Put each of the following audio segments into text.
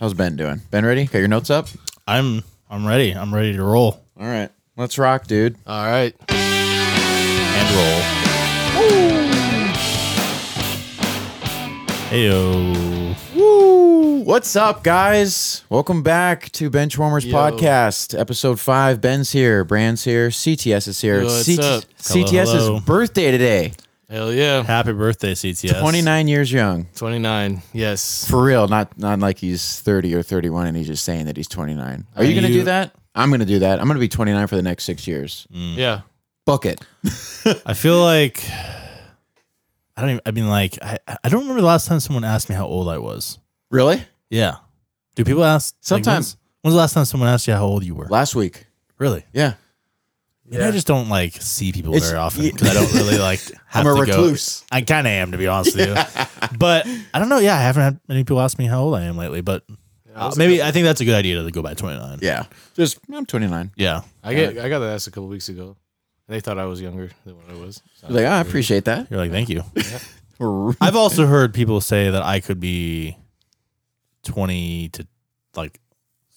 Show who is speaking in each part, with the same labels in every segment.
Speaker 1: How's Ben doing? Ben ready? Got your notes up?
Speaker 2: I'm I'm ready. I'm ready to roll
Speaker 1: All right. Let's rock, dude.
Speaker 3: All right.
Speaker 2: and roll. Heyo.
Speaker 1: Woo! What's up, guys? Welcome back to Benchwarmers
Speaker 3: Yo.
Speaker 1: Podcast, episode five. Ben's here, Brand's here, CTS is here.
Speaker 3: Yo, what's up?
Speaker 2: Hello, hello.
Speaker 1: CTS's birthday today.
Speaker 3: Hell yeah.
Speaker 2: Happy birthday, CTS.
Speaker 1: 29 years young.
Speaker 3: 29. Yes.
Speaker 1: For real, not not like he's 30 or 31 and he's just saying that he's 29. Are, you
Speaker 3: Are
Speaker 1: going to
Speaker 3: you-
Speaker 1: do that? I'm going to do that. I'm going to be 29 for the next 6 years.
Speaker 3: Yeah.
Speaker 1: Book it.
Speaker 2: I feel like I don't even I mean like I, I don't remember the last time someone asked me how old I was.
Speaker 1: Really?
Speaker 2: Yeah. Do people ask like,
Speaker 1: Sometimes.
Speaker 2: when's, when's the last time someone asked you how old you were?
Speaker 1: Last week.
Speaker 2: Really?
Speaker 1: Yeah.
Speaker 2: Maybe I just don't like see people
Speaker 1: It's-
Speaker 2: very often
Speaker 1: y-
Speaker 2: because I don't really like
Speaker 1: I'm
Speaker 2: have
Speaker 1: a
Speaker 2: to go-
Speaker 1: recluse.
Speaker 2: I kind of am to be honest with you, but I don't know. Yeah, I haven't had many people ask me how old I am lately, but uh, maybe I think that's a good idea to go by twenty nine.
Speaker 1: Yeah. Just I'm 29.
Speaker 2: yeah.
Speaker 3: I get I got that asked a couple weeks ago. They thought I was younger than what I was. So-
Speaker 1: Like, "Ah, I appreciate that.
Speaker 2: You're like, thank you. I've also heard people say that I could be twenty to like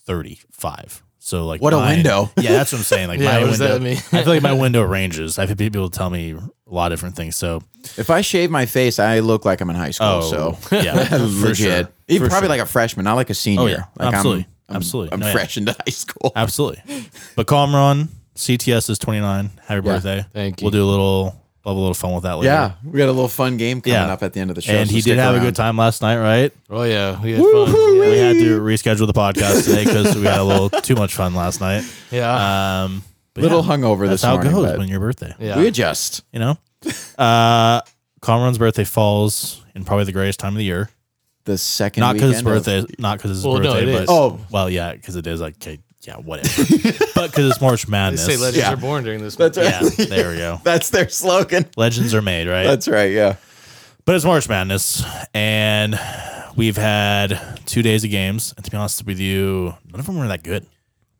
Speaker 2: thirty five. So like,
Speaker 1: What a
Speaker 2: mine-
Speaker 1: window.
Speaker 2: Yeah, that's what I'm saying. Like,
Speaker 3: Yeah,
Speaker 2: my
Speaker 3: what does
Speaker 2: window.
Speaker 3: that mean?
Speaker 2: I feel like my window ranges. I've had people tell me a lot of different things. So,
Speaker 1: If I shave my face, I look like I'm in high school.
Speaker 2: oh,
Speaker 1: so
Speaker 2: yeah, for
Speaker 1: legit,
Speaker 2: sure.
Speaker 1: Even
Speaker 2: For
Speaker 1: probably
Speaker 2: sure.
Speaker 1: like a freshman, not like a senior.
Speaker 2: Oh, yeah.
Speaker 1: like
Speaker 2: Absolutely.
Speaker 1: I'm, I'm,
Speaker 2: Absolutely.
Speaker 1: I'm
Speaker 2: No, yeah.
Speaker 1: fresh into high school.
Speaker 2: Absolutely. But Comron, CTS is 29. Happy birthday.
Speaker 3: Thank
Speaker 2: We'll
Speaker 3: you.
Speaker 2: do a little, we'll have a little fun with that later.
Speaker 1: Yeah, we got a little fun game coming
Speaker 2: Yeah.
Speaker 1: up at the end of the show.
Speaker 2: And
Speaker 1: so
Speaker 2: he
Speaker 1: stick
Speaker 2: did have
Speaker 1: around.
Speaker 2: a good time last night, right?
Speaker 3: Oh yeah. We had fun.
Speaker 2: We had to reschedule the podcast today because we had a little too much fun last night.
Speaker 3: Yeah.
Speaker 2: Um, but
Speaker 1: Little
Speaker 2: yeah,
Speaker 1: hungover
Speaker 2: That's
Speaker 1: this
Speaker 2: how
Speaker 1: morning.
Speaker 2: it goes
Speaker 1: but
Speaker 2: when your birthday,
Speaker 3: Yeah.
Speaker 1: We adjust.
Speaker 2: you know? Uh, Comron's birthday falls in probably the greatest time of the year.
Speaker 1: The second
Speaker 2: Not because
Speaker 1: because
Speaker 2: his birthday, not because his
Speaker 3: Well, no,
Speaker 2: birthday,
Speaker 3: it
Speaker 2: but
Speaker 3: is.
Speaker 1: Oh.
Speaker 2: well, yeah, because it is like, okay, yeah, whatever. but because it's March
Speaker 3: They
Speaker 2: Madness,
Speaker 3: say legends
Speaker 1: Yeah.
Speaker 3: are born during this.
Speaker 1: That's right.
Speaker 3: month.
Speaker 2: yeah, there we go.
Speaker 1: That's their slogan.
Speaker 2: Legends are made, right?
Speaker 1: That's right. Yeah.
Speaker 2: But it's March Madness, and we've had two days of games. And to be honest with you, none of them were that good.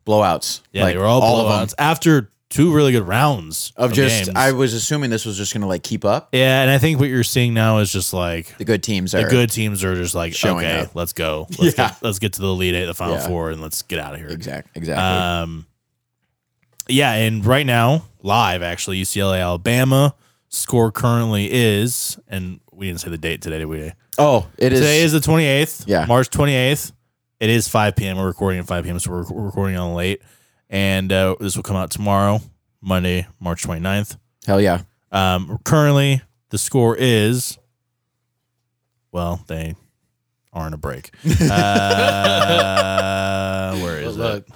Speaker 1: Blowouts.
Speaker 2: Yeah,
Speaker 1: Like,
Speaker 2: they were all, blowouts.
Speaker 1: of them.
Speaker 2: after two really good rounds
Speaker 1: Of just,
Speaker 2: games.
Speaker 1: I was assuming this was just going to like keep up.
Speaker 2: yeah, and I think what you're seeing now is just like
Speaker 1: The good teams are
Speaker 2: the good teams are just like
Speaker 1: Showing
Speaker 2: okay,
Speaker 1: up.
Speaker 2: let's go, let's,
Speaker 1: Yeah.
Speaker 2: get, let's get to the lead eight, the final
Speaker 1: Yeah.
Speaker 2: four, and let's get out of here.
Speaker 1: Exact, exactly.
Speaker 2: Um, yeah, and right now, live actually, UCLA Alabama score currently is, and we didn't say the date today, did we?
Speaker 1: oh, it is.
Speaker 2: Today is the 28th.
Speaker 1: Yeah.
Speaker 2: March 28th. It is 5 p.m. We're recording at 5 p.m. So we're we're recording on late. And uh, this will come out tomorrow, Monday, March 29th.
Speaker 1: hell yeah.
Speaker 2: Um, currently, the score is, well, they are on a break. Uh, where
Speaker 3: But
Speaker 2: is it?
Speaker 3: look,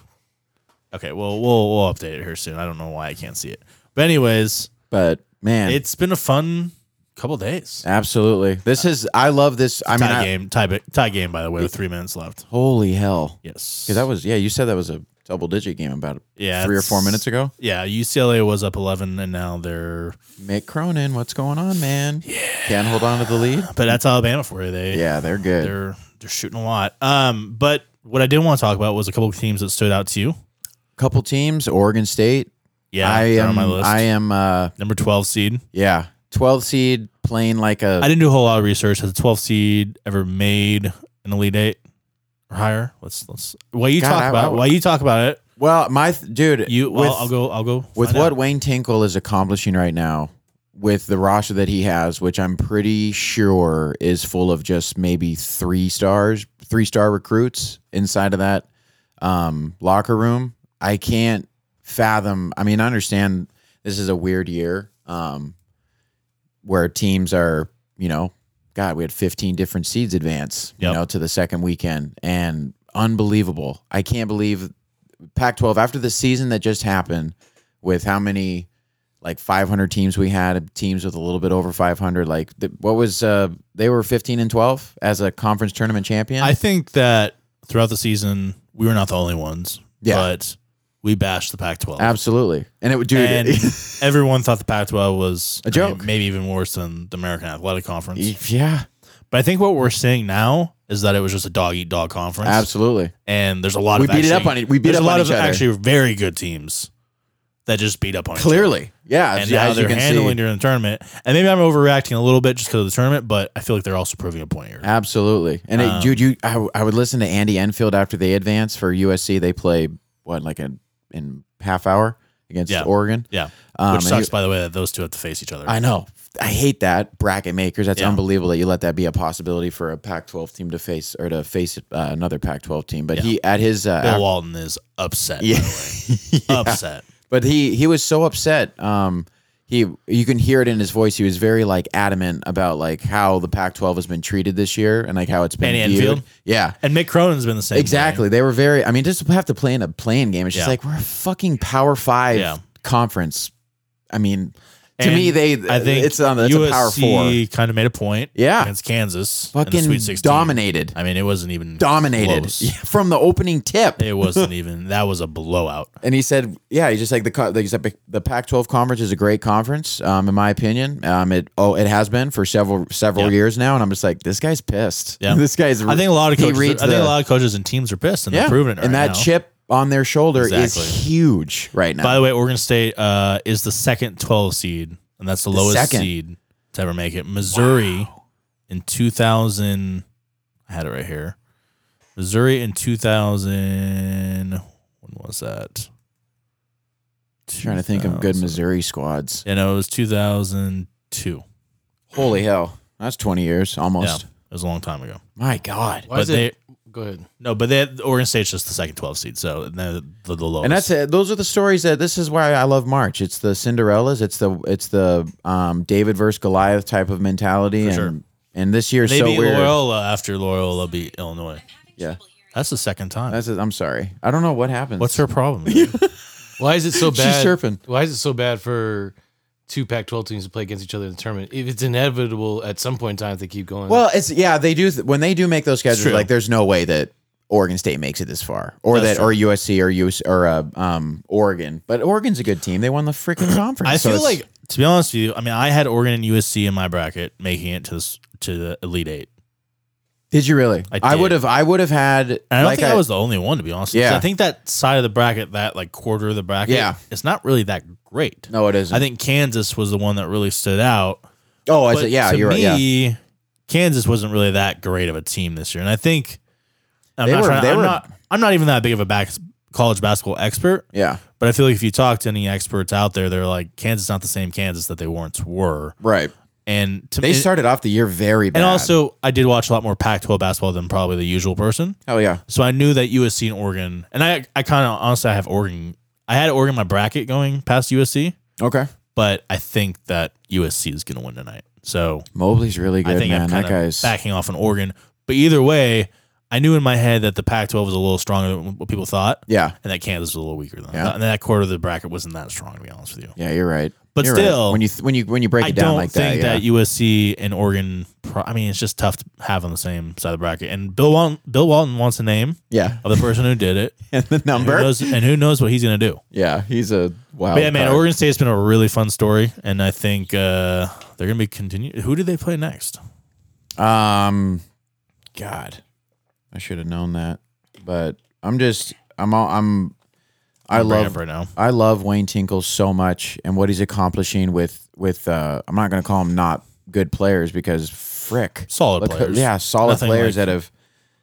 Speaker 2: Okay, well, we'll we'll update it here soon. I don't know why I can't see it. But anyways,
Speaker 1: But man, it's
Speaker 2: it's been a fun couple days.
Speaker 1: absolutely. This is. I love this. I mean,
Speaker 2: tie
Speaker 1: I,
Speaker 2: game, tie, bi- tie game. By the way, with three minutes left.
Speaker 1: holy hell.
Speaker 2: Yes,
Speaker 1: Because that was, yeah, you said that was a double digit game about
Speaker 2: Yeah,
Speaker 1: three or four
Speaker 2: it's-
Speaker 1: minutes ago.
Speaker 2: Yeah, UCLA was up 11, and now they're.
Speaker 1: Mick Cronin, what's going on, man? Yeah. Can't hold on to the lead.
Speaker 2: But that's Alabama for you. They
Speaker 1: Yeah, they're good.
Speaker 2: they're they're shooting a lot. Um, but what I did want to talk about was a couple of teams that stood out to you.
Speaker 1: Couple teams, Oregon State.
Speaker 2: Yeah,
Speaker 1: I
Speaker 2: they're
Speaker 1: am,
Speaker 2: on my list.
Speaker 1: I am, uh,
Speaker 2: Number 12 seed.
Speaker 1: yeah, 12 seed playing like a.
Speaker 2: I didn't do a whole lot of research. Has the 12 seed ever made an elite eight or higher? Let's let's. While you
Speaker 1: God,
Speaker 2: talk
Speaker 1: I-
Speaker 2: about
Speaker 1: I-
Speaker 2: it, while you talk about it,
Speaker 1: well, my, th- dude,
Speaker 2: you
Speaker 1: with,
Speaker 2: I'll, I'll go. I'll go.
Speaker 1: with
Speaker 2: find
Speaker 1: what
Speaker 2: out.
Speaker 1: Wayne Tinkle is accomplishing right now, with the roster that he has, which I'm pretty sure is full of just maybe three stars, three star recruits inside of that um, locker room. I can't fathom. I mean, I understand this is a weird year um, where teams are, you know, God, we had 15 different seeds advance, you
Speaker 2: Yep.
Speaker 1: know, to the second weekend and unbelievable. I can't believe Pac 12 after the season that just happened with how many like 500 teams we had teams with a little bit over 500 like the, what was uh they were 15 and 12 as a conference tournament champion
Speaker 2: I think that throughout the season, we were not the only ones.
Speaker 1: Yeah.
Speaker 2: But we bashed the Pac-12.
Speaker 1: absolutely and it would dude
Speaker 2: and everyone thought the Pac-12 was
Speaker 1: A
Speaker 2: I mean,
Speaker 1: joke.
Speaker 2: maybe even worse than the American Athletic Conference.
Speaker 1: yeah
Speaker 2: But I think what we're seeing now is that it was just a dog eat dog conference,
Speaker 1: absolutely
Speaker 2: and there's a lot
Speaker 1: We
Speaker 2: of
Speaker 1: beat it
Speaker 2: actually-
Speaker 1: up on it- we beat
Speaker 2: there's
Speaker 1: up
Speaker 2: a lot
Speaker 1: on
Speaker 2: of
Speaker 1: each other.
Speaker 2: actually very good teams, that just beat up on each other.
Speaker 1: Clearly, yeah.
Speaker 2: and
Speaker 1: as,
Speaker 2: now
Speaker 1: as you
Speaker 2: they're
Speaker 1: can
Speaker 2: handling
Speaker 1: see,
Speaker 2: during the tournament. And maybe I'm overreacting a little bit just because of the tournament, but I feel like they're also proving a point here.
Speaker 1: absolutely. And
Speaker 2: Um,
Speaker 1: it, dude, you, I, I would listen to Andy Enfield after they advance for USC. They play what like a in half hour against
Speaker 2: Yeah.
Speaker 1: Oregon.
Speaker 2: Yeah,
Speaker 1: Um,
Speaker 2: which
Speaker 1: and
Speaker 2: sucks,
Speaker 1: he-
Speaker 2: by the way, that those two have to face each other.
Speaker 1: I know. I hate that bracket makers. That's
Speaker 2: Yeah.
Speaker 1: unbelievable that you let that be a possibility for a Pac-12 team to face or to face uh, another Pac-12 team. But he at his uh,
Speaker 2: Bill
Speaker 1: af-
Speaker 2: Walton is upset.
Speaker 1: Yeah. Yeah.
Speaker 2: Upset.
Speaker 1: But he he was so upset. Um, he you can hear it in his voice. He was very like adamant about like how the Pac-12 has been treated this year and like how it's been.
Speaker 2: Manny
Speaker 1: viewed.
Speaker 2: Enfield?
Speaker 1: yeah,
Speaker 2: And Mick Cronin's been the same. way.
Speaker 1: exactly. They were very. I mean, just to have to play in a playing game. It's just
Speaker 2: Yeah.
Speaker 1: like we're a fucking Power Five
Speaker 2: Yeah.
Speaker 1: conference. I mean, to
Speaker 2: And
Speaker 1: me, they.
Speaker 2: I think
Speaker 1: it's on the it's
Speaker 2: USC
Speaker 1: a Power Four.
Speaker 2: kind of made a point
Speaker 1: Yeah,
Speaker 2: against Kansas. in the
Speaker 1: Ah. fucking
Speaker 2: Sweet 16.
Speaker 1: dominated,
Speaker 2: I mean, it wasn't even
Speaker 1: dominated
Speaker 2: close.
Speaker 1: Yeah, from the opening tip.
Speaker 2: It wasn't even. That was a blowout.
Speaker 1: and he said, "Yeah, he just like the co- like he said, the Pac-12 conference is a great conference, um, in my opinion. Um, it oh, it has been for several several
Speaker 2: Yeah.
Speaker 1: years now, and I'm just like, this guy's pissed.
Speaker 2: Yeah.
Speaker 1: this guy's.
Speaker 2: I think a lot of
Speaker 1: he
Speaker 2: coaches.
Speaker 1: reads
Speaker 2: I think
Speaker 1: the-
Speaker 2: a lot of coaches and teams are pissed, and they're proving it. Right
Speaker 1: and that
Speaker 2: now.
Speaker 1: chip on their shoulder
Speaker 2: Exactly.
Speaker 1: is huge right now.
Speaker 2: By the way, Oregon State uh, is the second 12 seed, and that's the, lowest
Speaker 1: second.
Speaker 2: seed to ever make it. Missouri in 2000, I had it right here. Missouri in 2000, when was that?
Speaker 1: trying to think of good
Speaker 2: 2000.
Speaker 1: Missouri squads.
Speaker 2: You know, it was 2002. It
Speaker 1: Holy hell, that's 20 years almost.
Speaker 2: was a long time ago.
Speaker 1: My God,
Speaker 3: Why
Speaker 2: But
Speaker 3: is it? Go ahead.
Speaker 2: No, but they Oregon State's just the second 12 seed, so they're the, the lowest.
Speaker 1: and that's it. Those are the stories that this is why I love March. It's the Cinderellas. It's the it's the um, David versus Goliath type of mentality,
Speaker 2: For
Speaker 1: and
Speaker 2: sure.
Speaker 1: and this year's
Speaker 2: They
Speaker 1: so
Speaker 2: beat
Speaker 1: weird.
Speaker 2: Loyola after Loyola beat Illinois.
Speaker 1: Yeah.
Speaker 2: That's the second time.
Speaker 1: That's it. I'm sorry. I don't know what happens.
Speaker 2: What's her problem? man?
Speaker 3: Why is it so
Speaker 1: She's
Speaker 3: bad?
Speaker 1: chirping.
Speaker 3: Why is it so bad for two Pac-12 teams to play against each other in the tournament? If it's inevitable at some point in time if they keep going.
Speaker 1: Well, it's yeah. They do when they do make those schedules.
Speaker 2: true.
Speaker 1: Like, there's no way that Oregon State makes it this far, or
Speaker 2: That's
Speaker 1: that or USC or US or uh, um Oregon. But Oregon's a good team. They won the freaking conference.
Speaker 2: I
Speaker 1: So
Speaker 2: feel
Speaker 1: it's-
Speaker 2: like, to be honest with you, I mean, I had Oregon and USC in my bracket making it to this, to the Elite Eight.
Speaker 1: did you really?
Speaker 2: I
Speaker 1: I
Speaker 2: did.
Speaker 1: would have. I would have had.
Speaker 2: And I don't
Speaker 1: like
Speaker 2: think
Speaker 1: a-
Speaker 2: I was the only one, to be honest. with you.
Speaker 1: Yeah.
Speaker 2: I think that side of the bracket, that like quarter of the bracket,
Speaker 1: Yeah.
Speaker 2: it's not really that great.
Speaker 1: No, it isn't.
Speaker 2: I think Kansas was the one that really stood out.
Speaker 1: Oh, I
Speaker 2: But
Speaker 1: said, yeah.
Speaker 2: to
Speaker 1: You're right. Yeah.
Speaker 2: me, Kansas wasn't really that great of a team this year, and I think I'm,
Speaker 1: They
Speaker 2: not,
Speaker 1: were-
Speaker 2: trying,
Speaker 1: they
Speaker 2: I'm
Speaker 1: were-
Speaker 2: not. I'm not even that big of a back, college basketball expert,
Speaker 1: Yeah.
Speaker 2: but I feel like if you talk to any experts out there, they're like Kansas not the same Kansas that they once were,
Speaker 1: Right.
Speaker 2: and to
Speaker 1: They
Speaker 2: and-
Speaker 1: started off the year very bad.
Speaker 2: And also, I did watch a lot more Pac-12 basketball than probably the usual person,
Speaker 1: oh yeah.
Speaker 2: so I knew that USC and Oregon, and I, I kind of honestly, I have Oregon. I had Oregon in my bracket going past USC,
Speaker 1: Okay.
Speaker 2: but I think that USC is going to win tonight. So
Speaker 1: Mobley's really good,
Speaker 2: I think
Speaker 1: man.
Speaker 2: I'm
Speaker 1: That
Speaker 2: kind
Speaker 1: guy's.
Speaker 2: of backing off on Oregon. But either way, I knew in my head that the Pac-12 was a little stronger than what people thought,
Speaker 1: Yeah.
Speaker 2: and that Kansas was a little weaker than
Speaker 1: Yeah.
Speaker 2: that. And that quarter of the bracket wasn't that strong, to be honest with you.
Speaker 1: Yeah. You're right.
Speaker 2: But
Speaker 1: You're right.
Speaker 2: still,
Speaker 1: when you th- when you when you break
Speaker 2: I
Speaker 1: it down
Speaker 2: don't
Speaker 1: like that,
Speaker 2: think
Speaker 1: yeah.
Speaker 2: that USC and Oregon. Pro- I mean, it's just tough to have on the same side of the bracket. And Bill Walton, Bill Walton wants a name
Speaker 1: yeah.
Speaker 2: of the person who did it.
Speaker 1: And the
Speaker 2: And who
Speaker 1: number.
Speaker 2: knows, and who knows what he's going to do?
Speaker 1: Yeah, he's a wow.
Speaker 2: But yeah, man, Oregon State's been a really fun story, and I think uh, they're going to be continue. Who do they play next?
Speaker 1: Um, God, I should have known that, but I'm just I'm all, I'm I
Speaker 2: Bring it
Speaker 1: love
Speaker 2: up right now.
Speaker 1: I love Wayne Tinkle so much and what he's accomplishing with with uh I'm not gonna call him not good players because frick
Speaker 2: Solid
Speaker 1: Look-
Speaker 2: players.
Speaker 1: yeah solid
Speaker 2: Nothing
Speaker 1: players
Speaker 2: like-
Speaker 1: that have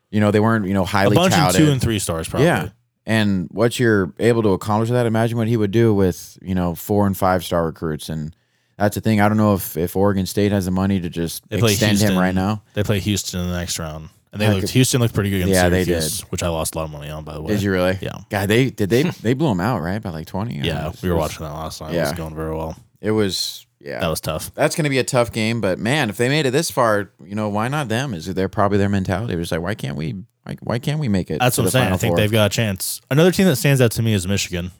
Speaker 1: you know they weren't you know
Speaker 2: a
Speaker 1: highly
Speaker 2: bunch of
Speaker 1: touted
Speaker 2: two and three stars, probably.
Speaker 1: yeah and what you're able to accomplish with that imagine what he would do with you know four and five star recruits and that's the thing I don't know if if Oregon State has the money to just
Speaker 2: They play
Speaker 1: extend
Speaker 2: Houston.
Speaker 1: him right now
Speaker 2: They play Houston in the next round, and they
Speaker 1: I
Speaker 2: looked
Speaker 1: could-
Speaker 2: Houston looked pretty good against
Speaker 1: Yeah, they
Speaker 2: Syracuse, which I lost a lot of money on, by the way.
Speaker 1: Did you really?
Speaker 2: Yeah.
Speaker 1: God, they did they they blew him out right by like twenty.
Speaker 2: Yeah,
Speaker 1: It
Speaker 2: we were
Speaker 1: was-
Speaker 2: watching that last night. It was
Speaker 1: yeah.
Speaker 2: going very well.
Speaker 1: It was yeah.
Speaker 2: That was tough.
Speaker 1: That's going to be a tough game, but man, if they made it this far, you know why not them? Is they're probably their mentality. It's like why can't we? Like, why can't we make it?
Speaker 2: That's
Speaker 1: to
Speaker 2: what I'm
Speaker 1: the
Speaker 2: saying. I
Speaker 1: Final
Speaker 2: think
Speaker 1: Four?
Speaker 2: they've got a chance. Another team that stands out to me is Michigan.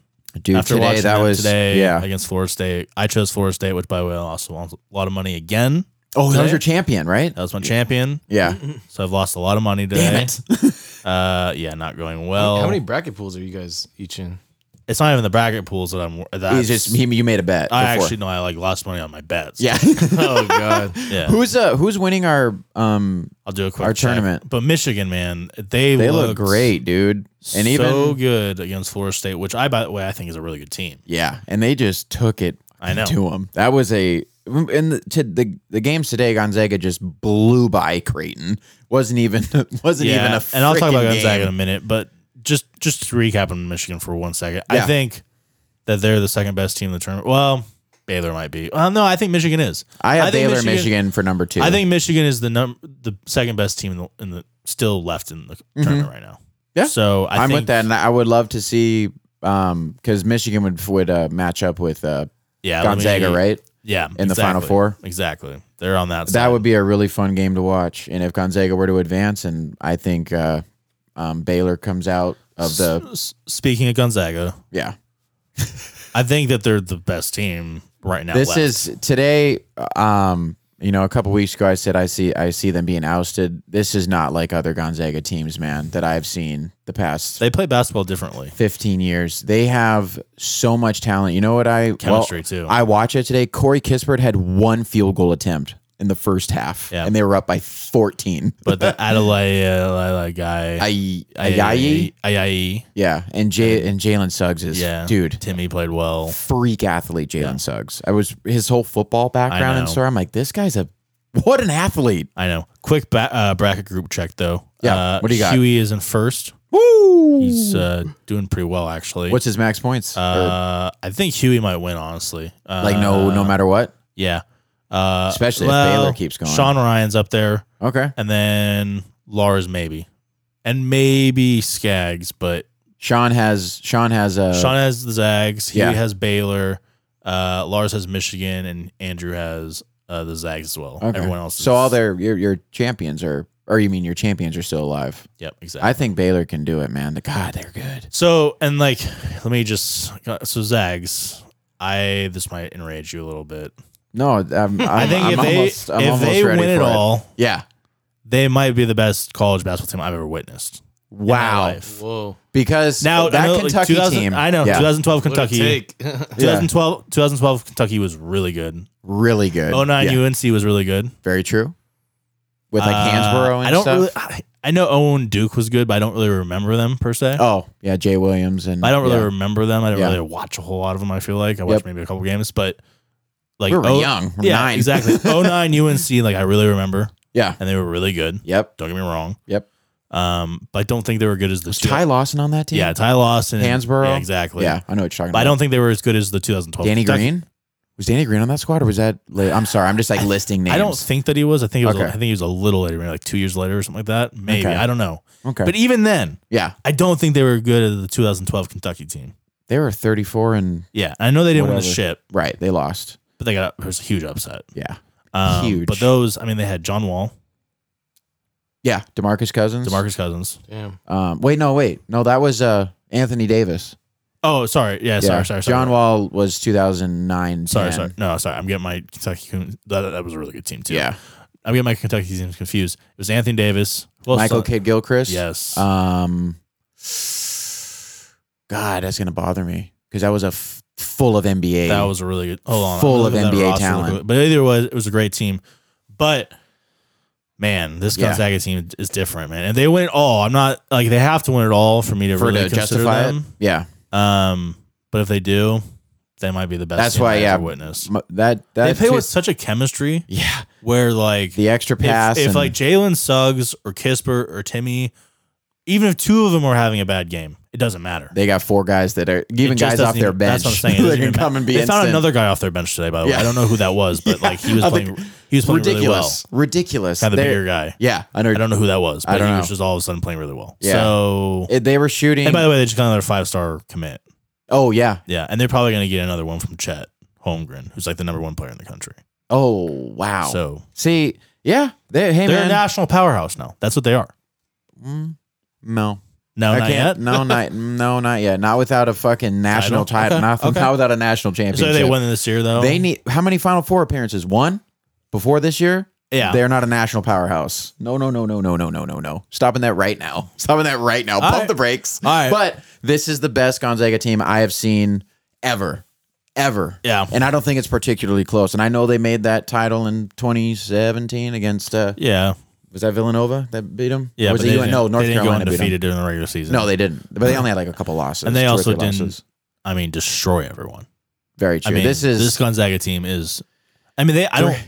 Speaker 1: dude
Speaker 2: After
Speaker 1: today.
Speaker 2: watching
Speaker 1: That
Speaker 2: them
Speaker 1: was
Speaker 2: today
Speaker 1: yeah.
Speaker 2: against Florida State, I chose Florida State, which by the way, I also lost a lot of money again.
Speaker 1: oh, that
Speaker 2: today? uh,
Speaker 1: was your champion, right?
Speaker 2: That was my champion,
Speaker 1: Yeah,
Speaker 2: so I've lost a lot of money today.
Speaker 1: damn it.
Speaker 2: Uh, yeah, not going well.
Speaker 3: how many bracket pools are you guys each in?
Speaker 2: It's not even the bracket pools that I'm. That's,
Speaker 1: He's just he, you made a bet.
Speaker 2: I
Speaker 1: before.
Speaker 2: actually know I like lost money on my bets.
Speaker 1: yeah.
Speaker 3: Oh god.
Speaker 2: yeah.
Speaker 1: who's uh who's winning our um?
Speaker 2: I'll do a quick
Speaker 1: Our
Speaker 2: check.
Speaker 1: tournament.
Speaker 2: But Michigan, man, they
Speaker 1: They look
Speaker 2: looked
Speaker 1: great, dude. And
Speaker 2: so
Speaker 1: even
Speaker 2: good against Florida State, which I by the way I think is a really good team.
Speaker 1: yeah, and they just took it.
Speaker 2: I know.
Speaker 1: to them. That was a in the, to the the games today. Gonzaga just blew by Creighton. wasn't even wasn't even a.
Speaker 2: and I'll talk about
Speaker 1: frickin'
Speaker 2: Gonzaga in a
Speaker 1: game.
Speaker 2: minute, but just just to recap on Michigan for one second. I
Speaker 1: Yeah.
Speaker 2: think that they're the second best team in the tournament. Well, Baylor might be. Well, no, I think Michigan is.
Speaker 1: I have
Speaker 2: I think
Speaker 1: Baylor,
Speaker 2: Michigan-
Speaker 1: Michigan, for number two.
Speaker 2: I think Michigan is the num- the second best team in the, in the still left in the tournament right now.
Speaker 1: Mm-hmm. Yeah.
Speaker 2: So I
Speaker 1: I am
Speaker 2: think,
Speaker 1: with that, and I would love to see um because Michigan would would uh, match up with uh,
Speaker 2: Yeah, let me-
Speaker 1: Gonzaga, right?
Speaker 2: Yeah,
Speaker 1: In the Final
Speaker 2: exactly.
Speaker 1: Four?
Speaker 2: Exactly. They're on that. side.
Speaker 1: That would be a really fun game to watch. And if Gonzaga were to advance, and I think uh, um, Baylor comes out of the
Speaker 2: S- Speaking of Gonzaga,
Speaker 1: yeah.
Speaker 2: I think that they're the best team right now.
Speaker 1: This
Speaker 2: left.
Speaker 1: is today. Um, you know, a couple weeks ago, I said I see I see them being ousted. This is not like other Gonzaga teams, man, that I've seen the past
Speaker 2: they play basketball differently.
Speaker 1: 15 years. They have so much talent. You know what I well,
Speaker 2: Chemistry, too.
Speaker 1: I watch it today. Corey Kispert had one field goal attempt in the first half,
Speaker 2: Yeah.
Speaker 1: and they were up by 14.
Speaker 2: But the Adelaide Adelaide guy,
Speaker 1: I, Ayayi,
Speaker 2: Ayayi,
Speaker 1: yeah, and Jay and Jalen Suggs is
Speaker 2: yeah,
Speaker 1: dude.
Speaker 2: Timmy played well.
Speaker 1: Freak athlete, Jalen Suggs. I was his whole football background and
Speaker 2: know.
Speaker 1: story. I'm like, this guy's a what an athlete.
Speaker 2: I know. Quick ba- uh, bracket group check though.
Speaker 1: Yeah,
Speaker 2: Uh,
Speaker 1: what do you got?
Speaker 2: Huey is in first.
Speaker 1: Woo!
Speaker 2: He's uh, doing pretty well actually.
Speaker 1: What's his max points? Or,
Speaker 2: uh, I think Huey might win honestly. Uh,
Speaker 1: like no, no matter what.
Speaker 2: Yeah. Uh,
Speaker 1: Especially if Baylor keeps going.
Speaker 2: Sean Ryan's up there,
Speaker 1: Okay,
Speaker 2: and then Lars maybe, and maybe Skaggs, but
Speaker 1: Sean has Sean has a
Speaker 2: Sean has the Zags. Huey
Speaker 1: Uh, yeah.
Speaker 2: has Baylor. Uh, Lars has Michigan, and Andrew has uh, the Zags as well.
Speaker 1: okay.
Speaker 2: Everyone else.
Speaker 1: So
Speaker 2: is-
Speaker 1: all their your your champions are, or you mean your champions are still alive?
Speaker 2: Yep. Exactly.
Speaker 1: I think Baylor can do it, man. The God, they're good.
Speaker 2: so and like, let me just. So Zags, I this might enrage you a little bit.
Speaker 1: No, I'm, I'm,
Speaker 2: i think
Speaker 1: I'm
Speaker 2: if
Speaker 1: almost,
Speaker 2: they
Speaker 1: I'm
Speaker 2: if
Speaker 1: almost
Speaker 2: they
Speaker 1: ready
Speaker 2: win it
Speaker 1: for
Speaker 2: all,
Speaker 1: yeah.
Speaker 2: they might be the best college basketball team I've ever witnessed.
Speaker 1: Wow,
Speaker 2: life.
Speaker 3: Whoa.
Speaker 1: because
Speaker 2: Now
Speaker 1: that
Speaker 2: I know, like,
Speaker 1: Kentucky
Speaker 2: 2000
Speaker 1: team,
Speaker 2: I know.
Speaker 1: yeah,
Speaker 2: 2012
Speaker 3: What a
Speaker 2: Kentucky.
Speaker 3: take.
Speaker 2: 2012, 2012 Kentucky was really good.
Speaker 1: really good.
Speaker 2: 09
Speaker 1: Yeah,
Speaker 2: UNC was really good.
Speaker 1: very true. With like
Speaker 2: Uh,
Speaker 1: Hansborough and
Speaker 2: I don't
Speaker 1: stuff.
Speaker 2: really. I, I know Owen Duke was good, but I don't really remember them per se.
Speaker 1: oh yeah, Jay Williams and
Speaker 2: I don't really
Speaker 1: yeah.
Speaker 2: remember them. I don't
Speaker 1: Yeah.
Speaker 2: really watch a whole lot of them. I feel like I watched
Speaker 1: Yep.
Speaker 2: maybe a couple games, but like
Speaker 1: we were
Speaker 2: oh-
Speaker 1: young. We're
Speaker 2: yeah,
Speaker 1: nine.
Speaker 2: exactly. Oh, 09 UNC, like I really remember,
Speaker 1: Yeah.
Speaker 2: and they were really good.
Speaker 1: Yep.
Speaker 2: Don't get me wrong.
Speaker 1: Yep.
Speaker 2: Um, but I don't think they were good as the
Speaker 1: Was
Speaker 2: two-
Speaker 1: Ty Lawson on that team?
Speaker 2: Yeah, Ty Lawson, and-
Speaker 1: Hansborough?
Speaker 2: Yeah, exactly.
Speaker 1: Yeah, I know what you're talking
Speaker 2: but I
Speaker 1: about.
Speaker 2: don't think they were as good as the 2012.
Speaker 1: Danny
Speaker 2: Kentucky-
Speaker 1: Green? Was Danny Green on that squad or was that la- I'm sorry, I'm just like listing names.
Speaker 2: I don't think that he was. I think it was.
Speaker 1: Okay.
Speaker 2: I think he was a little later, maybe like two years later or something like that. Maybe
Speaker 1: Okay.
Speaker 2: I don't know.
Speaker 1: Okay.
Speaker 2: But even then,
Speaker 1: yeah.
Speaker 2: I don't think they were good at the 2012 Kentucky team.
Speaker 1: They were 34 and
Speaker 2: Yeah, I know they didn't win the
Speaker 1: Whatever.
Speaker 2: ship,
Speaker 1: right, they lost.
Speaker 2: but they got it was a huge upset.
Speaker 1: Yeah.
Speaker 2: Um,
Speaker 1: Huge.
Speaker 2: But those, I mean, they had John Wall,
Speaker 1: Yeah, DeMarcus Cousins.
Speaker 2: DeMarcus Cousins.
Speaker 3: Damn.
Speaker 1: Um wait, no, wait. No, that was uh Anthony Davis.
Speaker 2: Oh, sorry. Yeah, sorry,
Speaker 1: Yeah.
Speaker 2: sorry, sorry.
Speaker 1: John Wall was 2009.
Speaker 2: Sorry,
Speaker 1: 10.
Speaker 2: sorry. No, sorry. I'm getting my Kentucky. That, that was a really good team too.
Speaker 1: Yeah.
Speaker 2: I'm getting my Kentucky teams confused. It was Anthony Davis, Well,
Speaker 1: Michael
Speaker 2: son-
Speaker 1: Kidd Gilchrist.
Speaker 2: Yes.
Speaker 1: Um God, that's going to bother me cuz that was a f- full of NBA.
Speaker 2: That was a really good. Hold on,
Speaker 1: Full
Speaker 2: I'm gonna
Speaker 1: of
Speaker 2: look at that
Speaker 1: NBA
Speaker 2: roster real
Speaker 1: talent.
Speaker 2: quick. But either way, it was a great team. But man, this
Speaker 1: Yeah.
Speaker 2: Gonzaga team is different, man. And they win it all. I'm not like they have to win it all for me to
Speaker 1: for
Speaker 2: really
Speaker 1: to justify
Speaker 2: consider
Speaker 1: it. Yeah.
Speaker 2: them. Um, but if they do, they might be the best.
Speaker 1: That's
Speaker 2: team
Speaker 1: why,
Speaker 2: I ever
Speaker 1: yeah.
Speaker 2: witnessed.
Speaker 1: M- That that
Speaker 2: They play with such a chemistry
Speaker 1: yeah.
Speaker 2: where like
Speaker 1: the extra
Speaker 2: if-
Speaker 1: pass.
Speaker 2: If,
Speaker 1: and-
Speaker 2: like Jalen Suggs or Kisper or Timmy, even if two of them are having a bad game, it doesn't matter.
Speaker 1: they got four guys that are
Speaker 2: It
Speaker 1: giving
Speaker 2: just
Speaker 1: guys off
Speaker 2: doesn't
Speaker 1: their
Speaker 2: even-
Speaker 1: bench.
Speaker 2: That's what I'm saying. It
Speaker 1: they
Speaker 2: doesn't
Speaker 1: can
Speaker 2: even
Speaker 1: come and be
Speaker 2: They
Speaker 1: instant.
Speaker 2: found another guy off their bench today, by the way.
Speaker 1: Yeah.
Speaker 2: I don't know who that was, but like he was
Speaker 1: I
Speaker 2: playing,
Speaker 1: think-
Speaker 2: he was playing
Speaker 1: ridiculous,
Speaker 2: really well.
Speaker 1: ridiculous.
Speaker 2: Kind of the
Speaker 1: They're-
Speaker 2: bigger guy.
Speaker 1: Yeah, I know.
Speaker 2: I don't know who that was, but
Speaker 1: I don't
Speaker 2: he
Speaker 1: know.
Speaker 2: was just all of a sudden playing really well.
Speaker 1: Yeah.
Speaker 2: So,
Speaker 1: It- they were shooting.
Speaker 2: and by the way, they just got another five star commit.
Speaker 1: oh yeah.
Speaker 2: Yeah, and they're probably going to get another one from Chet Holmgren, who's like the number one player in the country.
Speaker 1: Oh wow.
Speaker 2: So
Speaker 1: see, yeah. They, hey
Speaker 2: they're
Speaker 1: man.
Speaker 2: a national powerhouse now. That's what they are.
Speaker 1: Mm, no,
Speaker 2: No,
Speaker 1: I
Speaker 2: not
Speaker 1: can't.
Speaker 2: yet.
Speaker 1: No, not no, not yet. Not without a fucking national title.
Speaker 2: Title? Okay,
Speaker 1: Not,
Speaker 2: okay.
Speaker 1: not without a national
Speaker 2: So
Speaker 1: championship.
Speaker 2: they win this year though.
Speaker 1: They need how many Final Four appearances? One before this year.
Speaker 2: Yeah.
Speaker 1: They're not a national powerhouse. No, no, no, no, no, no, no, no, no. Stopping that right now. Stopping that right now. Pump
Speaker 2: right.
Speaker 1: the brakes.
Speaker 2: All right.
Speaker 1: But this is the best Gonzaga team I have seen ever. Ever.
Speaker 2: Yeah.
Speaker 1: And I don't think it's particularly close. And I know they made that title in 2017 against, uh,
Speaker 2: yeah.
Speaker 1: was that Villanova that beat them?
Speaker 2: Yeah.
Speaker 1: Or was
Speaker 2: but
Speaker 1: it
Speaker 2: they
Speaker 1: UN?
Speaker 2: didn't-
Speaker 1: No, North
Speaker 2: they didn't
Speaker 1: Carolina
Speaker 2: go
Speaker 1: beat them.
Speaker 2: undefeated during the regular season.
Speaker 1: No, they didn't. But they only had like a couple losses.
Speaker 2: And they
Speaker 1: two or
Speaker 2: also
Speaker 1: three
Speaker 2: didn't-
Speaker 1: losses.
Speaker 2: I mean, destroy everyone.
Speaker 1: Very
Speaker 2: I
Speaker 1: true.
Speaker 2: mean,
Speaker 1: this is
Speaker 2: this Gonzaga team is. I mean, they. I
Speaker 1: They're-
Speaker 2: don't.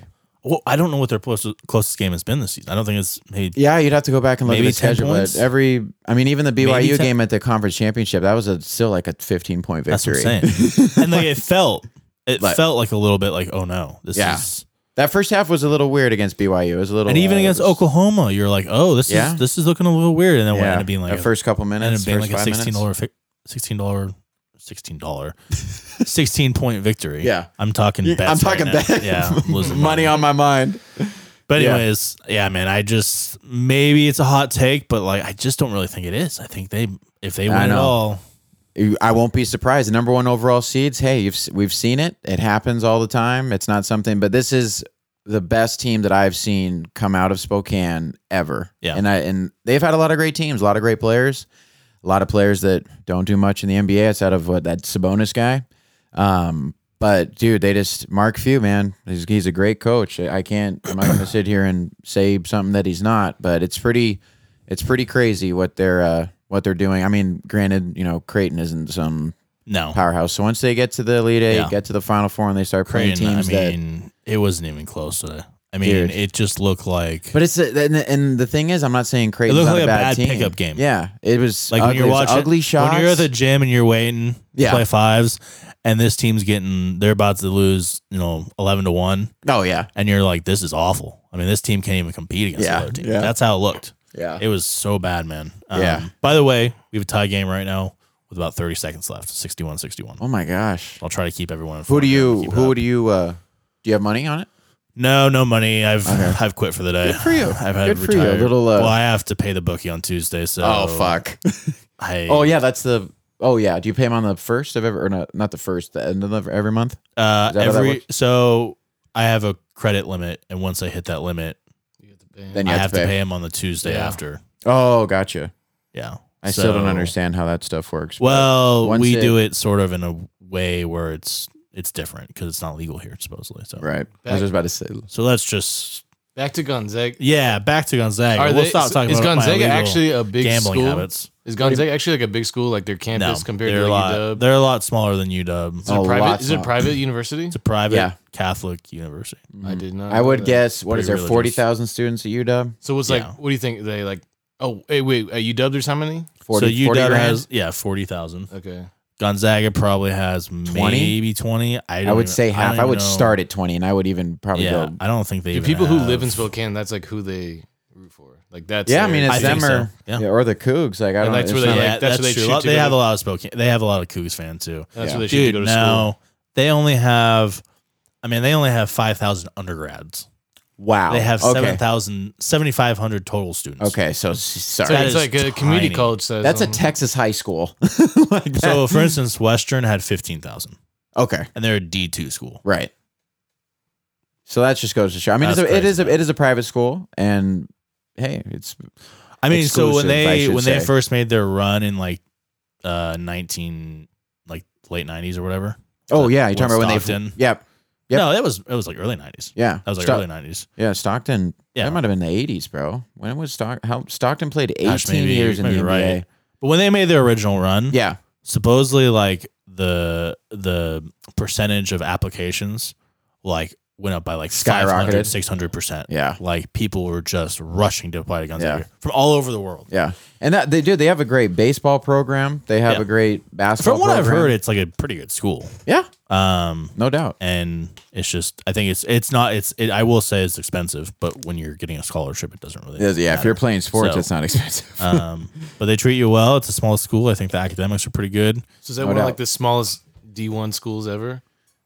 Speaker 2: Well, I don't know what their closest, closest game has been this season. I don't think it's made.
Speaker 1: Yeah, you'd have to go back and look
Speaker 2: Maybe
Speaker 1: at the
Speaker 2: 10
Speaker 1: schedule. But
Speaker 2: points?
Speaker 1: every, I mean, even the BYU
Speaker 2: 10
Speaker 1: game at the conference championship, that was a, still like a 15 point
Speaker 2: That's what
Speaker 1: victory.
Speaker 2: I'm saying. and like it felt, it
Speaker 1: Like-
Speaker 2: felt like a little bit like, oh no, this
Speaker 1: Yeah.
Speaker 2: is.
Speaker 1: that first half was a little weird against BYU. It was a little,
Speaker 2: And even
Speaker 1: uh,
Speaker 2: against
Speaker 1: it was-
Speaker 2: Oklahoma, you're like, oh, this
Speaker 1: Yeah.
Speaker 2: is this is looking a little weird, and then we
Speaker 1: yeah,
Speaker 2: ended up being like,
Speaker 1: the first couple
Speaker 2: ended
Speaker 1: minutes,
Speaker 2: up being
Speaker 1: first
Speaker 2: like a
Speaker 1: five minutes.
Speaker 2: sixteen dollar, sixteen dollar, sixteen dollar, sixteen point victory.
Speaker 1: Yeah.
Speaker 2: I'm talking.
Speaker 1: Yeah,
Speaker 2: Bets
Speaker 1: I'm talking
Speaker 2: right now.
Speaker 1: bet.
Speaker 2: Yeah, I'm losing
Speaker 1: money on my mind.
Speaker 2: But
Speaker 1: Yeah.
Speaker 2: anyways, yeah. man, I just maybe it's a hot take, but like I just don't really think it is. I think they if they
Speaker 1: I
Speaker 2: win it
Speaker 1: know.
Speaker 2: all,
Speaker 1: I won't be surprised. The number one overall seeds. Hey, you've, s- we've seen it. It happens all the time. It's not something, but this is the best team that I've seen come out of Spokane ever.
Speaker 2: Yeah.
Speaker 1: and I and they've had a lot of great teams, a lot of great players, a lot of players that don't do much in the NBA outside of what that Sabonis guy. Um, but dude, they just Mark Few, man, he's, he's a great coach. I I can't. I'm not going to sit here and say something that he's not. But it's pretty, it's pretty crazy what they're uh, what they're doing. I mean, granted, you know, Creighton isn't some
Speaker 2: no.
Speaker 1: powerhouse. So once they get to the Elite Eight,
Speaker 2: Yeah.
Speaker 1: get to the Final Four, and they start playing
Speaker 2: Creighton, I
Speaker 1: teams that
Speaker 2: mean, it wasn't even close to. I mean,
Speaker 1: Dude.
Speaker 2: it just looked like
Speaker 1: But it's a, and, the, and the thing is, I'm not saying Creighton's
Speaker 2: looked
Speaker 1: not
Speaker 2: like
Speaker 1: a
Speaker 2: a
Speaker 1: bad,
Speaker 2: bad
Speaker 1: team.
Speaker 2: pickup game.
Speaker 1: Yeah, it was
Speaker 2: like
Speaker 1: ugly,
Speaker 2: when you're
Speaker 1: it was
Speaker 2: watching
Speaker 1: ugly shots.
Speaker 2: when you're at the gym and you're waiting to
Speaker 1: Yeah.
Speaker 2: play fives, and this team's getting they're about to lose, you know, eleven to one,
Speaker 1: oh yeah,
Speaker 2: and you're like, this is awful. I mean, this team can't even compete against
Speaker 1: Yeah,
Speaker 2: the other team.
Speaker 1: yeah.
Speaker 2: That's how it looked.
Speaker 1: yeah.
Speaker 2: It was so bad, man. Um,
Speaker 1: Yeah.
Speaker 2: By the way, we have a tie game right now with about 30 seconds left 61 61.
Speaker 1: oh my gosh.
Speaker 2: I'll try to keep everyone informed.
Speaker 1: Who do you?
Speaker 2: Keep it
Speaker 1: Who
Speaker 2: up.
Speaker 1: do you? uh Do you have money on it?
Speaker 2: No, no money. I've
Speaker 1: Okay.
Speaker 2: I've quit for the day.
Speaker 1: Good for you.
Speaker 2: I've had
Speaker 1: Good for you. A
Speaker 2: retired.
Speaker 1: little, uh,
Speaker 2: well, I have to pay the bookie on Tuesday, so
Speaker 1: Oh fuck.
Speaker 2: I
Speaker 1: oh yeah, that's the. Oh yeah, do you pay them on the first of every or not? Not the first, the end of the, every month.
Speaker 2: uh
Speaker 1: Is that how that
Speaker 2: every
Speaker 1: works?
Speaker 2: so I have a credit limit and once I hit that limit,
Speaker 3: You get the band.
Speaker 1: Then you
Speaker 2: I
Speaker 1: have, to pay.
Speaker 2: pay him on the Tuesday
Speaker 3: Yeah.
Speaker 2: after.
Speaker 1: Oh, gotcha.
Speaker 2: Yeah.
Speaker 1: I still don't
Speaker 2: So-
Speaker 1: understand how that stuff works. but-
Speaker 2: Well,
Speaker 1: Once
Speaker 2: we
Speaker 1: it-
Speaker 2: do it sort of in a way where it's it's different because it's not legal here supposedly. So
Speaker 1: right. I was just about to say.
Speaker 2: So that's just
Speaker 3: Back to Gonzaga.
Speaker 2: yeah. Back to Gonzaga.
Speaker 3: Are
Speaker 2: we'll
Speaker 3: they-
Speaker 2: stop talking
Speaker 3: is
Speaker 2: about my
Speaker 3: Gonzaga
Speaker 2: illegal
Speaker 3: actually a big
Speaker 2: gambling
Speaker 3: school?
Speaker 2: habits.
Speaker 3: Is Gonzaga actually like a big school, like their
Speaker 2: No,
Speaker 3: campus compared
Speaker 2: they're
Speaker 3: to
Speaker 2: a
Speaker 3: Oh. like
Speaker 2: lot.
Speaker 3: UW?
Speaker 2: They're a lot smaller than UW.
Speaker 3: Is it
Speaker 1: a
Speaker 3: a
Speaker 1: lot
Speaker 3: private? Is it a
Speaker 1: smaller.
Speaker 3: private university?
Speaker 2: It's a private
Speaker 1: Yeah.
Speaker 2: Catholic university.
Speaker 3: I did not.
Speaker 1: Mm-hmm. I
Speaker 3: know
Speaker 1: would
Speaker 3: that.
Speaker 1: guess what is there
Speaker 2: Pretty
Speaker 1: forty
Speaker 2: religious.
Speaker 1: thousand students at UW?
Speaker 3: So it's
Speaker 2: Yeah.
Speaker 3: like, what do you think they like? Oh, hey, wait, at UW there's how many?
Speaker 1: 40,
Speaker 2: so UW
Speaker 1: 40 grand?
Speaker 2: has yeah forty thousand.
Speaker 3: Okay,
Speaker 2: Gonzaga probably has maybe twenty. I,
Speaker 1: I
Speaker 2: don't
Speaker 1: would
Speaker 2: even-
Speaker 1: say half.
Speaker 2: don't
Speaker 1: I
Speaker 2: even
Speaker 1: would
Speaker 2: know.
Speaker 1: start at twenty, and I would even probably
Speaker 2: Yeah,
Speaker 1: go.
Speaker 2: I don't think they.
Speaker 3: Dude,
Speaker 2: even
Speaker 3: people who live in
Speaker 2: have-
Speaker 3: Spokane, that's like who they root for. Like that's
Speaker 1: Yeah, I
Speaker 3: their-
Speaker 1: mean it's
Speaker 2: I
Speaker 1: them
Speaker 2: think so.
Speaker 1: or
Speaker 2: Yeah.
Speaker 1: yeah, or the Cougs. Like I
Speaker 3: And
Speaker 1: don't.
Speaker 3: that's
Speaker 1: it's
Speaker 3: where they,
Speaker 1: not
Speaker 3: like,
Speaker 2: Yeah,
Speaker 1: like-
Speaker 3: that's
Speaker 2: that's,
Speaker 3: where they
Speaker 2: true.
Speaker 3: shoot to
Speaker 2: they
Speaker 3: go
Speaker 2: have
Speaker 3: to-
Speaker 2: a lot of Spokane. They have a lot of Cougs fan too.
Speaker 3: that's
Speaker 1: yeah.
Speaker 3: where they should
Speaker 2: Dude,
Speaker 3: go to
Speaker 2: no, they only have. I mean, they only have five thousand undergrads.
Speaker 1: wow.
Speaker 2: They have
Speaker 1: okay.
Speaker 2: 7,000, 7,500 total students.
Speaker 1: Okay, so s- sorry.
Speaker 3: school. So
Speaker 2: That
Speaker 3: it's
Speaker 2: is
Speaker 3: like a community
Speaker 2: tiny.
Speaker 3: college. Size
Speaker 1: that's a
Speaker 3: almost.
Speaker 1: Texas high school. Like
Speaker 2: So,
Speaker 1: that.
Speaker 2: for instance, Western had 15,000
Speaker 1: okay,
Speaker 2: and they're a D2 school.
Speaker 1: right. So that just goes to show. I mean, it's
Speaker 2: That's
Speaker 1: a, it
Speaker 2: crazy,
Speaker 1: is a,
Speaker 2: man.
Speaker 1: it is a private school, and hey, it's
Speaker 2: I mean, so when
Speaker 1: Exclusive, I
Speaker 2: they
Speaker 1: should
Speaker 2: when they
Speaker 1: say.
Speaker 2: first made their run in like uh 19 like late 90s or whatever.
Speaker 1: oh
Speaker 2: Uh,
Speaker 1: yeah, you
Speaker 2: when
Speaker 1: talking about when
Speaker 2: Stockton-
Speaker 1: they yep Yep.
Speaker 2: No, that was it was like early 90s.
Speaker 1: yeah
Speaker 2: That was like
Speaker 1: Stock-
Speaker 2: early 90s.
Speaker 1: yeah Stockton
Speaker 2: Yeah.
Speaker 1: that might have been the eighties, bro. When was Stockton? How Stockton played eighteen
Speaker 2: Gosh, maybe-
Speaker 1: years in the
Speaker 2: maybe
Speaker 1: NBA?
Speaker 2: you're right. But when they made their original run,
Speaker 1: Yeah,
Speaker 2: supposedly like the the percentage of applications like went up by like
Speaker 1: Skyrocketed.
Speaker 2: 500 600%.
Speaker 1: yeah.
Speaker 2: Like people were just rushing to apply to Gonzaga from all over the world.
Speaker 1: Yeah, and that they do. They have a great baseball program. They have
Speaker 2: Yeah.
Speaker 1: a great basketball.
Speaker 2: From what I've
Speaker 1: program.
Speaker 2: heard, it's like a pretty good school.
Speaker 1: yeah,
Speaker 2: Um,
Speaker 1: no doubt.
Speaker 2: and it's just I think it's it's not it's it, I will say it's expensive, but when you're getting a scholarship, it doesn't really.
Speaker 1: It is- yeah, if you're
Speaker 2: matter.
Speaker 1: playing sports,
Speaker 2: So-
Speaker 1: it's not expensive.
Speaker 2: um, but they treat you well. It's a small school. I think the academics are pretty good.
Speaker 3: So is that
Speaker 1: No
Speaker 3: one of
Speaker 1: doubt.
Speaker 3: like the smallest D one schools ever?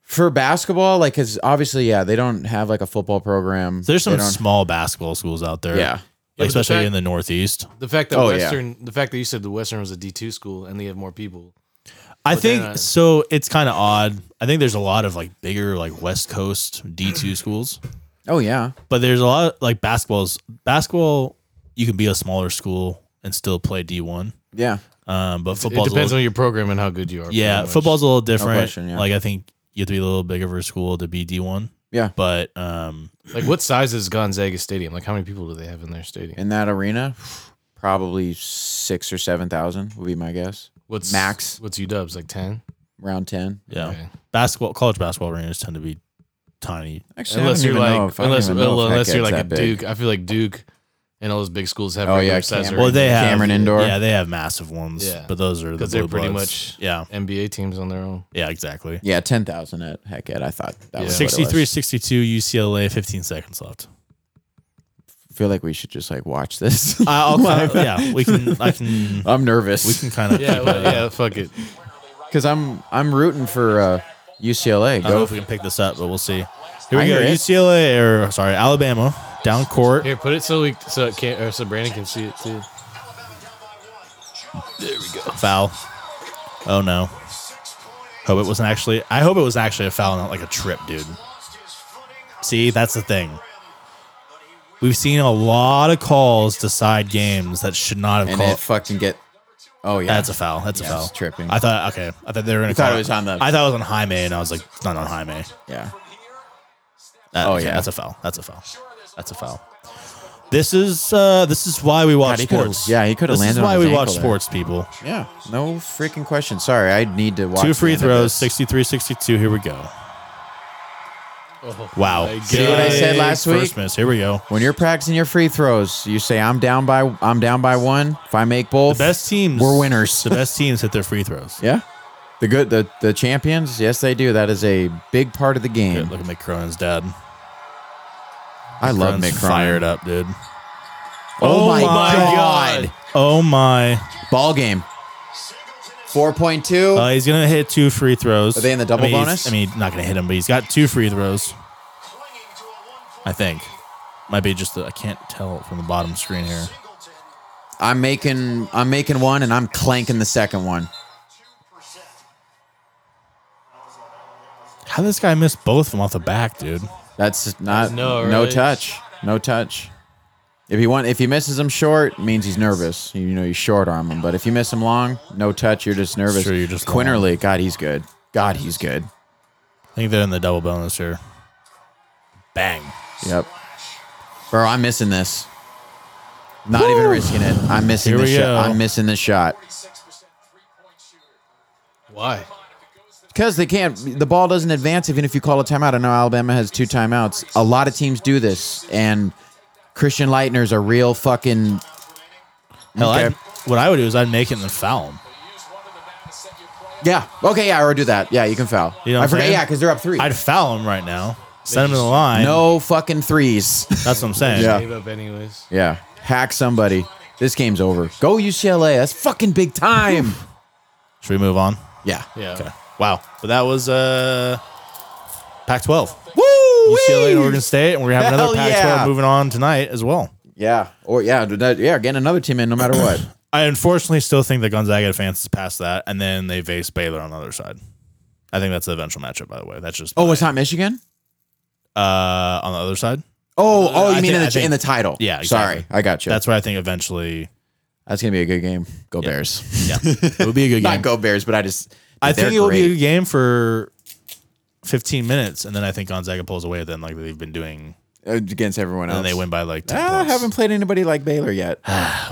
Speaker 1: For basketball, like, cause obviously, yeah, they don't have like a football program.
Speaker 2: There's
Speaker 1: They
Speaker 2: some
Speaker 1: don't-
Speaker 2: small basketball schools out there.
Speaker 1: yeah,
Speaker 2: like,
Speaker 3: Like the
Speaker 2: especially
Speaker 3: fact-
Speaker 2: in the Northeast.
Speaker 3: The fact that
Speaker 1: Oh, yeah.
Speaker 3: Western, the fact that you said the Western was a D two school and they have more people.
Speaker 2: I
Speaker 3: But they're
Speaker 2: think
Speaker 3: not-
Speaker 2: so. It's kind of odd. I think there's a lot of like bigger like West Coast D two schools.
Speaker 1: Oh yeah.
Speaker 2: But there's a lot of, like basketballs. Basketball, you can be a smaller school and still play D one.
Speaker 1: Yeah.
Speaker 2: Um, but
Speaker 3: It
Speaker 2: football's a
Speaker 3: depends
Speaker 2: little,
Speaker 3: on your program and how good you are.
Speaker 2: yeah,
Speaker 3: pretty much.
Speaker 2: football's a little different.
Speaker 1: question, yeah.
Speaker 2: Like I think you have to be a little bigger for a school to be D one.
Speaker 1: Yeah.
Speaker 2: but um,
Speaker 3: Like, what size is Gonzaga Stadium? Like, how many people do they have in their stadium?
Speaker 1: In that arena, probably six or seven thousand would be my guess.
Speaker 3: What's
Speaker 1: Max.
Speaker 3: What's U Dubs? Like ten?
Speaker 1: Round ten.
Speaker 2: yeah, basketball, college baskall arenas tend to be tiny.
Speaker 1: Actually, I
Speaker 3: Unless
Speaker 1: don't
Speaker 3: you're
Speaker 1: even know
Speaker 3: like,
Speaker 1: if- I don't
Speaker 3: unless
Speaker 1: even know if
Speaker 3: well,
Speaker 1: that
Speaker 3: unless you're
Speaker 1: gets
Speaker 3: like a
Speaker 1: that big.
Speaker 3: Duke. I feel like Duke and all those big schools have
Speaker 1: Oh, yeah,
Speaker 3: regular size
Speaker 1: Cameron.
Speaker 2: Well, they have
Speaker 1: Cameron Indoor.
Speaker 2: Yeah, they have massive ones.
Speaker 3: Yeah.
Speaker 2: but those are the
Speaker 3: 'Cause they're
Speaker 2: blue
Speaker 3: pretty
Speaker 2: bloods.
Speaker 3: much-
Speaker 2: yeah,
Speaker 3: NBA teams on their own.
Speaker 2: yeah, exactly.
Speaker 1: Yeah, ten thousand at Heck Ed. I thought that was what it was.
Speaker 2: 63 62 UCLA 15 seconds left.
Speaker 1: feel like we should just like watch this.
Speaker 2: I- I'll kind of, yeah, we can I can
Speaker 1: I'm nervous.
Speaker 2: Um, we can kind of
Speaker 3: Yeah, well, yeah. Fuck it.
Speaker 1: because I'm I'm rooting for uh, UCLA.
Speaker 2: I don't know
Speaker 1: Go
Speaker 2: if we can pick this up, but we'll see. Here
Speaker 1: I
Speaker 2: we go.
Speaker 1: hear it.
Speaker 2: UCLA or sorry, Alabama down court.
Speaker 3: Here, put it so we so it can't or so Brandon can see it too.
Speaker 2: Foul. Oh no. Hope it wasn't actually. I hope it was actually a foul, not like a trip, dude. See, that's the thing. We've seen a lot of calls decide games that should not have
Speaker 1: and
Speaker 2: called.
Speaker 1: it fucking get. Oh yeah,
Speaker 2: That's a foul. That's a
Speaker 1: Yeah,
Speaker 2: foul.
Speaker 1: it's tripping.
Speaker 2: I thought okay. I thought they were gonna.
Speaker 1: thought
Speaker 2: call
Speaker 1: it was on the-
Speaker 2: I thought it was on Jaime, and I was like, it's not on Jaime.
Speaker 1: yeah.
Speaker 2: That-
Speaker 1: Oh,
Speaker 2: okay,
Speaker 1: yeah.
Speaker 2: that's a foul. That's a foul. That's a foul. This is uh, this is why we watch
Speaker 1: he could've-
Speaker 2: sports.
Speaker 1: yeah, he could've
Speaker 2: This
Speaker 1: landed
Speaker 2: is
Speaker 1: on
Speaker 2: why
Speaker 1: his
Speaker 2: we watch
Speaker 1: ankle there.
Speaker 2: sports, people.
Speaker 1: Yeah, no freaking question. Sorry, I need to watch
Speaker 2: Two free
Speaker 1: the end of
Speaker 2: throws,
Speaker 1: this.
Speaker 2: 63-62. Here we go.
Speaker 3: Oh,
Speaker 2: Wow.
Speaker 3: my
Speaker 1: See what I said
Speaker 2: Big
Speaker 1: last week?
Speaker 2: First miss. Here we go.
Speaker 1: When you're practicing your free throws, you say I'm down by I'm down by one. If I make both,
Speaker 2: The best teams
Speaker 1: We're winners.
Speaker 2: The best teams hit their free throws.
Speaker 1: yeah. The good the the champions, yes they do. That is a big part of the
Speaker 2: Here,
Speaker 1: game.
Speaker 2: Look at Mick Cronin's dad.
Speaker 1: I love
Speaker 2: Cronin's
Speaker 1: Mick
Speaker 2: Fired
Speaker 1: Cronin.
Speaker 2: up, dude.
Speaker 1: Oh,
Speaker 2: Oh
Speaker 1: my
Speaker 2: my
Speaker 1: god.
Speaker 3: God.
Speaker 2: Oh my!
Speaker 1: Ball game. 4.2.
Speaker 2: Uh, he's gonna hit two free throws.
Speaker 1: Are they in the double
Speaker 2: I mean, he's-
Speaker 1: bonus?
Speaker 2: I mean, not gonna hit him, but he's got two free throws. I think. Might be just the, I can't tell from the bottom screen here.
Speaker 1: I'm making I'm making one and I'm clanking the second one.
Speaker 2: How did this guy miss both of them off the back, dude?
Speaker 1: That's not no,
Speaker 3: No,
Speaker 1: no
Speaker 3: right?
Speaker 1: touch. No touch. If he want if he misses him short, it means he's nervous. You know, you short arm him. But if you miss him long, no touch, you're just nervous.
Speaker 2: Sure, you're just long.
Speaker 1: Quinterly, God, he's good. God, he's good.
Speaker 2: I think they're in the double bonus here. Bang.
Speaker 1: Yep. Bro, I'm missing this. Not even risking it. I'm missing
Speaker 2: Here
Speaker 1: this
Speaker 2: we
Speaker 1: shot.
Speaker 2: go.
Speaker 1: I'm missing this shot.
Speaker 3: Why?
Speaker 1: Because they can't. The ball doesn't advance even if you call a timeout. I know Alabama has two timeouts. A lot of teams do this, and Christian Leitner's a real fucking.
Speaker 2: Hell,
Speaker 1: Okay.
Speaker 2: I'd- what I would do is I'd make it and then foul him.
Speaker 1: Yeah. Okay. Yeah. Or do that. Yeah. You can foul.
Speaker 2: You know
Speaker 1: I
Speaker 2: what I'm
Speaker 1: forget.
Speaker 2: saying?
Speaker 1: Yeah, because they're up 3
Speaker 2: I'd foul him right now. Send him to the line.
Speaker 1: no fucking threes.
Speaker 2: That's what I'm saying.
Speaker 1: Yeah.
Speaker 3: Gave up anyways.
Speaker 1: yeah. Hack somebody. This game's over. Go UCLA. That's fucking big time.
Speaker 2: Should we move on?
Speaker 1: yeah.
Speaker 3: Yeah.
Speaker 2: Okay. Wow. But that was uh Pac 12.
Speaker 1: Woo.
Speaker 2: UCLA and Oregon State, and we're gonna have
Speaker 1: Hell
Speaker 2: another Pac 12
Speaker 1: yeah.
Speaker 2: moving on tonight as well.
Speaker 1: Yeah. Or yeah. do that- Yeah. Getting another team in no matter what.
Speaker 2: I unfortunately still think that Gonzaga advances past that, and then they face Baylor on the other side. I think that's the eventual matchup, by the way. That's just
Speaker 1: oh,
Speaker 2: my-
Speaker 1: it's not Michigan.
Speaker 2: uh, on the other side.
Speaker 1: Oh. Oh,
Speaker 2: I
Speaker 1: you mean in
Speaker 2: think- I
Speaker 1: the
Speaker 2: think-
Speaker 1: in the title?
Speaker 2: Yeah,
Speaker 1: Sorry.
Speaker 2: exactly.
Speaker 1: I got you.
Speaker 2: That's where I think eventually.
Speaker 1: That's gonna be a good game. Go Bears.
Speaker 2: Yeah, it would be a good
Speaker 1: Not
Speaker 2: game.
Speaker 1: go Bears, but I just
Speaker 2: I think
Speaker 1: they're
Speaker 2: it would be a
Speaker 1: great.
Speaker 2: good game for 15 minutes, and then I think Gonzaga pulls away at the end, like they've been doing,
Speaker 1: against everyone else.
Speaker 2: and they win by like 10
Speaker 1: Ah, I
Speaker 2: points. Ah,
Speaker 1: haven't played anybody like Baylor yet.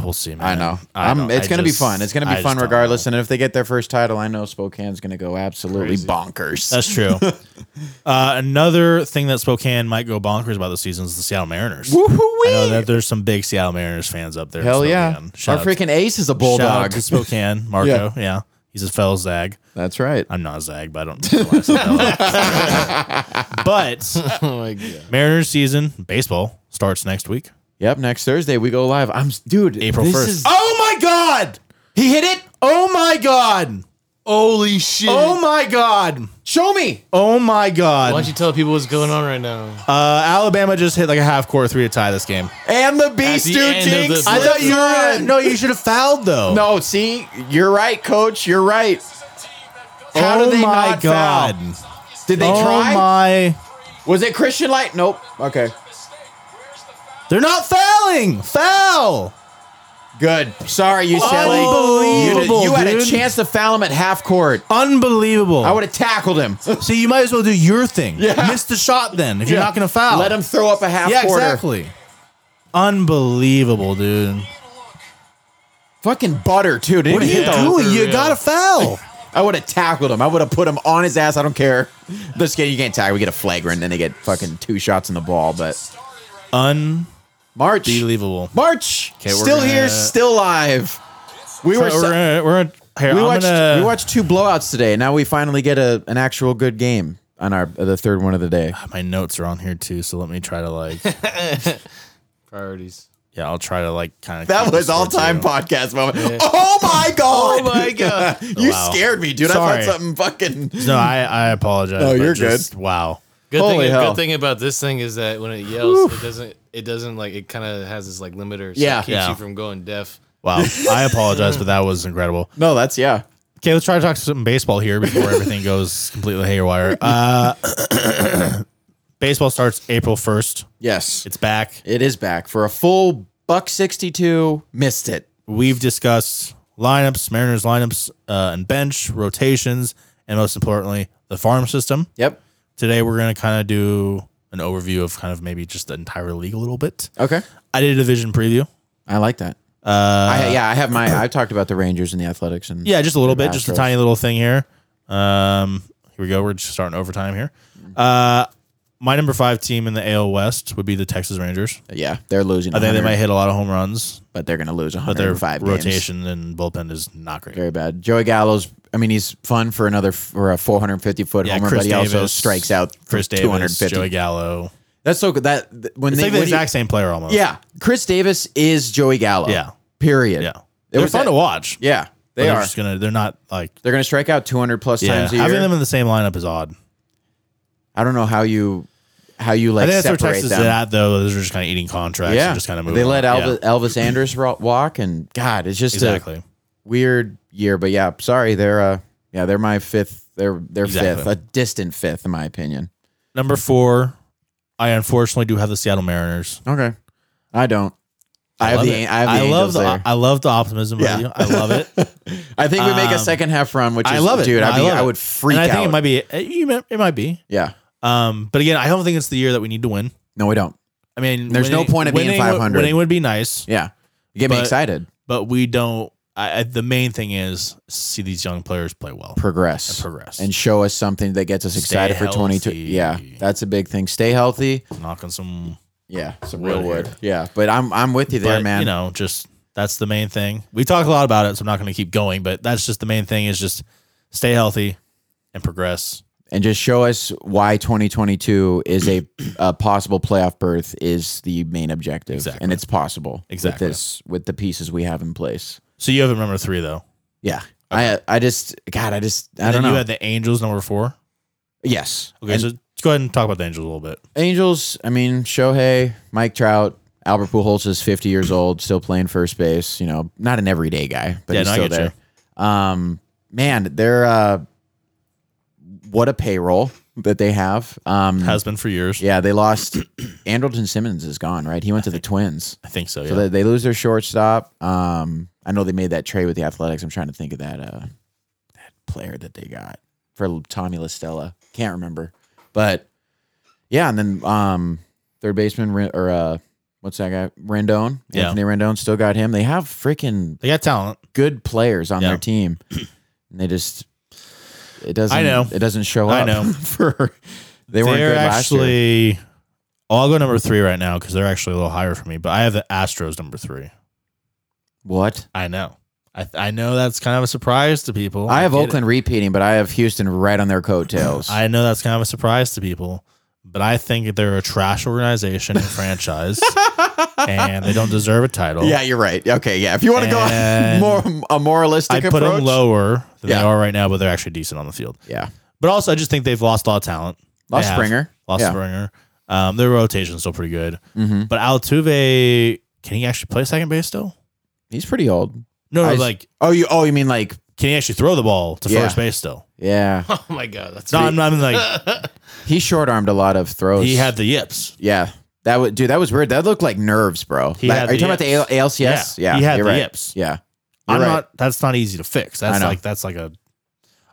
Speaker 2: We'll see, man.
Speaker 1: I know. I am It's
Speaker 2: I
Speaker 1: going to be
Speaker 2: just-
Speaker 1: fun. It's going to
Speaker 2: I
Speaker 1: be
Speaker 2: just
Speaker 1: fun
Speaker 2: don't know.
Speaker 1: regardless. And if they get their first title, I know Spokane's going to go absolutely
Speaker 3: Crazy.
Speaker 1: bonkers.
Speaker 2: That's true. uh, another thing that Spokane might go bonkers about this season is the Seattle Mariners. I know
Speaker 1: Woo-hoo-wee!
Speaker 2: that there's some big Seattle Mariners fans up there. in
Speaker 1: Hell yeah.
Speaker 2: Spokane. Shout
Speaker 1: Our
Speaker 2: out
Speaker 1: freaking ace is a
Speaker 2: Shout out
Speaker 1: bulldog.
Speaker 2: to Spokane, Marco. yeah. He's a fellow Zag.
Speaker 1: That's right.
Speaker 2: I'm not a Zag, but I don't know why I said that. but
Speaker 3: Oh my god.
Speaker 2: Mariners season, baseball, starts next week.
Speaker 1: Yep. Next Thursday, we go live. I'm, s- dude,
Speaker 2: April
Speaker 1: this
Speaker 2: 1st.
Speaker 1: is- oh my God. He hit it. Oh my God.
Speaker 3: Holy shit.
Speaker 2: Oh my God.
Speaker 1: Show me.
Speaker 2: Oh my
Speaker 3: Why
Speaker 2: God.
Speaker 3: don't you tell people what's going on right now?
Speaker 2: Uh, Alabama just hit like a half court three to tie this game.
Speaker 1: And the beast,
Speaker 3: the
Speaker 1: dude.
Speaker 3: end of
Speaker 1: Jinx.
Speaker 3: the-
Speaker 2: I thought you were
Speaker 1: Let's
Speaker 2: gonna,
Speaker 1: run.
Speaker 2: no, you should have fouled though.
Speaker 1: No, see, you're right, coach. You're right. How
Speaker 2: oh
Speaker 1: did they
Speaker 2: my
Speaker 1: not
Speaker 2: God.
Speaker 1: foul? Did they
Speaker 2: oh
Speaker 1: try?
Speaker 2: my.
Speaker 1: Was it Christian Light? Nope. Okay.
Speaker 2: They're not fouling. Foul.
Speaker 1: Good. Sorry, you silly.
Speaker 2: Unbelievable,
Speaker 1: You, had a
Speaker 2: dude.
Speaker 1: chance to foul him at half court.
Speaker 2: Unbelievable.
Speaker 1: I would have tackled him.
Speaker 2: See, you might as well do your thing. Yeah. Miss the shot then if you're not going to foul.
Speaker 1: Let him throw up a half
Speaker 2: Oh. Yeah,
Speaker 1: quarter.
Speaker 2: exactly. Unbelievable, dude.
Speaker 1: Fucking butter too. Didn't
Speaker 2: What are
Speaker 1: even
Speaker 2: you
Speaker 1: hit the-
Speaker 2: doing? You
Speaker 3: Yeah.
Speaker 2: got to foul.
Speaker 1: I would have tackled him. I would have put him on his ass. I don't care. Let's get you can't tackle. We get a flagrant, then they get fucking two shots in the ball. But
Speaker 2: Unbelievable.
Speaker 1: March, March,
Speaker 2: Okay, we're
Speaker 1: still
Speaker 2: gonna-
Speaker 1: here, still live. We were.
Speaker 2: We're,
Speaker 1: so-
Speaker 2: gonna- we're, gonna- here,
Speaker 1: we
Speaker 2: I'm
Speaker 1: watched.
Speaker 2: gonna-
Speaker 1: We watched two blowouts today. Now we finally get a an actual good game on our the third one of the day.
Speaker 2: my notes are on here too, so let me try to like.
Speaker 3: Priorities.
Speaker 2: yeah, I'll try to like kind of.
Speaker 1: That was all time podcast moment.
Speaker 3: Yeah.
Speaker 1: Oh my god!
Speaker 3: Oh my God.
Speaker 1: you
Speaker 2: Wow.
Speaker 1: scared me, dude. I
Speaker 2: Sorry.
Speaker 1: thought something fucking.
Speaker 2: No, I I apologize.
Speaker 1: No,
Speaker 2: but
Speaker 1: Oh, you're
Speaker 2: just- Wow.
Speaker 3: Good
Speaker 1: Holy
Speaker 3: thing.
Speaker 1: hell.
Speaker 3: Good thing about this thing is that when it yells, it doesn't. It doesn't like. It kind of has this like limiter. So
Speaker 1: Yeah.
Speaker 3: It keeps
Speaker 2: Yeah.
Speaker 3: you from going deaf.
Speaker 2: Wow. I apologize, but that was incredible.
Speaker 1: No, that's yeah.
Speaker 2: Okay, let's try to talk some baseball here before everything goes completely haywire. Uh, baseball starts April 1st.
Speaker 1: Yes,
Speaker 2: It's back.
Speaker 1: it is back for a full buck sixty-two. Missed it.
Speaker 2: We've discussed lineups, Mariners lineups, uh, and bench rotations, and most importantly, the farm system.
Speaker 1: Yep.
Speaker 2: Today, we're going to kind of do an overview of kind of maybe just the entire league a little bit.
Speaker 1: Okay.
Speaker 2: I did a division preview.
Speaker 1: I like that.
Speaker 2: Uh,
Speaker 1: I, yeah, I have my. I've talked about the Rangers and the Athletics and
Speaker 2: Yeah, just a little bit, just a
Speaker 1: Astros.
Speaker 2: tiny little thing here. Um, here we go. We're just starting overtime here. Uh, my number five team in the AL West would be the Texas Rangers.
Speaker 1: yeah, they're losing.
Speaker 2: I think they
Speaker 1: 100,
Speaker 2: might hit a lot of home runs,
Speaker 1: but they're going to lose
Speaker 2: but their
Speaker 1: 105 games.
Speaker 2: rotation and bullpen is not great.
Speaker 1: Very bad. Joey Gallo's. I mean, he's fun for another for a 450 foot
Speaker 2: Yeah,
Speaker 1: homer,
Speaker 2: Chris
Speaker 1: but he also
Speaker 2: Davis,
Speaker 1: strikes out
Speaker 2: Chris
Speaker 1: for
Speaker 2: Davis,
Speaker 1: 250.
Speaker 2: Joey Gallo.
Speaker 1: That's so good. That th- when
Speaker 2: It's
Speaker 1: they
Speaker 2: like the
Speaker 1: when he-
Speaker 2: exact same player almost.
Speaker 1: yeah, Chris Davis is Joey Gallo.
Speaker 2: Yeah.
Speaker 1: period.
Speaker 2: yeah.
Speaker 1: It
Speaker 2: They're
Speaker 1: was
Speaker 2: fun
Speaker 1: that-
Speaker 2: to watch.
Speaker 1: yeah,
Speaker 2: but
Speaker 1: they
Speaker 2: they're
Speaker 1: are.
Speaker 2: just gonna. They're not like.
Speaker 1: They're going to strike out 200 plus
Speaker 2: Yeah,
Speaker 1: times a year.
Speaker 2: having them in the same lineup is odd.
Speaker 1: I don't know how you how you
Speaker 2: I
Speaker 1: like
Speaker 2: think that's where
Speaker 1: separate
Speaker 2: Texas
Speaker 1: them.
Speaker 2: is at, though. They're just kind of eating contracts.
Speaker 1: yeah,
Speaker 2: and just kind of moving.
Speaker 1: they let
Speaker 2: on.
Speaker 1: Elvis, Elvis Andrus ro- walk, and God, it's just
Speaker 2: Yeah,
Speaker 1: a
Speaker 2: exactly.
Speaker 1: weird year. But yeah, sorry, they're uh, yeah, they're my fifth. They're they're
Speaker 2: Exactly.
Speaker 1: fifth, a distant fifth in my opinion.
Speaker 2: Number four, I unfortunately do have the Seattle Mariners.
Speaker 1: Okay, I don't. I, have
Speaker 2: love
Speaker 1: the
Speaker 2: it.
Speaker 1: I have the
Speaker 2: love
Speaker 1: Angels
Speaker 2: the
Speaker 1: there.
Speaker 2: I love the optimism.
Speaker 1: Yeah.
Speaker 2: Yeah. You. I love it.
Speaker 1: I, think we make a
Speaker 2: um,
Speaker 1: second half run, which
Speaker 2: I
Speaker 1: is-
Speaker 2: love it,
Speaker 1: dude.
Speaker 2: No,
Speaker 1: I'd be,
Speaker 2: love
Speaker 1: I
Speaker 2: it.
Speaker 1: would freak
Speaker 2: And I
Speaker 1: out.
Speaker 2: think it might be. eh, You may, it might be.
Speaker 1: yeah,
Speaker 2: Um, but again, I don't think it's the year that we need to win.
Speaker 1: no, we don't.
Speaker 2: I mean,
Speaker 1: There's no
Speaker 2: winning-
Speaker 1: point of being
Speaker 2: winning would-
Speaker 1: 500.
Speaker 2: Winning would be nice,
Speaker 1: Yeah, you get me
Speaker 2: But-
Speaker 1: excited.
Speaker 2: but we don't. I, I, the main thing is see these young players play well,
Speaker 1: Progress,
Speaker 2: progress,
Speaker 1: and show us something that gets us excited for 22.
Speaker 2: healthy.
Speaker 1: Yeah, that's a big thing. Stay healthy.
Speaker 2: knock on some.
Speaker 1: Yeah, some
Speaker 2: Wood
Speaker 1: real wood.
Speaker 2: here.
Speaker 1: Yeah, but I'm I'm with you there,
Speaker 2: but,
Speaker 1: man.
Speaker 2: You know, just that's the main thing. We talk a lot about it, so I'm not going to keep going. But that's just the main thing is just stay healthy and progress.
Speaker 1: and just show us why 2022 is a, a possible playoff berth is the main objective,
Speaker 2: Exactly.
Speaker 1: and it's possible
Speaker 2: Exactly.
Speaker 1: with this with the pieces we have in place.
Speaker 2: So you have a number three though.
Speaker 1: Yeah, I I just God, I just I
Speaker 2: And
Speaker 1: don't know.
Speaker 2: then You had the Angels number four.
Speaker 1: yes,
Speaker 2: Okay,
Speaker 1: And
Speaker 2: so let's go ahead and talk about the Angels a little bit.
Speaker 1: Angels. I mean, Shohei, Mike Trout, Albert Pujols is 50 years old, still playing first base. You know, not an everyday guy, but
Speaker 2: Yeah,
Speaker 1: he's
Speaker 2: no, I
Speaker 1: still
Speaker 2: get
Speaker 1: there. Um, man, they're uh, what a payroll that they have. Um,
Speaker 2: Has been for years.
Speaker 1: Yeah, they lost. Andrelton Simmons is gone, right? He went to the Twins.
Speaker 2: I think so. Yeah.
Speaker 1: So they, they lose their shortstop. Um, I know they made that trade with the Athletics. I'm trying to think of that uh, that player that they got for Tommy Listella. Can't remember, but yeah. And then um, third baseman Ren- or uh, what's that guy Rendon?
Speaker 2: Yeah.
Speaker 1: Anthony Rendon still got him. They have freaking
Speaker 2: They got talent.
Speaker 1: good players on
Speaker 2: Yeah.
Speaker 1: their team, and they just it doesn't.
Speaker 2: know.
Speaker 1: it doesn't show
Speaker 2: I
Speaker 1: up.
Speaker 2: know.
Speaker 1: for they weren't
Speaker 2: They're
Speaker 1: good last year.
Speaker 2: actually. I'll go number three right now because they're actually a little higher for me. But I have the Astros number three.
Speaker 1: What?
Speaker 2: I know. I, I know that's kind of a surprise to people.
Speaker 1: I have
Speaker 2: get it.
Speaker 1: Oakland repeating, but I have Houston right on their coattails.
Speaker 2: I know that's kind of a surprise to people, but I think they're a trash organization and franchise, and they don't deserve a title.
Speaker 1: yeah, you're right. Okay, yeah. If you want to go
Speaker 2: And-
Speaker 1: more a moralistic
Speaker 2: I put
Speaker 1: approach,
Speaker 2: them lower than
Speaker 1: Yeah.
Speaker 2: they are right now, but they're actually decent on the field.
Speaker 1: yeah,
Speaker 2: But also, I just think they've lost a lot of talent. They
Speaker 1: Lost
Speaker 2: have.
Speaker 1: Springer,
Speaker 2: Lost
Speaker 1: yeah.
Speaker 2: Springer. Um, their rotation's still pretty good.
Speaker 1: Mhm.
Speaker 2: But Altuve, can he actually play second base still?
Speaker 1: He's pretty old.
Speaker 2: No, no,
Speaker 1: I s-
Speaker 2: like
Speaker 1: Oh, you? Oh, you mean like?
Speaker 2: can he actually throw the ball to
Speaker 1: Yeah.
Speaker 2: first base still?
Speaker 1: Yeah,
Speaker 3: Oh my god. That's
Speaker 2: No, I'm, I'm like
Speaker 1: he short armed a lot of throws.
Speaker 2: he had the yips.
Speaker 1: yeah, That would, dude. That was weird. That looked like nerves, bro.
Speaker 2: He
Speaker 1: Like,
Speaker 2: had
Speaker 1: are you
Speaker 2: the
Speaker 1: talking about the AL- ALCS?
Speaker 2: Yeah,
Speaker 1: Yeah,
Speaker 2: he had
Speaker 1: you're
Speaker 2: the
Speaker 1: right.
Speaker 2: yips.
Speaker 1: Yeah,
Speaker 2: I'm
Speaker 1: You're right.
Speaker 2: not. That's not easy to fix.
Speaker 1: I
Speaker 2: That's
Speaker 1: know.
Speaker 2: like that's like a.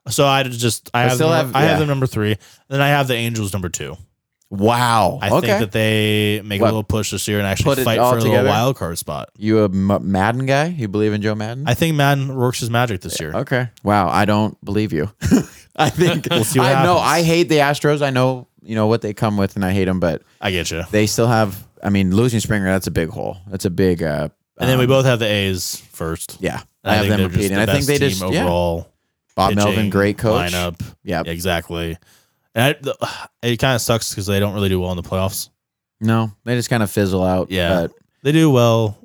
Speaker 2: So I just I
Speaker 1: I
Speaker 2: have,
Speaker 1: still
Speaker 2: them-
Speaker 1: have-
Speaker 2: I
Speaker 1: yeah.
Speaker 2: have them number three. Then I have the Angels number two.
Speaker 1: Wow.
Speaker 2: I
Speaker 1: okay.
Speaker 2: think that they make
Speaker 1: What?
Speaker 2: a little push this year and
Speaker 1: Put
Speaker 2: actually
Speaker 1: it
Speaker 2: fight
Speaker 1: all
Speaker 2: for a little
Speaker 1: together?
Speaker 2: wild card spot.
Speaker 1: you a M- Madden guy? You believe in Joe Madden?
Speaker 2: I think Madden works his magic this year.
Speaker 1: okay. Wow. I don't believe you. I think
Speaker 2: We'll see what
Speaker 1: I know.
Speaker 2: happens.
Speaker 1: I hate the Astros. I know you know what they come with, and I hate them. But
Speaker 2: I get you.
Speaker 1: they still have. I mean, losing Springer. That's a big hole. That's a big. uh
Speaker 2: And then we
Speaker 1: um,
Speaker 2: both have the A's first.
Speaker 1: Yeah.
Speaker 2: And
Speaker 1: I, have
Speaker 2: think
Speaker 1: them
Speaker 2: they're just
Speaker 1: repeating.
Speaker 2: the
Speaker 1: I think
Speaker 2: best
Speaker 1: they
Speaker 2: team
Speaker 1: just yeah.
Speaker 2: overall
Speaker 1: Bob Melvin,
Speaker 2: pitching
Speaker 1: great coach.
Speaker 2: lineup.
Speaker 1: Yeah.
Speaker 2: Exactly. And I, the, it kind of sucks because they don't really do well in the playoffs.
Speaker 1: No, they just kind of fizzle out.
Speaker 2: Yeah.
Speaker 1: But
Speaker 2: They do well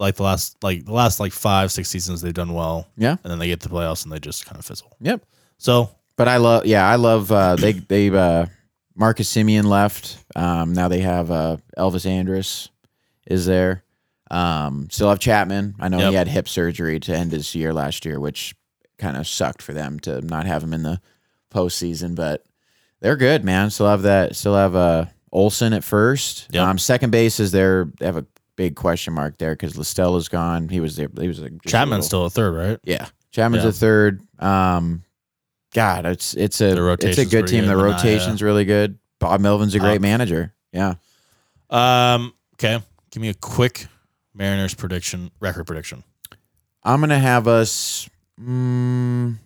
Speaker 2: like the last like the last like five six seasons they've done well.
Speaker 1: Yeah.
Speaker 2: and then they get to the playoffs and they just kind of fizzle.
Speaker 1: Yep.
Speaker 2: So
Speaker 1: But I love, yeah, I love. Uh, they they uh, Marcus Simeon left. Um, now they have uh, Elvis Andrus is there. Um, still have Chapman. I know
Speaker 2: Yep.
Speaker 1: he had hip surgery to end his year last year, which kind of sucked for them to not have him in the postseason. But they're good, man. Still have that. Still have uh, Olson at first.
Speaker 2: Yep.
Speaker 1: Um, second base is there. They have a big question mark there because Listell is gone. He was there. He was like, just a
Speaker 2: Chapman's
Speaker 1: little-
Speaker 2: still a third, right?
Speaker 1: yeah, Chapman's
Speaker 2: Yeah.
Speaker 1: a third. Um, God, it's it's
Speaker 2: The
Speaker 1: a it's a
Speaker 2: rotation's
Speaker 1: good
Speaker 2: pretty
Speaker 1: team.
Speaker 2: good,
Speaker 1: The
Speaker 2: but not, Uh,
Speaker 1: rotation's really good. Bob Melvin's a great
Speaker 2: Up.
Speaker 1: manager. Yeah,
Speaker 2: Um. Okay. Give me a quick Mariners prediction, record prediction.
Speaker 1: I'm gonna have us mm,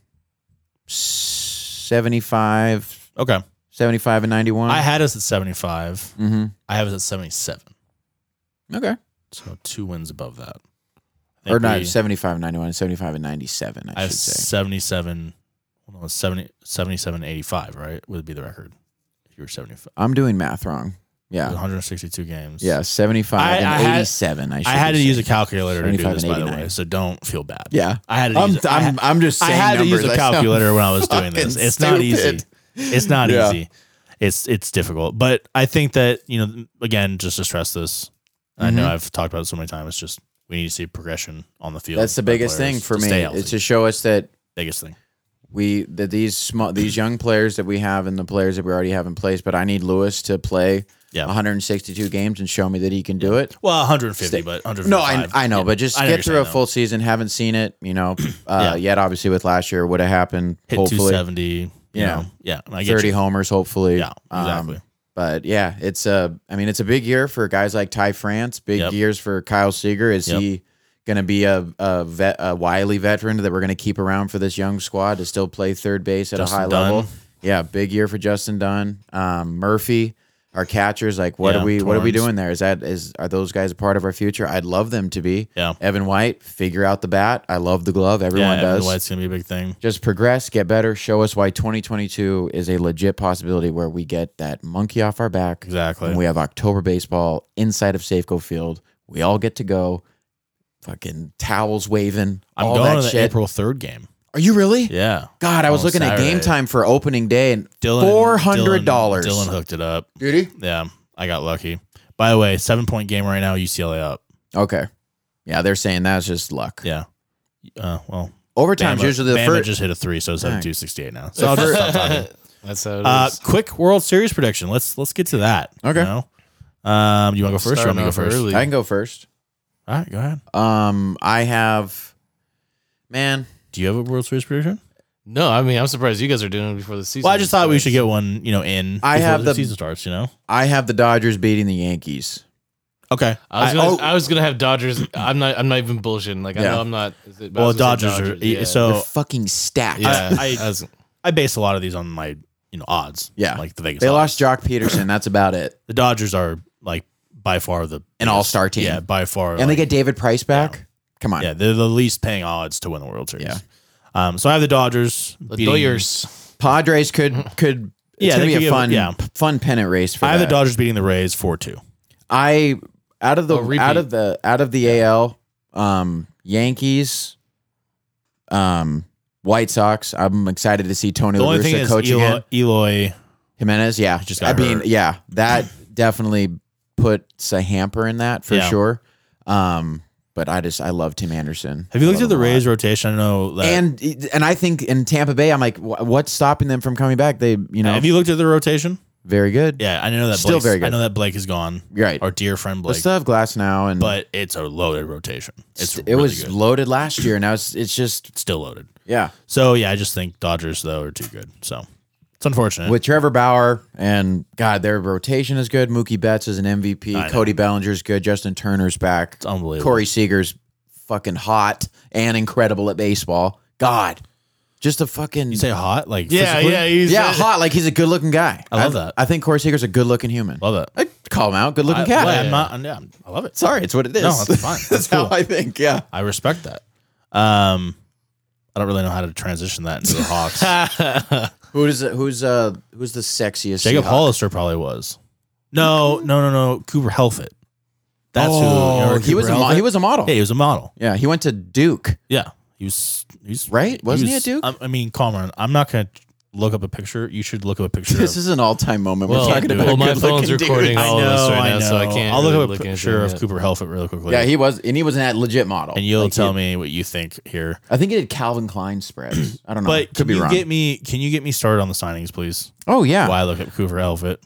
Speaker 1: 75,
Speaker 2: Okay.
Speaker 1: 75 and ninety one.
Speaker 2: I had us at 75.
Speaker 1: mm-hmm.
Speaker 2: I have us at 77.
Speaker 1: Okay,
Speaker 2: So two wins above that. I
Speaker 1: or
Speaker 2: think
Speaker 1: not
Speaker 2: we-
Speaker 1: 75 and 91, 75 and 97.
Speaker 2: I
Speaker 1: I,
Speaker 2: have
Speaker 1: should say.
Speaker 2: 77. Well, no, it's 70, 77, 85, right? Would be the record. If you were 75.
Speaker 1: I'm doing math wrong.
Speaker 2: It was
Speaker 1: Yeah,
Speaker 2: 162 games.
Speaker 1: yeah, 75
Speaker 2: I-
Speaker 1: and
Speaker 2: I had-
Speaker 1: 87. I, should
Speaker 2: I had to
Speaker 1: say.
Speaker 2: use a calculator to do
Speaker 1: 75
Speaker 2: this,
Speaker 1: and
Speaker 2: by the
Speaker 1: 89.
Speaker 2: way. So don't feel bad.
Speaker 1: Yeah,
Speaker 2: I had to
Speaker 1: I'm
Speaker 2: use, I
Speaker 1: I'm, I'm just
Speaker 2: I
Speaker 1: saying
Speaker 2: had to use
Speaker 1: numbers.
Speaker 2: a
Speaker 1: I sound
Speaker 2: calculator when I was doing this.
Speaker 1: fucking
Speaker 2: It's not easy.
Speaker 1: stupid.
Speaker 2: It's not
Speaker 1: Yeah.
Speaker 2: easy. It's it's difficult. But I think that, you know, again, just to stress this, I know
Speaker 1: Mhm.
Speaker 2: I've talked about it so many times, it's just we need to see progression on the field.
Speaker 1: That's the
Speaker 2: by
Speaker 1: biggest
Speaker 2: players
Speaker 1: thing for
Speaker 2: to
Speaker 1: me.
Speaker 2: stay healthy.
Speaker 1: It's to show us that
Speaker 2: biggest thing.
Speaker 1: we that these small these young players that we have and the players that we already have in place. But I need Lewis to play
Speaker 2: Yeah.
Speaker 1: 162 games and show me that he can do it.
Speaker 2: Well, 150,
Speaker 1: Stay-
Speaker 2: but 155.
Speaker 1: No, I, I know, but just
Speaker 2: I know
Speaker 1: get
Speaker 2: you're
Speaker 1: through a
Speaker 2: saying, though.
Speaker 1: full season. Haven't seen it, you know, uh,
Speaker 2: Yeah.
Speaker 1: yet. Obviously, with last year, would have happened.
Speaker 2: hit
Speaker 1: hopefully,
Speaker 2: 270. You
Speaker 1: Yeah.
Speaker 2: know, yeah, I get
Speaker 1: thirty
Speaker 2: you.
Speaker 1: homers. Hopefully,
Speaker 2: Yeah,
Speaker 1: Um,
Speaker 2: exactly.
Speaker 1: but yeah, it's a. I mean, it's a big year for guys like Ty France. Big
Speaker 2: Yep.
Speaker 1: years for Kyle Seager. Is
Speaker 2: Yep.
Speaker 1: he going to be a a, vet, a wily veteran that we're going to keep around for this young squad to still play third base at
Speaker 2: Justin
Speaker 1: a high
Speaker 2: Dunn.
Speaker 1: level? Yeah, big year for Justin Dunn, um, Murphy, our catchers. Like, what
Speaker 2: Yeah,
Speaker 1: are we? What are we
Speaker 2: Torrance.
Speaker 1: doing there? Is that is are those guys a part of our future? I'd love them to be.
Speaker 2: yeah.
Speaker 1: Evan White, figure out the bat. I love the glove. Everyone
Speaker 2: yeah,
Speaker 1: does
Speaker 2: White's going to be a big thing.
Speaker 1: just progress, get better, show us why 2022 is a legit possibility where we get that monkey off our back.
Speaker 2: Exactly.
Speaker 1: And we have October baseball inside of Safeco Field. We all get to go. Fucking towels waving.
Speaker 2: I'm
Speaker 1: all
Speaker 2: going
Speaker 1: that
Speaker 2: to the
Speaker 1: shit.
Speaker 2: April 3rd game.
Speaker 1: Are you really?
Speaker 2: Yeah.
Speaker 1: God, I was
Speaker 2: On
Speaker 1: looking at game
Speaker 2: Saturday.
Speaker 1: time for opening day and
Speaker 2: Dylan
Speaker 1: $400.
Speaker 2: Dylan, Dylan hooked it up.
Speaker 1: Did he?
Speaker 2: Yeah, I got lucky. By the way, seven point game right now. UCLA up.
Speaker 1: Okay. Yeah, they're saying that's just luck.
Speaker 2: Yeah. Uh, well,
Speaker 1: Overtime's
Speaker 2: Bama,
Speaker 1: usually the
Speaker 2: Bama
Speaker 1: first.
Speaker 2: just hit a three, so it's
Speaker 1: Dang.
Speaker 2: up two sixty eight now. So I'll just stop talking.
Speaker 3: That's how it is.
Speaker 2: Uh, quick World Series prediction. Let's let's get to that.
Speaker 1: Okay.
Speaker 2: You know? Um, you want to go first? Or you want me to go
Speaker 3: Starting off
Speaker 2: first?
Speaker 3: early.
Speaker 1: I can go first.
Speaker 2: All right, go ahead.
Speaker 1: Um, I have, man,
Speaker 2: Do you have a World Series prediction?
Speaker 3: No, I mean I'm surprised you guys are doing it before the season.
Speaker 2: Well, I just thought we should
Speaker 3: starts.
Speaker 2: get one. You know, in
Speaker 1: I
Speaker 2: before
Speaker 1: have
Speaker 2: the
Speaker 1: the-
Speaker 2: season starts. You know.
Speaker 1: I have the Dodgers beating the Yankees.
Speaker 2: Okay.
Speaker 3: I was
Speaker 2: I-
Speaker 3: gonna.
Speaker 1: oh.
Speaker 3: I was gonna have Dodgers. I'm not. I'm not even bullshitting. Like I
Speaker 1: Yeah.
Speaker 3: know I'm not. Is it, but I
Speaker 2: well,
Speaker 3: was gonna say
Speaker 2: Dodgers, are e-
Speaker 3: yeah.
Speaker 1: They're
Speaker 2: so.
Speaker 1: fucking stacked.
Speaker 2: Yeah.
Speaker 3: I,
Speaker 2: I-
Speaker 3: was-
Speaker 2: I base a lot of these on my you know odds.
Speaker 1: Yeah.
Speaker 2: Like the Vegas.
Speaker 1: They
Speaker 2: odds.
Speaker 1: lost Jock Peterson. That's about it.
Speaker 2: The Dodgers are like by far the
Speaker 1: An all-star team.
Speaker 2: Yeah, by far.
Speaker 1: And they
Speaker 2: like,
Speaker 1: get David Price back. Come on.
Speaker 2: Yeah, they're the least paying odds to win the World Series.
Speaker 1: Yeah.
Speaker 2: Um, so I have the Dodgers.
Speaker 3: the
Speaker 2: beating-
Speaker 3: Doyers.
Speaker 1: Padres could could. It's
Speaker 2: Yeah,
Speaker 1: gonna
Speaker 2: they
Speaker 1: be
Speaker 2: could
Speaker 1: a
Speaker 2: give-
Speaker 1: fun
Speaker 2: yeah.
Speaker 1: fun pennant race for
Speaker 2: I have the
Speaker 1: that.
Speaker 2: Dodgers beating the Rays four two.
Speaker 1: I out of the
Speaker 3: Oh, repeat.
Speaker 1: out of the out of the AL um, Yankees, um, White Sox. I'm excited to see Tony
Speaker 2: The
Speaker 1: La
Speaker 2: only thing
Speaker 1: Russa
Speaker 2: is
Speaker 1: coaching
Speaker 2: Eloy,
Speaker 1: it.
Speaker 2: Eloy.
Speaker 1: Jimenez. Yeah,
Speaker 2: Just
Speaker 1: I
Speaker 2: got
Speaker 1: mean,
Speaker 2: hurt.
Speaker 1: yeah, that definitely puts a hamper in that for
Speaker 2: Yeah.
Speaker 1: sure. Um, but I just I love Tim Anderson.
Speaker 2: Have you
Speaker 1: I
Speaker 2: looked
Speaker 1: love
Speaker 2: at the
Speaker 1: him a lot.
Speaker 2: Rays rotation? I know that.
Speaker 1: and and I think in Tampa Bay, I'm like, wh- what's stopping them from coming back? They, you know,
Speaker 2: have you looked at the rotation?
Speaker 1: Very good.
Speaker 2: Yeah, I know that.
Speaker 1: Still
Speaker 2: Blake's-
Speaker 1: very good.
Speaker 2: I know that Blake is gone.
Speaker 1: You're right.
Speaker 2: Our dear friend
Speaker 1: we
Speaker 2: Blake.
Speaker 1: still have glass now, and
Speaker 2: but it's a loaded rotation. It's
Speaker 1: it
Speaker 2: really
Speaker 1: was
Speaker 2: good.
Speaker 1: loaded last year. Now it's it's just
Speaker 2: It's still loaded.
Speaker 1: yeah
Speaker 2: So yeah, I just think Dodgers though are too good. So it's unfortunate.
Speaker 1: with Trevor Bauer and God, their rotation is good. Mookie Betts is an
Speaker 2: I know.
Speaker 1: MVP. Cody Bellinger's good. Justin Turner's back.
Speaker 2: it's unbelievable.
Speaker 1: Corey Seager's fucking hot and incredible at baseball. God, just a fucking
Speaker 2: you say hot like
Speaker 3: Yeah,
Speaker 2: physically?
Speaker 3: yeah, he's
Speaker 1: yeah, hot. Like he's a good looking guy.
Speaker 2: I love
Speaker 1: I,
Speaker 2: that.
Speaker 1: I think Corey Seager's a good looking human.
Speaker 2: love it.
Speaker 1: I call him out. Good looking
Speaker 2: I,
Speaker 1: cat.
Speaker 2: well, I'm not. Yeah, I love it.
Speaker 1: Sorry, it's what it is.
Speaker 2: No, that's fine. That's
Speaker 1: how
Speaker 2: cool.
Speaker 1: I think. Yeah.
Speaker 2: I respect that. Um, I don't really know how to transition that into the Hawks.
Speaker 1: Who is who's uh who's the sexiest?
Speaker 2: Jacob
Speaker 1: Seahawk?
Speaker 2: Hollister probably was. No, no, no, no. Cooper Helfett. That's who.
Speaker 1: Oh,
Speaker 2: you know,
Speaker 1: he was a
Speaker 2: Cooper
Speaker 1: mo-
Speaker 2: Helfett?
Speaker 1: he was a model.
Speaker 2: Yeah, he was a model.
Speaker 1: Yeah, he went to Duke.
Speaker 2: Yeah, he was. He's
Speaker 1: Right? Wasn't he at Duke?
Speaker 2: I, I mean, Cameron, I'm not gonna look up a picture. You should look up a picture.
Speaker 1: This
Speaker 2: of-
Speaker 1: is an all time moment.
Speaker 3: Well,
Speaker 1: We're talking
Speaker 2: dude.
Speaker 1: about
Speaker 2: Well,
Speaker 3: my
Speaker 1: good
Speaker 3: phone's
Speaker 1: looking
Speaker 3: recording
Speaker 1: dudes.
Speaker 3: all of us right now, so I can't
Speaker 2: I'll
Speaker 3: really
Speaker 2: look
Speaker 3: look
Speaker 2: up a
Speaker 3: into
Speaker 2: picture
Speaker 3: it
Speaker 2: of
Speaker 3: yet.
Speaker 2: Cooper Helfett really quickly.
Speaker 1: Yeah, he was, and he was an legit model.
Speaker 2: and you'll
Speaker 1: Like,
Speaker 2: tell
Speaker 1: he-
Speaker 2: me what you think here.
Speaker 1: I think he did Calvin Klein spreads. I don't know,
Speaker 2: But
Speaker 1: could
Speaker 2: can
Speaker 1: be
Speaker 2: you
Speaker 1: wrong.
Speaker 2: get me? Can you get me started on the signings, please?
Speaker 1: oh yeah,
Speaker 2: Why I look up Cooper Helfett?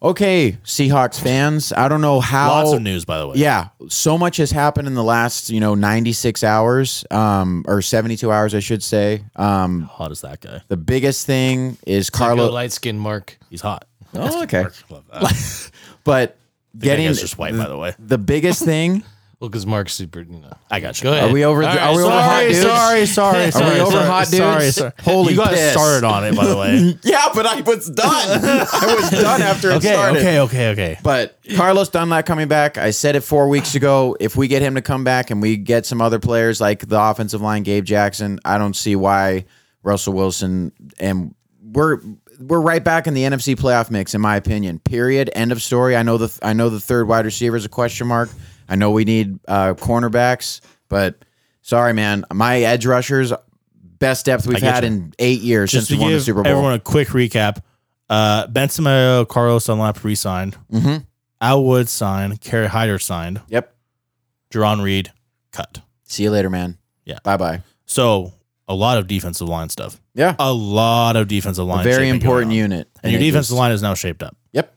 Speaker 1: okay, Seahawks fans. I don't know how.
Speaker 2: Lots of news, by the way.
Speaker 1: Yeah, so much has happened in the last you know ninety six hours, um, or seventy two hours, I should say. Um,
Speaker 2: How hot is that guy?
Speaker 1: the biggest thing is
Speaker 3: Carlo
Speaker 1: Carlo.
Speaker 3: light skin Mark.
Speaker 2: He's hot.
Speaker 1: Oh, okay,
Speaker 2: Love that.
Speaker 1: but
Speaker 2: The
Speaker 1: getting
Speaker 2: guy's just white, by the way.
Speaker 1: the biggest thing.
Speaker 3: Well, because Mark's super. You know.
Speaker 2: I got you.
Speaker 3: Go ahead.
Speaker 1: Are we over?
Speaker 3: All
Speaker 1: the,
Speaker 3: right,
Speaker 1: are we over hot
Speaker 2: Sorry,
Speaker 1: dudes?
Speaker 2: sorry, sorry,
Speaker 1: Are
Speaker 2: sorry.
Speaker 1: we over
Speaker 2: sorry,
Speaker 1: hot dudes?
Speaker 2: Sorry, sorry.
Speaker 1: Holy
Speaker 2: you got
Speaker 1: piss.
Speaker 2: started on it, by the way.
Speaker 1: Yeah, but I was done. I was done after it
Speaker 2: okay,
Speaker 1: started.
Speaker 2: okay, okay, okay.
Speaker 1: But Carlos Dunlap coming back, I said it four weeks ago. If we get him to come back and we get some other players like the offensive line, Gabe Jackson, I don't see why Russell Wilson and we're we're right back in the NFC playoff mix, in my opinion. Period. End of story. I know the I know the third wide receiver is a question mark. I know we need uh, cornerbacks, but sorry, man, my edge rushers best depth we've
Speaker 2: get
Speaker 1: had
Speaker 2: you.
Speaker 1: in eight years
Speaker 2: Just
Speaker 1: since we
Speaker 2: to
Speaker 1: won the
Speaker 2: give
Speaker 1: Super Bowl.
Speaker 2: everyone a quick recap, uh, Ben Samayo, Carlos Dunlap re-signed.
Speaker 1: Mhm.
Speaker 2: Al Wood signed. Kerry Hyder signed.
Speaker 1: yep.
Speaker 2: Jerron Reed cut.
Speaker 1: See you later, man.
Speaker 2: Yeah.
Speaker 1: Bye bye.
Speaker 2: So a lot of defensive line stuff.
Speaker 1: Yeah.
Speaker 2: A lot of defensive line.
Speaker 1: A very
Speaker 2: shaping going
Speaker 1: important
Speaker 2: on.
Speaker 1: unit.
Speaker 2: And your
Speaker 1: it
Speaker 2: defensive
Speaker 1: just-
Speaker 2: line is now shaped up.
Speaker 1: Yep.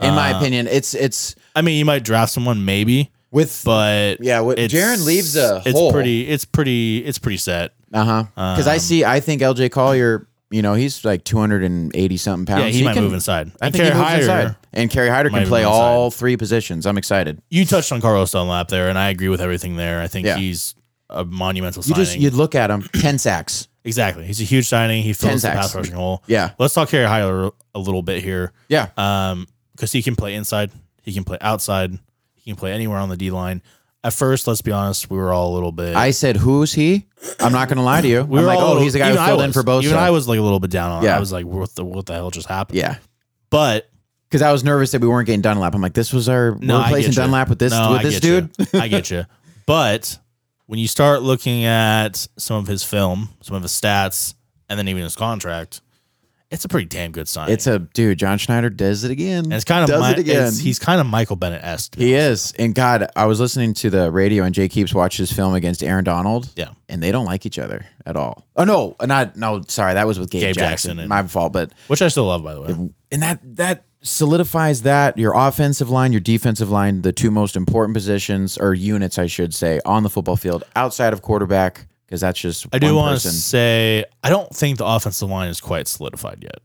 Speaker 1: In my
Speaker 2: Uh,
Speaker 1: opinion, it's it's
Speaker 2: I mean, you might draft someone maybe,
Speaker 1: with
Speaker 2: but
Speaker 1: yeah. What
Speaker 2: it's-
Speaker 1: Jaron leaves a
Speaker 2: It's
Speaker 1: hole.
Speaker 2: pretty. It's pretty. It's pretty set.
Speaker 1: uh huh. Because I
Speaker 2: um,
Speaker 1: see, I think LJ Collier. You know, he's like two hundred and eighty something pounds.
Speaker 2: Yeah, he, might
Speaker 1: can-
Speaker 2: move inside.
Speaker 1: I
Speaker 2: And
Speaker 1: think he
Speaker 2: Kerry
Speaker 1: moves
Speaker 2: Hyder,
Speaker 1: inside. And Kerry Hyder
Speaker 2: might
Speaker 1: can
Speaker 2: move
Speaker 1: play
Speaker 2: inside.
Speaker 1: all three positions. I'm excited.
Speaker 2: You touched on Carlos Dunlap there, and I agree with everything there. I think
Speaker 1: Yeah.
Speaker 2: he's a monumental
Speaker 1: You
Speaker 2: signing.
Speaker 1: just you'd look at him, ten sacks.
Speaker 2: exactly. He's a huge signing. He fills the
Speaker 1: sacks.
Speaker 2: pass rushing hole.
Speaker 1: Yeah,
Speaker 2: Let's talk Kerry Hyder a little bit here,
Speaker 1: yeah.
Speaker 2: um, because he can play inside, he can play outside, he can play anywhere on the D line. At first, let's be honest, we were all a little bit.
Speaker 1: I said, "Who's he?" I'm not going to lie to you.
Speaker 2: we
Speaker 1: I'm
Speaker 2: were
Speaker 1: like,
Speaker 2: all a
Speaker 1: "Oh,
Speaker 2: little-
Speaker 1: he's the guy who
Speaker 2: even I
Speaker 1: filled in
Speaker 2: was-
Speaker 1: for Bosa."
Speaker 2: Even I was like a little bit down on. it.
Speaker 1: Yeah.
Speaker 2: I was like, what the what the hell just happened?
Speaker 1: yeah,
Speaker 2: But
Speaker 1: because I was nervous that we weren't getting Dunlap. I'm like, "This was our
Speaker 2: No,
Speaker 1: we're
Speaker 2: I
Speaker 1: replacing
Speaker 2: get you.
Speaker 1: Dunlap with this
Speaker 2: No,
Speaker 1: with
Speaker 2: I
Speaker 1: this
Speaker 2: get you.
Speaker 1: dude."
Speaker 2: I get you. But when you start looking at some of his film, some of his stats, and then even his contract, it's a pretty damn good sign.
Speaker 1: It's a dude. John Schneider does it again.
Speaker 2: and it's kind of
Speaker 1: does
Speaker 2: Mi-
Speaker 1: it again.
Speaker 2: it's- he's kind of Michael Bennett esque.
Speaker 1: He is. And God, I was listening to the radio and Jay Keeps watched his film against Aaron Donald.
Speaker 2: Yeah.
Speaker 1: And they don't like each other at all. Oh no, not no, sorry, that was with Gabe,
Speaker 2: Gabe
Speaker 1: Jackson.
Speaker 2: Jackson and-
Speaker 1: My fault. But
Speaker 2: Which I still love, by the way.
Speaker 1: and that that solidifies that your offensive line, your defensive line, the two most important positions or units, I should say, on the football field outside of quarterback, because that's just
Speaker 2: I do
Speaker 1: one
Speaker 2: want to
Speaker 1: person.
Speaker 2: say I don't think the offensive line is quite solidified yet.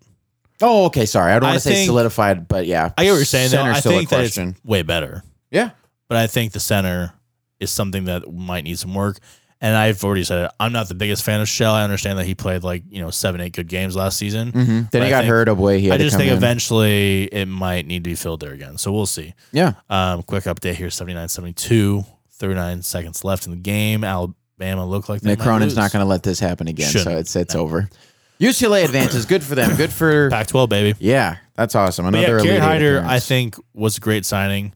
Speaker 1: oh, okay, sorry. I don't
Speaker 2: I
Speaker 1: want to say
Speaker 2: think-
Speaker 1: solidified, but yeah.
Speaker 2: I get what you're saying. Though.
Speaker 1: Center's
Speaker 2: I
Speaker 1: still
Speaker 2: think
Speaker 1: a
Speaker 2: that it's
Speaker 1: question.
Speaker 2: way better,
Speaker 1: yeah.
Speaker 2: but I think the center is something that might need some work. And I've already said it. I'm not the biggest fan of Shell. I understand that he played like you know seven, eight good games last season.
Speaker 1: hmm Then
Speaker 2: But
Speaker 1: he
Speaker 2: I
Speaker 1: got
Speaker 2: think-
Speaker 1: hurt. Away. He had
Speaker 2: I
Speaker 1: to
Speaker 2: just
Speaker 1: come
Speaker 2: think
Speaker 1: in.
Speaker 2: eventually it might need to be filled there again. So we'll see.
Speaker 1: Yeah.
Speaker 2: Um, quick update here 79 72, 39 seconds left in the game. Alabama look like they
Speaker 1: Nick
Speaker 2: might
Speaker 1: Cronin's
Speaker 2: lose.
Speaker 1: not going to let this happen again. So
Speaker 2: Shouldn't.
Speaker 1: it's it's over. UCLA advances. Good for them. Good for
Speaker 2: Pac 12, baby.
Speaker 1: yeah. That's awesome.
Speaker 2: But
Speaker 1: Another
Speaker 2: yeah,
Speaker 1: elite
Speaker 2: Kerry
Speaker 1: Eight
Speaker 2: Hyder, I
Speaker 1: appearance.
Speaker 2: think, was a great signing.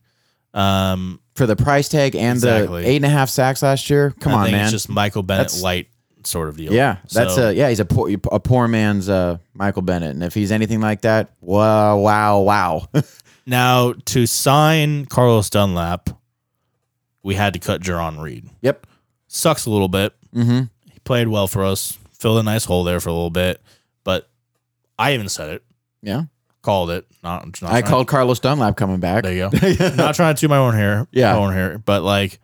Speaker 2: Um,
Speaker 1: for the price tag and
Speaker 2: Exactly.
Speaker 1: the eight and a half sacks last year. Come
Speaker 2: I
Speaker 1: on,
Speaker 2: think
Speaker 1: man.
Speaker 2: it's just Michael Bennett
Speaker 1: That's-
Speaker 2: light sort of deal.
Speaker 1: yeah, that's
Speaker 2: So,
Speaker 1: a yeah. He's a poor a poor man's uh, Michael Bennett, and if he's anything like that, wow, wow, wow.
Speaker 2: now to sign Carlos Dunlap, we had to cut Jerron Reed.
Speaker 1: yep.
Speaker 2: Sucks a little bit.
Speaker 1: Mm-hmm.
Speaker 2: He played well for us, filled a nice hole there for a little bit. But I even said it.
Speaker 1: Yeah.
Speaker 2: Called it. Not, not
Speaker 1: I
Speaker 2: trying-
Speaker 1: called Carlos Dunlap coming back.
Speaker 2: There you go. not trying to do my own hair.
Speaker 1: Yeah.
Speaker 2: my own hair. But like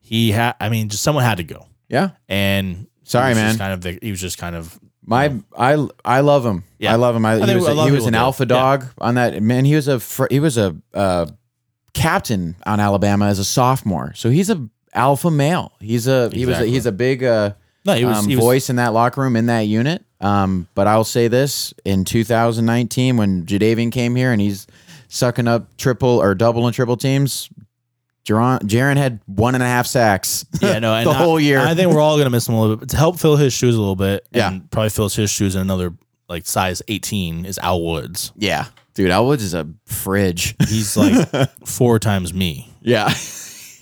Speaker 2: he had. I mean, just someone had to go.
Speaker 1: Yeah.
Speaker 2: And
Speaker 1: Sorry,
Speaker 2: he was
Speaker 1: man.
Speaker 2: just Kind of. The, he was just kind of.
Speaker 1: My I I love him.
Speaker 2: Yeah.
Speaker 1: I love him. I, he
Speaker 2: think
Speaker 1: was,
Speaker 2: a lot
Speaker 1: he
Speaker 2: of
Speaker 1: was
Speaker 2: people
Speaker 1: an
Speaker 2: do.
Speaker 1: alpha
Speaker 2: Yeah.
Speaker 1: dog on that man. He was a fr- he was a uh, captain on Alabama as a sophomore. So he's a alpha male. He's a he was a,
Speaker 2: Exactly.
Speaker 1: he's a big uh,
Speaker 2: No, he was.
Speaker 1: um,
Speaker 2: he was
Speaker 1: voice in that locker room in that unit. Um, but I'll say this: in 2019, when Jadavian came here and he's sucking up triple or double and triple teams, Jaron Jaron had one and a half sacks.
Speaker 2: yeah, no, and
Speaker 1: the
Speaker 2: I-
Speaker 1: whole year.
Speaker 2: I think we're all gonna miss him a little bit. But to help fill his shoes a little bit,
Speaker 1: Yeah.
Speaker 2: and probably fills his shoes in another like size eighteen is Al Woods.
Speaker 1: yeah, dude, Elwoods is a fridge.
Speaker 2: He's like four times me,
Speaker 1: yeah,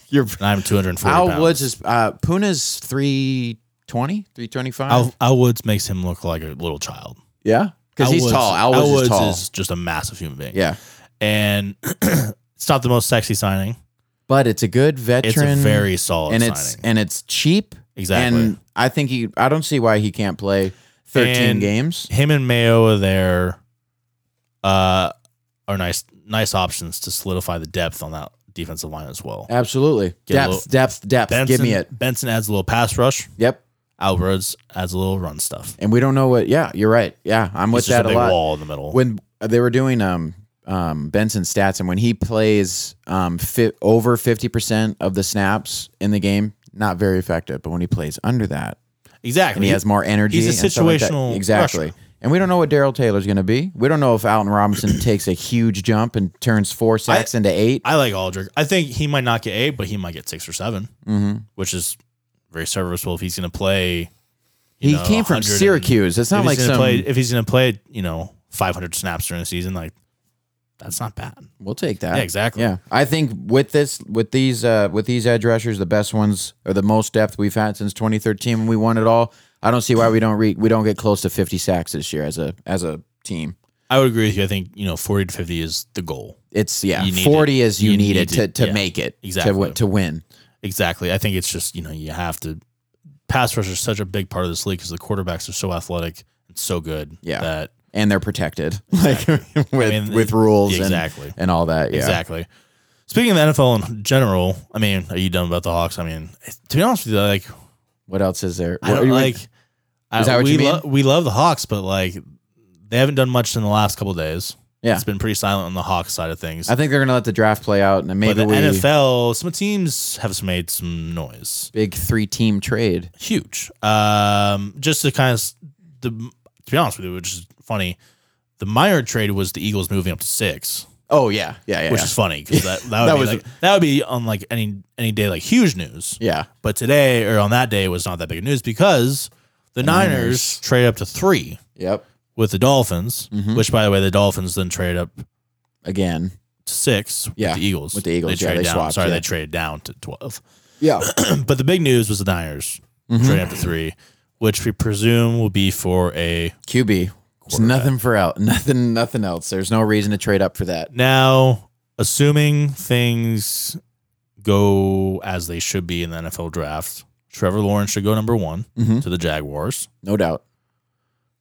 Speaker 1: you're
Speaker 2: and I'm two hundred and forty.
Speaker 1: Al
Speaker 2: pounds.
Speaker 1: Woods is uh, Puna's 320, 325.
Speaker 2: Al, Al Woods makes him look like a little child
Speaker 1: yeah, because
Speaker 2: Al
Speaker 1: he's
Speaker 2: Woods-
Speaker 1: tall. Al Woods, is tall.
Speaker 2: just a massive human being.
Speaker 1: yeah,
Speaker 2: and it's not the most sexy signing.
Speaker 1: but it's a good veteran.
Speaker 2: It's a very solid
Speaker 1: and
Speaker 2: signing.
Speaker 1: it's and it's cheap.
Speaker 2: Exactly.
Speaker 1: And I think he. I don't see why he can't play thirteen
Speaker 2: And-
Speaker 1: games.
Speaker 2: him and Mayo are there uh, are nice nice options to solidify the depth on that defensive line as well.
Speaker 1: Absolutely.
Speaker 2: Get
Speaker 1: Depth,
Speaker 2: a little-
Speaker 1: depth, depth.
Speaker 2: Benson,
Speaker 1: Give me it.
Speaker 2: Benson adds a little pass rush.
Speaker 1: Yep.
Speaker 2: Alvarez adds a little run stuff.
Speaker 1: And we don't know what. Yeah, you're right. Yeah, I'm with
Speaker 2: It's just
Speaker 1: that
Speaker 2: a
Speaker 1: a,
Speaker 2: big
Speaker 1: lot.
Speaker 2: wall in the middle.
Speaker 1: When they were doing um um Benson stats, and when he plays um fi- over fifty percent of the snaps in the game, not very effective. But when he plays under that, and
Speaker 2: exactly.
Speaker 1: he has more energy.
Speaker 2: he's a
Speaker 1: and stuff like that.
Speaker 2: situational
Speaker 1: exactly.
Speaker 2: rusher.
Speaker 1: And we don't know what Daryl Taylor's going to be. We don't know if Alton Robinson takes a huge jump and turns four sacks into eight.
Speaker 2: I like Aldrich. I think he might not get eight, but he might get six or seven,
Speaker 1: mm-hmm.
Speaker 2: which is very serviceable if he's going to play. you
Speaker 1: He
Speaker 2: know,
Speaker 1: came from
Speaker 2: 100 and-
Speaker 1: Syracuse. It's
Speaker 2: if
Speaker 1: not
Speaker 2: he's
Speaker 1: like
Speaker 2: gonna
Speaker 1: some.
Speaker 2: play, if he's going to play, you know, 500 snaps during the season, like that's not bad.
Speaker 1: we'll take that.
Speaker 2: Yeah, exactly.
Speaker 1: Yeah, I think with this, with these, uh, with these edge rushers, the best ones or the most depth we've had since 2013 when we won it all. I don't see why we don't re- we don't get close to 50 sacks this year as a as a team.
Speaker 2: I would agree with you. I think you know, 40 to 50 is the goal.
Speaker 1: It's yeah,
Speaker 2: You need
Speaker 1: 40
Speaker 2: it.
Speaker 1: is you,
Speaker 2: You
Speaker 1: need,
Speaker 2: need
Speaker 1: it to
Speaker 2: it.
Speaker 1: to
Speaker 2: Yeah.
Speaker 1: make it
Speaker 2: Exactly.
Speaker 1: to wi- to win.
Speaker 2: Exactly. I think it's just you know you have to. Pass rush is such a big part of this league because the quarterbacks are so athletic and so good.
Speaker 1: Yeah.
Speaker 2: That
Speaker 1: and they're protected like with
Speaker 2: mean,
Speaker 1: with
Speaker 2: it-
Speaker 1: rules and-
Speaker 2: exactly.
Speaker 1: and all that. Yeah,
Speaker 2: Exactly. Speaking of the NFL in general, I mean, are you done about the Hawks? I mean, to be honest with you, like
Speaker 1: What else is there?
Speaker 2: I
Speaker 1: What-
Speaker 2: don't
Speaker 1: you-
Speaker 2: like. I-
Speaker 1: that what
Speaker 2: we
Speaker 1: you mean?
Speaker 2: lo- we love the Hawks, but like they haven't done much in the last couple of days.
Speaker 1: Yeah.
Speaker 2: it's been pretty silent on the Hawks side of things.
Speaker 1: I think they're gonna let the draft play out, and then
Speaker 2: but
Speaker 1: maybe
Speaker 2: the
Speaker 1: we
Speaker 2: NFL, some teams have made some noise,
Speaker 1: big three team trade.
Speaker 2: huge. Um, just to kind of the to be honest with you, which is funny. The Meyer trade was the Eagles moving up to six,
Speaker 1: Oh yeah, yeah, yeah,
Speaker 2: which
Speaker 1: yeah.
Speaker 2: is funny because that, that would
Speaker 1: That
Speaker 2: be
Speaker 1: was-
Speaker 2: like, that would be on like any any day like huge news.
Speaker 1: yeah.
Speaker 2: But today or on that day it was not that big of news because the, Niners,
Speaker 1: Niners.
Speaker 2: trade up to three
Speaker 1: Yep.
Speaker 2: with the Dolphins,
Speaker 1: Mhm.
Speaker 2: which by the way, the Dolphins then trade up to
Speaker 1: Again.
Speaker 2: six with
Speaker 1: Yeah,
Speaker 2: the Eagles.
Speaker 1: with the Eagles, yeah,
Speaker 2: trade
Speaker 1: they
Speaker 2: down.
Speaker 1: swapped,
Speaker 2: Sorry,
Speaker 1: yeah.
Speaker 2: they traded down to twelve.
Speaker 1: Yeah.
Speaker 2: but the big news was the Niners
Speaker 1: Mm-hmm.
Speaker 2: trading up to three, which we presume will be for a
Speaker 1: QB. It's nothing for out. Nothing. Nothing else. There's no reason to trade up for that.
Speaker 2: now, assuming things go as they should be in the NFL draft. Trevor Lawrence should go number one
Speaker 1: Mhm.
Speaker 2: to the Jaguars.
Speaker 1: No doubt.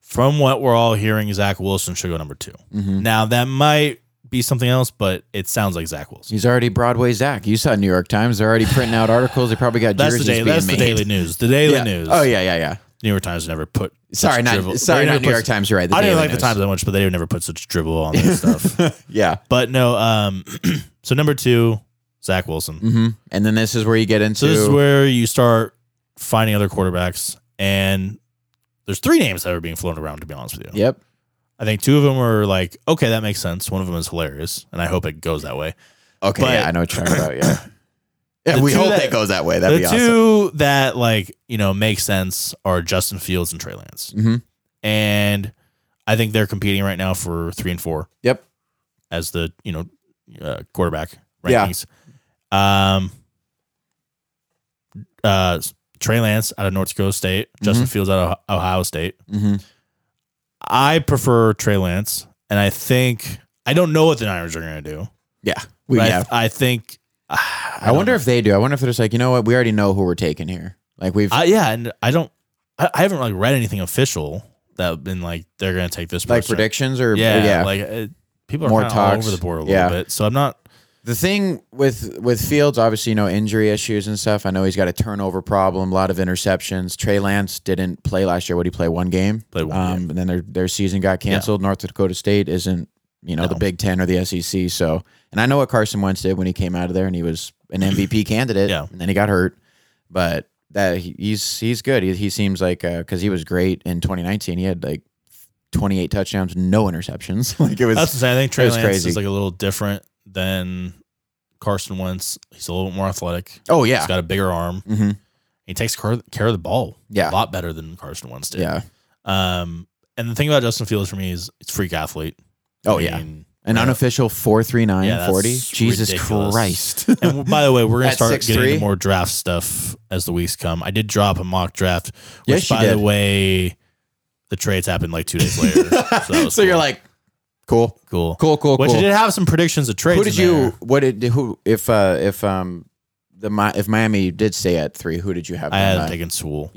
Speaker 2: from what we're all hearing, Zach Wilson should go number 2
Speaker 1: Mhm.
Speaker 2: Now that might be something else, but it sounds like Zach Wilson.
Speaker 1: He's already Broadway Zach. You saw New York Times. They're already printing out articles. They probably got
Speaker 2: That's the
Speaker 1: jerseys
Speaker 2: day.
Speaker 1: being
Speaker 2: That's the
Speaker 1: made.
Speaker 2: Daily News. The Daily
Speaker 1: yeah.
Speaker 2: News.
Speaker 1: Oh yeah, yeah, yeah.
Speaker 2: New York Times never put. such
Speaker 1: Sorry, not
Speaker 2: drivel-
Speaker 1: sorry,
Speaker 2: they
Speaker 1: not
Speaker 2: never
Speaker 1: New
Speaker 2: put-
Speaker 1: York Times. You're right. The
Speaker 2: I didn't
Speaker 1: Daily
Speaker 2: like
Speaker 1: News.
Speaker 2: the Times that much, but they never put such dribble on that stuff.
Speaker 1: Yeah.
Speaker 2: But no, um, so number two, Zach Wilson.
Speaker 1: hmm And then this is where you get into.
Speaker 2: So this is where you start finding other quarterbacks, and there's three names that are being flown around. To be honest with you,
Speaker 1: yep.
Speaker 2: I think two of them are like, okay, that makes sense. One of them is hilarious, and I hope it goes that way.
Speaker 1: Okay,
Speaker 2: But-
Speaker 1: yeah, I know what you're talking about. Yeah, yeah.
Speaker 2: The
Speaker 1: We
Speaker 2: two
Speaker 1: hope
Speaker 2: that-
Speaker 1: that goes that way. That'd be
Speaker 2: the
Speaker 1: awesome.
Speaker 2: two that like you know make sense are Justin Fields and Trey Lance,
Speaker 1: Mhm.
Speaker 2: and I think they're competing right now for three and four
Speaker 1: Yep.
Speaker 2: as the you know uh, quarterback
Speaker 1: Yeah.
Speaker 2: rankings. Um, uh, Trey Lance out of North Dakota State, Justin Fields out of Ohio- Ohio State.
Speaker 1: Mm-hmm.
Speaker 2: I prefer Trey Lance, and I think I don't know what the Niners are going to do.
Speaker 1: Yeah, we
Speaker 2: but I-
Speaker 1: yeah.
Speaker 2: I, think
Speaker 1: I, wonder if they do. I wonder if they're just like, you know what? We already know who we're taking here. Like we've
Speaker 2: I, yeah, and I don't. I, I haven't like read anything official that been like they're gonna take this
Speaker 1: like
Speaker 2: person.
Speaker 1: predictions or
Speaker 2: Yeah,
Speaker 1: yeah.
Speaker 2: like it, people are
Speaker 1: More
Speaker 2: kind of all
Speaker 1: talks.
Speaker 2: over the board a little
Speaker 1: Yeah.
Speaker 2: bit. So I'm not.
Speaker 1: The thing with with Fields, obviously, you know, injury issues and stuff. I know he's got a turnover problem, a lot of interceptions. Trey Lance didn't play last year. What did he play? One game.
Speaker 2: Played one
Speaker 1: um,
Speaker 2: game.
Speaker 1: And then their their season got canceled. North Dakota State isn't, you know, the
Speaker 2: No.
Speaker 1: Big Ten or the SEC. So, and I know what Carson Wentz did when he came out of there, and he was an MVP candidate.
Speaker 2: Yeah.
Speaker 1: And then he got hurt, but that he- he's he's good. He, he seems like because he was great in 2019. He had like 28 touchdowns, no interceptions. like it was
Speaker 2: That's what I'm saying. I think Trey
Speaker 1: was
Speaker 2: Lance
Speaker 1: crazy.
Speaker 2: is like a little different than Carson Wentz. He's a little bit more athletic.
Speaker 1: oh
Speaker 2: He's
Speaker 1: yeah,
Speaker 2: got a bigger arm.
Speaker 1: hmm
Speaker 2: He takes care, care of the ball
Speaker 1: yeah,
Speaker 2: a lot better than Carson Wentz did.
Speaker 1: yeah.
Speaker 2: Um, and the thing about Justin Fields for me is it's freak athlete.
Speaker 1: Oh
Speaker 2: I
Speaker 1: yeah.
Speaker 2: mean,
Speaker 1: An
Speaker 2: Yeah.
Speaker 1: unofficial
Speaker 2: Yeah,
Speaker 1: 439
Speaker 2: that's
Speaker 1: 40. Jesus
Speaker 2: ridiculous.
Speaker 1: Christ.
Speaker 2: and by the way, we're gonna
Speaker 1: At
Speaker 2: start
Speaker 1: 6'3"?
Speaker 2: getting into more draft stuff as the weeks come. I did drop a mock draft,
Speaker 1: Yes,
Speaker 2: which
Speaker 1: you
Speaker 2: by the
Speaker 1: did.
Speaker 2: way, the trades happened like two days later. so that was
Speaker 1: so you're
Speaker 2: cool.
Speaker 1: like, cool,
Speaker 2: cool,
Speaker 1: cool, cool,
Speaker 2: Which I
Speaker 1: cool.
Speaker 2: did have some predictions of trades.
Speaker 1: Who did
Speaker 2: in
Speaker 1: you?
Speaker 2: there.
Speaker 1: What did who? If uh, if um, the Mi- if Miami did stay at three, who did you have?
Speaker 2: I
Speaker 1: on
Speaker 2: had
Speaker 1: that?
Speaker 2: him taking Sewell.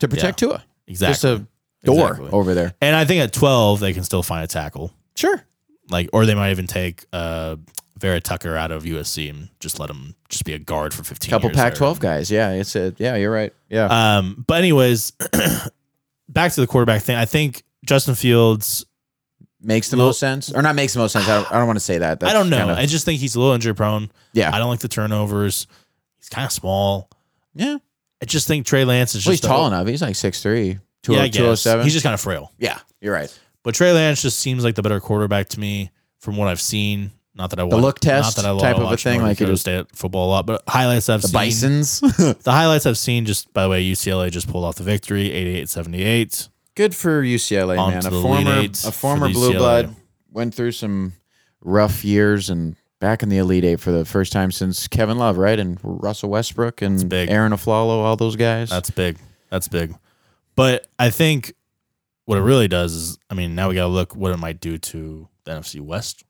Speaker 1: to protect Tua.
Speaker 2: Exactly.
Speaker 1: Just a door
Speaker 2: Exactly.
Speaker 1: over there.
Speaker 2: and I think at twelve they can still find a tackle,
Speaker 1: Sure.
Speaker 2: like or they might even take uh, Vera Tucker out of USC and just let him just be a guard for fifteen.
Speaker 1: Couple
Speaker 2: years there.
Speaker 1: Pac-12 guys. Yeah, it's a yeah. You're right. Yeah.
Speaker 2: Um, but anyways, back to the quarterback thing. I think Justin Fields.
Speaker 1: makes the
Speaker 2: Lil-
Speaker 1: most sense, or not makes the most sense. I don't, I don't want to say that. That's
Speaker 2: I don't know.
Speaker 1: kind of-
Speaker 2: I just think he's a little injury prone.
Speaker 1: yeah.
Speaker 2: I don't like the turnovers. He's kind of small.
Speaker 1: yeah. Well,
Speaker 2: I just think Trey Lance is just
Speaker 1: he's
Speaker 2: a-
Speaker 1: tall enough. oh- He's like 6'3", 20-
Speaker 2: Yeah, I guess.
Speaker 1: 207.
Speaker 2: He's just kind of frail.
Speaker 1: yeah. You're right.
Speaker 2: But Trey Lance just seems like the better quarterback to me from what I've seen. Not that I
Speaker 1: The
Speaker 2: watch,
Speaker 1: look test
Speaker 2: not that I
Speaker 1: type of a
Speaker 2: watch
Speaker 1: thing,
Speaker 2: North
Speaker 1: like you
Speaker 2: Dakota
Speaker 1: just-
Speaker 2: State football a lot, but highlights I've
Speaker 1: The
Speaker 2: seen.
Speaker 1: Bison's.
Speaker 2: The highlights I've seen. Just by the way, UCLA just pulled off the victory, 88-78.
Speaker 1: good for UCLA,
Speaker 2: On
Speaker 1: man.
Speaker 2: to
Speaker 1: A
Speaker 2: the lead
Speaker 1: former,
Speaker 2: eights
Speaker 1: a former
Speaker 2: for the
Speaker 1: blue
Speaker 2: UCLA.
Speaker 1: blood went through some rough years and back in the Elite Eight for the first time since Kevin Love, right? And Russell Westbrook and
Speaker 2: big.
Speaker 1: Aaron Aflalo, all those guys.
Speaker 2: That's big. That's big. But I think what it really does is, I mean, now we got to look what it might do to the NFC West.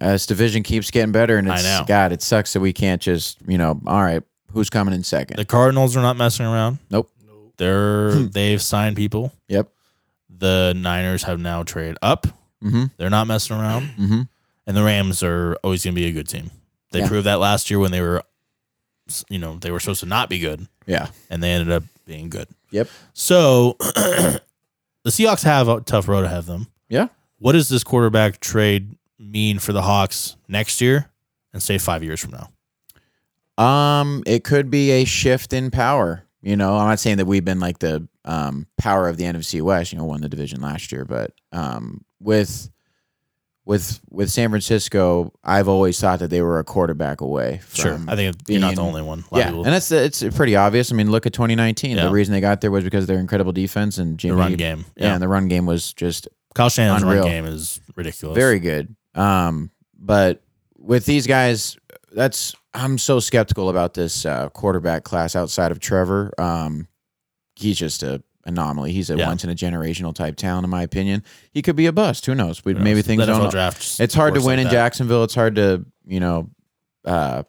Speaker 1: Uh, this division keeps getting better, and
Speaker 2: I
Speaker 1: it's
Speaker 2: know.
Speaker 1: God, it sucks that we can't just, you know, all right, who's coming in second?
Speaker 2: The Cardinals are not messing around.
Speaker 1: nope. Hmm.
Speaker 2: They're they've signed people.
Speaker 1: Yep.
Speaker 2: The Niners have now traded up.
Speaker 1: Mm-hmm.
Speaker 2: They're not messing around,
Speaker 1: Mm-hmm.
Speaker 2: and the Rams are always going to be a good team. They
Speaker 1: Yeah.
Speaker 2: proved that last year when they were, you know, they were supposed to not be good,
Speaker 1: Yeah.
Speaker 2: and they ended up being good.
Speaker 1: Yep.
Speaker 2: So the Seahawks have a tough road ahead of them.
Speaker 1: Yeah.
Speaker 2: What does this quarterback trade mean for the Hawks next year and say five years from now?
Speaker 1: Um, it could be a shift in power. You know, I'm not saying that we've been like the um, power of the NFC West. You know, won the division last year, but um, with with with San Francisco, I've always thought that they were a quarterback away. From,
Speaker 2: Sure. I think you're not the
Speaker 1: being-
Speaker 2: only one. A lot
Speaker 1: yeah,
Speaker 2: of people,
Speaker 1: and that's it's pretty obvious. I mean, look at 2019.
Speaker 2: Yeah.
Speaker 1: The reason they got there was because of their incredible defense and
Speaker 2: the
Speaker 1: Jimmy.
Speaker 2: run game.
Speaker 1: Yeah,
Speaker 2: Yeah.
Speaker 1: and the run game was just
Speaker 2: Kyle Shannon's
Speaker 1: Unreal.
Speaker 2: run game is ridiculous.
Speaker 1: very good. Um, but with these guys, that's I'm so skeptical about this uh, quarterback class outside of Trevor. Um, he's just a anomaly. He's a
Speaker 2: Yeah.
Speaker 1: once in a generational type talent, in my opinion. He could be a bust. Who knows? We, maybe things
Speaker 2: the NFL
Speaker 1: don't.
Speaker 2: draft. just
Speaker 1: It's hard to
Speaker 2: works
Speaker 1: win
Speaker 2: like
Speaker 1: in
Speaker 2: that.
Speaker 1: Jacksonville. It's hard to you know. Uh,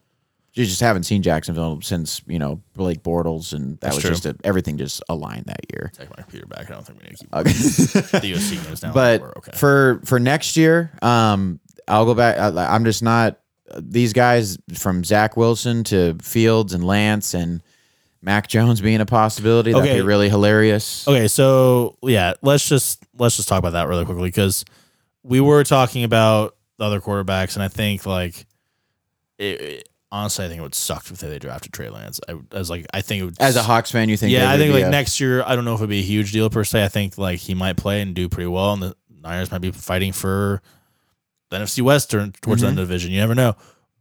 Speaker 1: you just haven't seen Jacksonville since you know Blake Bortles, and that
Speaker 2: That's
Speaker 1: was
Speaker 2: true.
Speaker 1: just a, everything just aligned that year.
Speaker 2: Take my computer back. I don't think we need to keep
Speaker 1: Okay.
Speaker 2: the USC games now.
Speaker 1: but
Speaker 2: We're okay.
Speaker 1: for for next year, um, I'll go back. I, I'm just not these guys from Zach Wilson to Fields and Lance and Mac Jones being a possibility. That'd
Speaker 2: Okay.
Speaker 1: be really hilarious.
Speaker 2: Okay, so yeah, let's just let's just talk about that really quickly because we were talking about the other quarterbacks, and I think like it, it- honestly, I think it would suck if they drafted Trey Lance. I, I was like, I think it would
Speaker 1: As a Hawks fan, you think?
Speaker 2: yeah,
Speaker 1: they
Speaker 2: I
Speaker 1: would
Speaker 2: think
Speaker 1: be
Speaker 2: like
Speaker 1: a-
Speaker 2: next year, I don't know if it'd be a huge deal per se. I think like he might play and do pretty well, and the Niners might be fighting for the NFC West or towards
Speaker 1: Mm-hmm.
Speaker 2: the end of the division. You never know.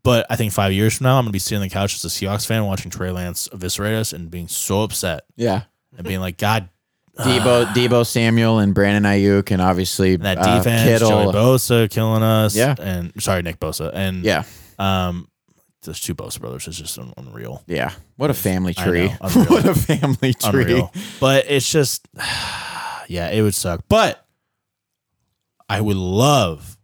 Speaker 2: But I think five years from now, I'm gonna be sitting on the couch as a Seahawks fan, watching Trey Lance eviscerate us and being so upset
Speaker 1: Yeah,
Speaker 2: and being like, God,
Speaker 1: Debo, Debo Samuel and Brandon Ayuk, and obviously
Speaker 2: And that
Speaker 1: uh,
Speaker 2: defense, Joey
Speaker 1: Kittle.
Speaker 2: Bosa killing us.
Speaker 1: Yeah.
Speaker 2: And sorry, Nick Bosa. And
Speaker 1: yeah,
Speaker 2: um those two Bosa brothers is just un- unreal.
Speaker 1: yeah. What a family
Speaker 2: I
Speaker 1: tree!
Speaker 2: know, unreal.
Speaker 1: what a family tree!
Speaker 2: Unreal. But it's just yeah, it would suck. But I would love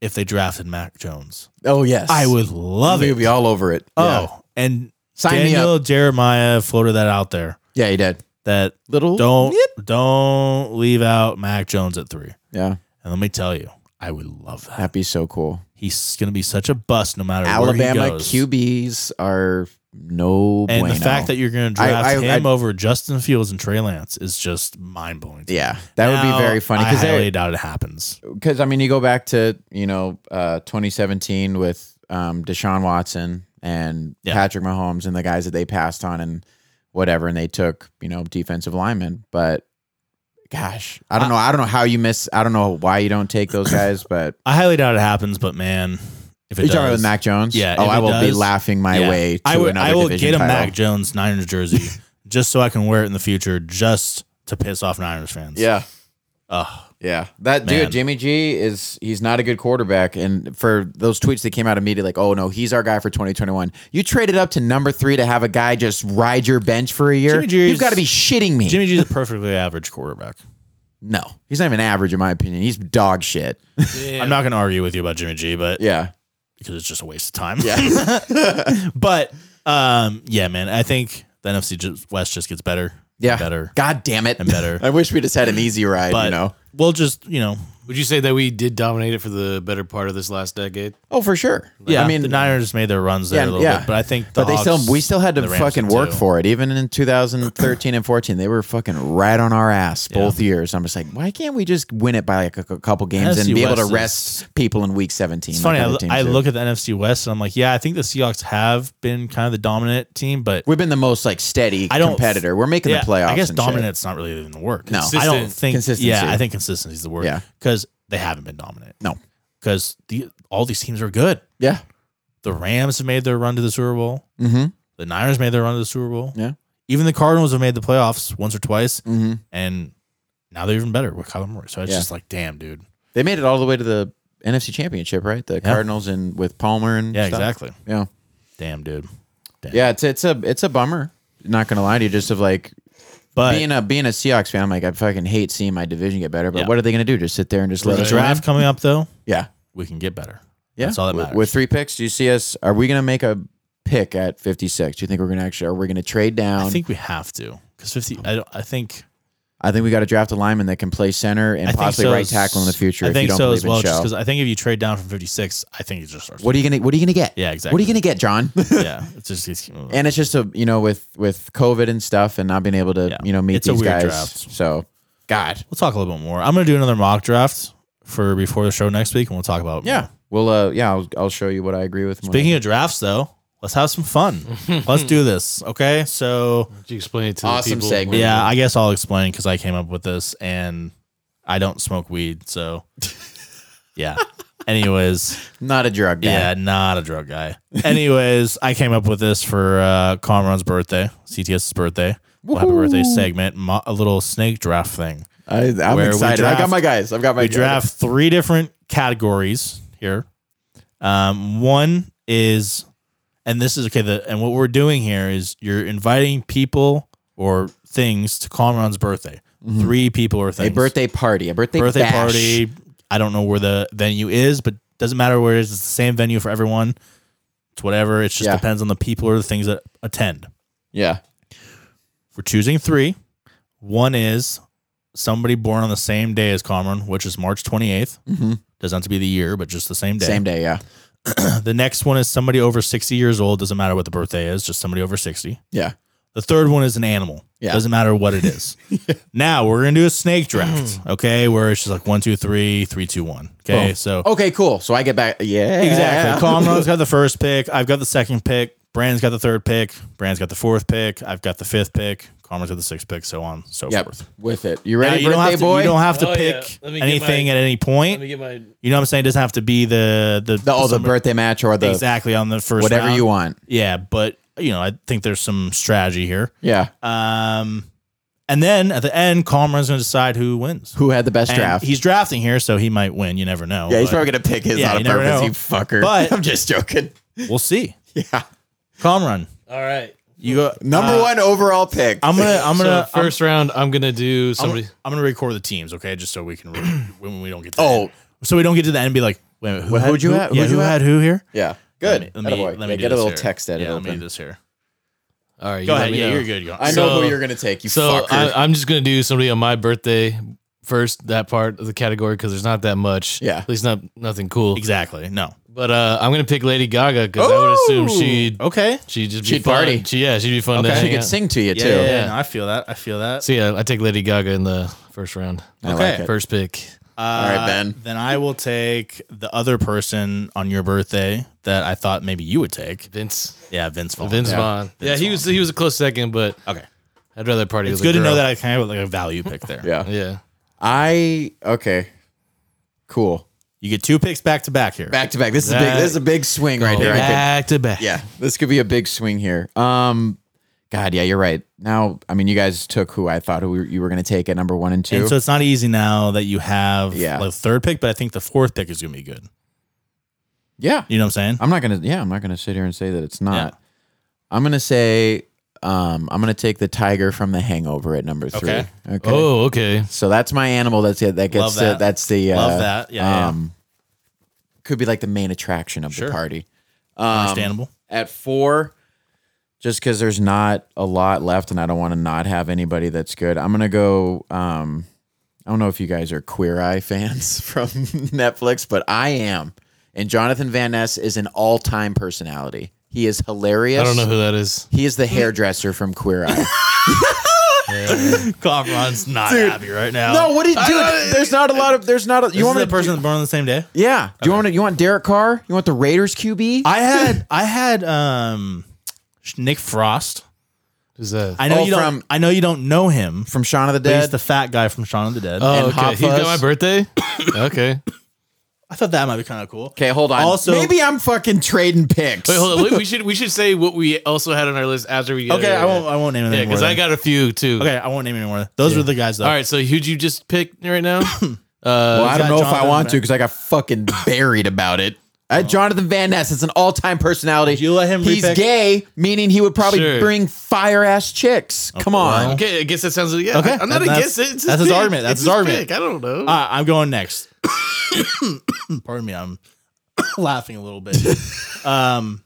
Speaker 2: if they drafted Mac Jones.
Speaker 1: Oh yes,
Speaker 2: I would love
Speaker 1: We'd
Speaker 2: it.
Speaker 1: be all over it.
Speaker 2: Oh,
Speaker 1: yeah.
Speaker 2: and
Speaker 1: sign me up.
Speaker 2: Daniel Jeremiah floated that out there
Speaker 1: Yeah, he did.
Speaker 2: that
Speaker 1: Little
Speaker 2: don't don't leave out Mac Jones at three.
Speaker 1: Yeah,
Speaker 2: And let me tell you, I would love that.
Speaker 1: That'd be so cool.
Speaker 2: He's gonna be such a bust no matter where he
Speaker 1: Alabama
Speaker 2: goes.
Speaker 1: QBs are no
Speaker 2: And
Speaker 1: bueno.
Speaker 2: the fact that you're gonna
Speaker 1: I-
Speaker 2: draft
Speaker 1: I-
Speaker 2: him
Speaker 1: I-
Speaker 2: over Justin Fields and Trey Lance is just mind blowing.
Speaker 1: yeah, that would be very funny
Speaker 2: I highly
Speaker 1: because
Speaker 2: doubt it happens.
Speaker 1: because I mean you go back to you know uh, 2017 with um, Deshaun Watson and
Speaker 2: Yeah.
Speaker 1: Patrick Mahomes and the guys that they passed on and whatever and they took you know defensive linemen, but gosh, I don't know. I don't know how you miss. I don't know why you don't take those guys, but.
Speaker 2: I highly doubt it happens, but man, if it
Speaker 1: Are you
Speaker 2: does,
Speaker 1: talking about Mac Jones?
Speaker 2: Yeah,
Speaker 1: Oh,
Speaker 2: if
Speaker 1: I
Speaker 2: it
Speaker 1: will be
Speaker 2: does-
Speaker 1: laughing my
Speaker 2: Yeah.
Speaker 1: way to
Speaker 2: I would-
Speaker 1: another
Speaker 2: I will
Speaker 1: division
Speaker 2: get a
Speaker 1: title.
Speaker 2: Mac Jones Niners jersey just so I can wear it in the future, just to piss off Niners fans.
Speaker 1: Yeah.
Speaker 2: Ugh.
Speaker 1: Yeah, that
Speaker 2: Man.
Speaker 1: dude, Jimmy G is he's not a good quarterback. And for those tweets that came out immediately, like, oh no, he's our guy for 2021. You traded up to number three to have a guy just ride your bench for a year.
Speaker 2: Jimmy G is-
Speaker 1: You've got to be shitting me.
Speaker 2: Jimmy G's a perfectly average quarterback.
Speaker 1: no, he's not even average in my opinion. He's dog shit.
Speaker 3: Yeah.
Speaker 2: I'm not going to argue with you about Jimmy G, but
Speaker 1: yeah,
Speaker 2: because it's just a waste of time. but um, yeah, man, I think the NFC ju- West just gets better,
Speaker 1: yeah.
Speaker 2: better,
Speaker 1: God damn it.
Speaker 2: and better.
Speaker 1: I wish we just had an easy ride.
Speaker 2: but
Speaker 1: you know.
Speaker 2: we'll just you know,
Speaker 3: Would you say that we did dominate it for the better part of this last decade?
Speaker 1: Oh, for sure.
Speaker 2: yeah.
Speaker 1: I mean,
Speaker 2: the Niners made their runs there
Speaker 1: yeah,
Speaker 2: a little
Speaker 1: yeah.
Speaker 2: bit, but I think the
Speaker 1: but they still
Speaker 2: Hawks-
Speaker 1: we still had to
Speaker 2: the Rams
Speaker 1: fucking
Speaker 2: did
Speaker 1: work
Speaker 2: too.
Speaker 1: for it. Even in 2013 and 14, they were fucking right on our ass both years. I'm just like, why can't we just win it by like a, a couple games
Speaker 2: NFC
Speaker 1: and be able
Speaker 2: West
Speaker 1: to
Speaker 2: is-
Speaker 1: rest people in week 17? like
Speaker 2: It's funny. I,
Speaker 1: other
Speaker 2: lo-
Speaker 1: teams
Speaker 2: I
Speaker 1: do?
Speaker 2: look at the NFC West and I'm like, yeah, I think the Seahawks have been kind of the dominant team, but
Speaker 1: We've been the most like steady
Speaker 2: I don't-
Speaker 1: competitor. We're making
Speaker 2: yeah,
Speaker 1: the playoffs.
Speaker 2: I guess
Speaker 1: and shit.
Speaker 2: dominant's not really even the word.
Speaker 1: No.
Speaker 2: I don't
Speaker 3: Consistent.
Speaker 2: think.
Speaker 1: Consistency.
Speaker 2: Yeah, I think consistency is the word.
Speaker 1: Yeah.
Speaker 2: because they haven't been dominant.
Speaker 1: No.
Speaker 2: because the all these teams are good.
Speaker 1: Yeah.
Speaker 2: The Rams have made their run to the Super Bowl.
Speaker 1: Mm-hmm.
Speaker 2: The Niners made their run to the Super Bowl.
Speaker 1: Yeah.
Speaker 2: Even the Cardinals have made the playoffs once or twice,
Speaker 1: Mm-hmm.
Speaker 2: and now they're even better with Kyler Murray. So it's
Speaker 1: Yeah.
Speaker 2: just like, damn, dude.
Speaker 1: They made it all the way to the NFC Championship, right? The Cardinals and with Palmer and
Speaker 2: Yeah,
Speaker 1: stuff.
Speaker 2: exactly.
Speaker 1: Yeah.
Speaker 2: Damn, dude. Damn.
Speaker 1: Yeah, it's it's a it's a bummer. Not gonna lie to you, just of like
Speaker 2: But
Speaker 1: being a being a Seahawks fan, I'm like I fucking hate seeing my division get better. But
Speaker 2: Yeah.
Speaker 1: what are they gonna do? Just sit there and just
Speaker 2: with
Speaker 1: let
Speaker 2: the
Speaker 1: us run?
Speaker 2: draft coming up, though,
Speaker 1: Yeah,
Speaker 2: we can get better.
Speaker 1: yeah.
Speaker 2: That's all that
Speaker 1: With-
Speaker 2: matters.
Speaker 1: With, three picks, do you see us? Are we gonna make a pick at 56? Do you think we're gonna actually? Are we gonna trade down?
Speaker 2: I think we have to because fifty. I don't. I think.
Speaker 1: I think we got to draft a lineman that can play center and
Speaker 2: I think
Speaker 1: possibly
Speaker 2: so
Speaker 1: right
Speaker 2: as-
Speaker 1: tackle in the future.
Speaker 2: I
Speaker 1: if you
Speaker 2: think
Speaker 1: don't
Speaker 2: so
Speaker 1: believe
Speaker 2: as well.
Speaker 1: in
Speaker 2: Just
Speaker 1: Shell.
Speaker 2: because I think if you trade down from fifty six, I think it just starts.
Speaker 1: What are you gonna What are you gonna get?
Speaker 2: Yeah,
Speaker 1: What are
Speaker 2: exactly.
Speaker 1: you gonna get, John?
Speaker 2: yeah, it's just it's,
Speaker 1: and it's just a you know with with COVID and stuff and not being able to
Speaker 2: Yeah.
Speaker 1: you know meet
Speaker 2: It's a
Speaker 1: these
Speaker 2: weird
Speaker 1: guys.
Speaker 2: draft.
Speaker 1: So God,
Speaker 2: we'll talk a little bit more. I'm gonna do another mock draft for before the show next week, and we'll talk about it more.
Speaker 1: yeah. Well, uh, yeah, I'll, I'll show you what I agree with. and what I
Speaker 2: Speaking of drafts, though, let's have some fun. let's do this, okay? So
Speaker 3: Did you explain it to
Speaker 1: Awesome
Speaker 3: the people?
Speaker 1: segment.
Speaker 2: yeah, I guess I'll explain because I came up with this, and I don't smoke weed, so yeah. Anyways,
Speaker 1: Not a drug guy.
Speaker 2: yeah, not a drug guy. Anyways, I came up with this for uh, Comron's birthday, CTS's birthday. We'll have a birthday segment, mo- a little snake draft thing.
Speaker 1: I, I'm
Speaker 2: Where we
Speaker 1: excited. I got
Speaker 2: draft-
Speaker 1: my guys. I've got my
Speaker 2: we
Speaker 1: guys.
Speaker 2: draft three different categories here. Um, one is, and this is okay. The and what we're doing here is you're inviting people or things to Comron's birthday. Three people or
Speaker 1: Mm-hmm. a
Speaker 2: things.
Speaker 1: birthday party, a birthday
Speaker 2: birthday
Speaker 1: bash.
Speaker 2: party. I don't know where the venue is, but doesn't matter where it is. It's the same venue for everyone. It's whatever. It just
Speaker 1: Yeah.
Speaker 2: depends on the people or the things that attend.
Speaker 1: Yeah.
Speaker 2: We're choosing three. One is somebody born on the same day as Comron, which is March 28th.
Speaker 1: Mm-hmm.
Speaker 2: Doesn't have to be the year, but just the same day.
Speaker 1: Same day. Yeah.
Speaker 2: The next one is somebody over 60 years old. Doesn't matter what the birthday is, just somebody over 60.
Speaker 1: Yeah.
Speaker 2: The third one is an animal.
Speaker 1: Yeah.
Speaker 2: Doesn't matter what it is. Now we're going to do a snake draft, okay? Where it's just like one, two, three, three, two, one. Okay.
Speaker 1: Mm. Boom.
Speaker 2: So
Speaker 1: Okay. Cool. So I get back. Yeah.
Speaker 2: exactly. Comron's got the first pick. I've got the second pick. Brand's got the third pick. Brand's got the fourth pick. I've got the fifth pick. Comron's got the sixth pick, so on, so
Speaker 1: Yep.
Speaker 2: forth.
Speaker 1: With it. You
Speaker 2: Now,
Speaker 1: ready,
Speaker 2: you, don't
Speaker 1: birthday
Speaker 2: have to,
Speaker 1: boy?
Speaker 2: you don't have to
Speaker 3: Oh, yeah.
Speaker 2: pick
Speaker 3: Let me get
Speaker 2: anything
Speaker 3: my-
Speaker 2: at any
Speaker 3: Let me
Speaker 2: point.
Speaker 3: get my.
Speaker 2: You know what I'm saying? It doesn't have to be the the,
Speaker 1: the, oh, the
Speaker 2: somebody-
Speaker 1: birthday match or the
Speaker 2: exactly on the first
Speaker 1: whatever
Speaker 2: round.
Speaker 1: you want.
Speaker 2: Yeah, but you know, I think there's some strategy here.
Speaker 1: Yeah.
Speaker 2: Um, and then at the end, Comron's going to decide who wins.
Speaker 1: Who had the best
Speaker 2: And
Speaker 1: draft?
Speaker 2: He's drafting here, so he might win. You never know.
Speaker 1: yeah. He's
Speaker 2: but
Speaker 1: probably gonna pick his
Speaker 2: Yeah,
Speaker 1: out
Speaker 2: you
Speaker 1: of
Speaker 2: never
Speaker 1: purpose.
Speaker 2: know.
Speaker 1: You fucker.
Speaker 2: But-
Speaker 1: I'm just joking.
Speaker 2: we'll see.
Speaker 1: Yeah.
Speaker 2: Comron,
Speaker 3: All right.
Speaker 2: you go
Speaker 1: Number
Speaker 2: uh,
Speaker 1: one overall pick.
Speaker 2: I'm gonna. I'm gonna.
Speaker 3: so first round, I'm gonna do
Speaker 2: I'm,
Speaker 3: somebody.
Speaker 2: I'm, I'm gonna record the teams, okay? Just so we can re- when we don't get to the
Speaker 1: Oh.
Speaker 2: end. so we don't get to the end and be like, wait, a minute, who
Speaker 1: Well,
Speaker 2: had
Speaker 1: who'd you
Speaker 2: who,
Speaker 1: at?
Speaker 2: yeah,
Speaker 1: Who'd
Speaker 2: who
Speaker 1: you at?
Speaker 2: had who here?
Speaker 1: yeah. Good.
Speaker 2: Let me, let me,
Speaker 1: Attaboy.
Speaker 2: let me
Speaker 1: Yeah,
Speaker 2: do
Speaker 1: get a
Speaker 2: this
Speaker 1: little
Speaker 2: here.
Speaker 1: text edit
Speaker 2: Yeah, let me
Speaker 1: open.
Speaker 2: do this here.
Speaker 3: All right. you
Speaker 2: Go
Speaker 3: let
Speaker 2: ahead.
Speaker 3: me
Speaker 2: Yeah,
Speaker 3: know.
Speaker 2: you're good. Go.
Speaker 1: I know
Speaker 3: So-
Speaker 1: who you're gonna take. You
Speaker 3: so
Speaker 1: fucker.
Speaker 3: I, I'm just gonna do somebody on my birthday first that part of the category because there's not that much.
Speaker 1: Yeah.
Speaker 3: At least not nothing cool.
Speaker 2: Exactly. No.
Speaker 3: But uh, I'm gonna pick Lady Gaga because I would assume
Speaker 2: Ooh,
Speaker 3: she'd
Speaker 2: Okay.
Speaker 3: she'd just be
Speaker 1: She'd
Speaker 3: fun.
Speaker 1: party.
Speaker 3: She, yeah, she'd be fun. To
Speaker 2: Okay.
Speaker 1: She
Speaker 3: hang
Speaker 1: could
Speaker 3: out.
Speaker 1: sing to you
Speaker 2: Yeah,
Speaker 1: too.
Speaker 2: yeah, yeah, no, I feel that. I feel that.
Speaker 3: So yeah, I take Lady Gaga in the first round.
Speaker 1: I
Speaker 2: Okay.
Speaker 1: like it.
Speaker 3: First pick.
Speaker 2: All
Speaker 1: right, Ben.
Speaker 2: Uh, Then I will take the other person on your birthday that I thought maybe you would take.
Speaker 3: Vince.
Speaker 2: Yeah, Vince Vaughn.
Speaker 3: Vince
Speaker 1: Yeah.
Speaker 3: Vaughn. Yeah, he was he was a close second, but
Speaker 2: Okay.
Speaker 3: I'd rather party
Speaker 2: It's
Speaker 3: with a
Speaker 2: good to know
Speaker 3: girl.
Speaker 2: that I kind of have like a value pick there.
Speaker 1: Yeah.
Speaker 3: Yeah.
Speaker 1: I okay. Cool.
Speaker 2: You get two picks back to back here.
Speaker 1: Back to back. This is a big this is a big swing right here. I could-
Speaker 3: Back to back.
Speaker 1: yeah. This could be a big swing here. Um God, yeah, you're right. Now, I mean, you guys took who I thought who you were going to take at number 1 and 2.
Speaker 2: And so it's not easy now that you have
Speaker 1: Yeah.
Speaker 2: like third pick, but I think the fourth pick is gonna be good.
Speaker 1: yeah.
Speaker 2: You know what I'm saying?
Speaker 1: I'm not going to yeah, I'm not going to sit here and say that it's not. I'm going to say um I'm going to take the tiger from the hangover at number 3.
Speaker 2: Okay.
Speaker 1: Okay.
Speaker 3: Oh, okay.
Speaker 1: So that's my animal that's it that
Speaker 2: Love
Speaker 1: gets
Speaker 2: that.
Speaker 1: The, that's the uh,
Speaker 2: Love that. Yeah, yeah.
Speaker 1: Um could be like the main attraction of
Speaker 2: Sure.
Speaker 1: the party. um,
Speaker 2: Understandable.
Speaker 1: at four, just because there's not a lot left, and I don't want to not have anybody that's good. I'm gonna go. Um, I don't know if you guys are Queer Eye fans from Netflix, but I am. And Jonathan Van Ness is an all-time personality. He is hilarious.
Speaker 3: I don't know who that is.
Speaker 1: He is the hairdresser from Queer Eye.
Speaker 2: Comron's not happy right
Speaker 3: Oh.
Speaker 2: now.
Speaker 1: no, what did dude? There's not a lot of. There's not a. You
Speaker 2: You
Speaker 1: want
Speaker 2: want
Speaker 1: to
Speaker 2: the person that's born on the same day?
Speaker 1: Yeah. Do you want to? You want Derek Carr? You want the Raiders QB?
Speaker 2: I had I had um Nick Frost.
Speaker 3: Who's that?
Speaker 2: I know
Speaker 1: Oh,
Speaker 2: you don't.
Speaker 1: from-
Speaker 2: I know you don't know him.
Speaker 1: from Shaun of the
Speaker 2: But
Speaker 1: Dead.
Speaker 2: he's the fat guy from Shaun of the Dead.
Speaker 3: oh,
Speaker 1: and Hot
Speaker 3: okay. He's got
Speaker 1: Fuzz.
Speaker 3: my birthday. okay.
Speaker 2: I thought that might be kind of cool.
Speaker 1: okay, hold on.
Speaker 2: Also-
Speaker 1: maybe I'm fucking trading picks.
Speaker 3: Wait, hold on. We- We should we should say what we also had on our list after we. Get
Speaker 2: Okay, I won't. I won't name
Speaker 3: Yeah,
Speaker 2: anymore.
Speaker 3: because I got a few too.
Speaker 2: Okay, I won't name anymore. Those were the guys. Though.
Speaker 3: All right. So who'd you just pick right now? Uh,
Speaker 1: Well, I don't
Speaker 2: got
Speaker 1: know if I
Speaker 2: Jonathan
Speaker 1: want
Speaker 2: Van-
Speaker 1: to because I got fucking buried about it. Uh, Jonathan Van Ness is an all-time personality.
Speaker 2: you let him
Speaker 1: He's
Speaker 2: repick?
Speaker 1: gay, meaning he would probably
Speaker 3: Sure.
Speaker 1: bring fire-ass chicks. Come on.
Speaker 3: okay. I guess that sounds. Yeah.
Speaker 2: Okay,
Speaker 3: I'm not
Speaker 2: that- that's-
Speaker 3: against it. It's
Speaker 2: that's his
Speaker 3: pick.
Speaker 2: argument. That's
Speaker 3: It's
Speaker 2: his argument.
Speaker 3: pick. I don't know.
Speaker 2: Uh, I'm going next. Pardon me. I'm laughing a little bit. Um,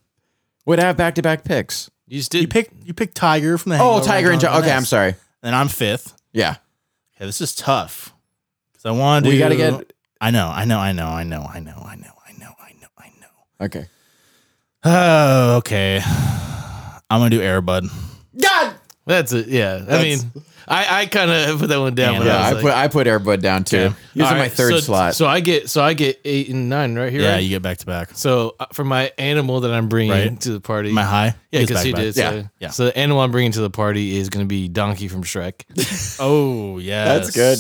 Speaker 1: Would have back-to-back picks.
Speaker 3: you just
Speaker 2: you
Speaker 3: did.
Speaker 2: pick. You pick Tiger from the.
Speaker 1: Oh,
Speaker 2: Hangover
Speaker 1: Tiger and John.
Speaker 2: Jonathan
Speaker 1: Okay,
Speaker 2: Ness.
Speaker 1: I'm sorry.
Speaker 2: And I'm fifth.
Speaker 1: Yeah.
Speaker 2: Okay, this is tough. Because I want to.
Speaker 1: We gotta get-
Speaker 2: I know. I know. I know. I know. I know. I know. I know. I know. I know.
Speaker 1: Okay.
Speaker 2: Oh, okay. I'm gonna do Airbud.
Speaker 1: God.
Speaker 3: That's it. Yeah. I
Speaker 1: That's-
Speaker 3: mean, I I kind of put that one down.
Speaker 2: Yeah,
Speaker 3: but
Speaker 1: Yeah,
Speaker 3: I,
Speaker 1: I
Speaker 3: was
Speaker 1: put
Speaker 3: like,
Speaker 1: I put Airbud down too.
Speaker 2: Okay.
Speaker 1: These
Speaker 3: all
Speaker 1: are my
Speaker 3: right,
Speaker 1: third
Speaker 3: so-
Speaker 1: slot.
Speaker 3: So I get so I get eight and nine right here.
Speaker 2: Yeah,
Speaker 3: right?
Speaker 2: you get back to back.
Speaker 3: So uh, for my animal that I'm bringing
Speaker 2: Right.
Speaker 3: to the party,
Speaker 2: My high.
Speaker 3: yeah,
Speaker 2: Gets
Speaker 3: because
Speaker 2: back
Speaker 3: he
Speaker 2: to back.
Speaker 3: did.
Speaker 1: Yeah,
Speaker 3: So,
Speaker 2: yeah.
Speaker 3: so the animal I'm bringing to the party is going to be Donkey from Shrek.
Speaker 2: Oh yeah,
Speaker 1: That's good.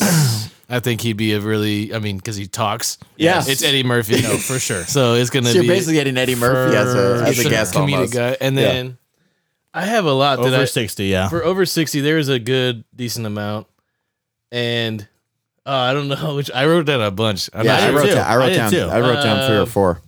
Speaker 3: I think he'd be a really, I mean, because he talks.
Speaker 1: Yeah.
Speaker 3: it's Eddie Murphy.
Speaker 2: No, for sure.
Speaker 3: so it's going to
Speaker 1: So you're
Speaker 3: be
Speaker 1: basically getting Eddie Murphy as a,
Speaker 3: for-
Speaker 1: as a
Speaker 3: some
Speaker 1: guest
Speaker 3: comedic
Speaker 1: almost.
Speaker 3: guy. And then I have a lot that
Speaker 2: Over
Speaker 3: I,
Speaker 2: sixty, yeah.
Speaker 3: for over sixty. There is a good decent amount, and uh, I don't know which I wrote down a bunch. I'm
Speaker 1: Yeah,
Speaker 3: not
Speaker 1: I
Speaker 3: sure.
Speaker 1: wrote,
Speaker 2: too.
Speaker 1: down, I
Speaker 2: I
Speaker 1: wrote
Speaker 2: did
Speaker 1: down.
Speaker 2: too.
Speaker 1: I wrote down three
Speaker 3: Uh,
Speaker 1: or four.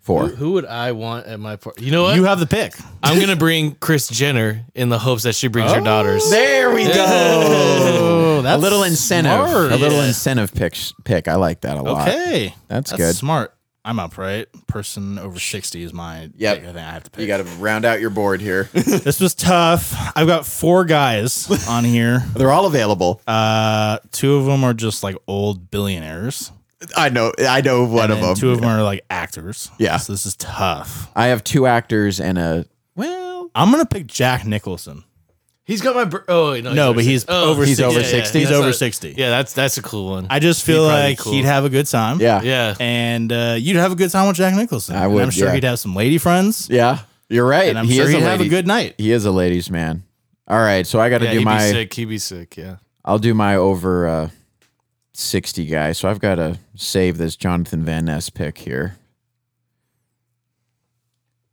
Speaker 1: Four.
Speaker 3: Who, who would I want at my party? You know what?
Speaker 2: You have the pick.
Speaker 3: I'm gonna bring Chris Jenner in the hopes that she brings her daughters.
Speaker 1: There we go.
Speaker 2: Oh, that's
Speaker 1: a little incentive.
Speaker 2: smart.
Speaker 1: A little
Speaker 2: Yeah.
Speaker 1: incentive pick. Pick. I like that a lot.
Speaker 2: Okay,
Speaker 1: That's good.
Speaker 2: Smart. I'm up, right? Person over sixty is my. Yeah,
Speaker 1: Yep.
Speaker 2: pick. I think I have to pick.
Speaker 1: You got to round out your board here.
Speaker 2: this was tough. I've got four guys on here.
Speaker 1: They're all available.
Speaker 2: Uh, two of them are just like old billionaires.
Speaker 1: I know. I know one
Speaker 2: and
Speaker 1: of
Speaker 2: then
Speaker 1: them.
Speaker 2: Two of them are like actors.
Speaker 1: Yeah.
Speaker 2: So this is tough.
Speaker 1: I have two actors and a. Well,
Speaker 2: I'm gonna pick Jack Nicholson.
Speaker 3: He's got my. Br- oh wait, no,
Speaker 2: No, but
Speaker 3: six- oh,
Speaker 2: he's over
Speaker 1: he's
Speaker 2: 60.
Speaker 1: over
Speaker 2: Yeah,
Speaker 1: 60.
Speaker 2: He's
Speaker 3: that's
Speaker 2: over
Speaker 3: not-
Speaker 2: 60.
Speaker 3: Yeah, that's that's a cool one.
Speaker 2: I just feel
Speaker 3: He'd probably be
Speaker 2: like
Speaker 3: cool.
Speaker 2: he'd have a good time.
Speaker 1: yeah. Yeah.
Speaker 3: yeah,
Speaker 2: And uh, you'd have a good time with Jack Nicholson.
Speaker 1: I
Speaker 2: And
Speaker 1: would,
Speaker 2: I'm sure
Speaker 1: yeah.
Speaker 2: he'd have some lady friends.
Speaker 1: You're right.
Speaker 2: And I'm
Speaker 1: he
Speaker 2: sure
Speaker 1: is
Speaker 2: he'd
Speaker 1: a
Speaker 2: have a
Speaker 1: lady.
Speaker 2: good night.
Speaker 1: He is a ladies' man. All right. So I got to
Speaker 3: yeah
Speaker 1: do
Speaker 3: he'd
Speaker 1: my.
Speaker 3: be sick. He'd be sick. Yeah.
Speaker 1: I'll do my over uh, sixty guy. So I've got to save this Jonathan Van Ness pick here.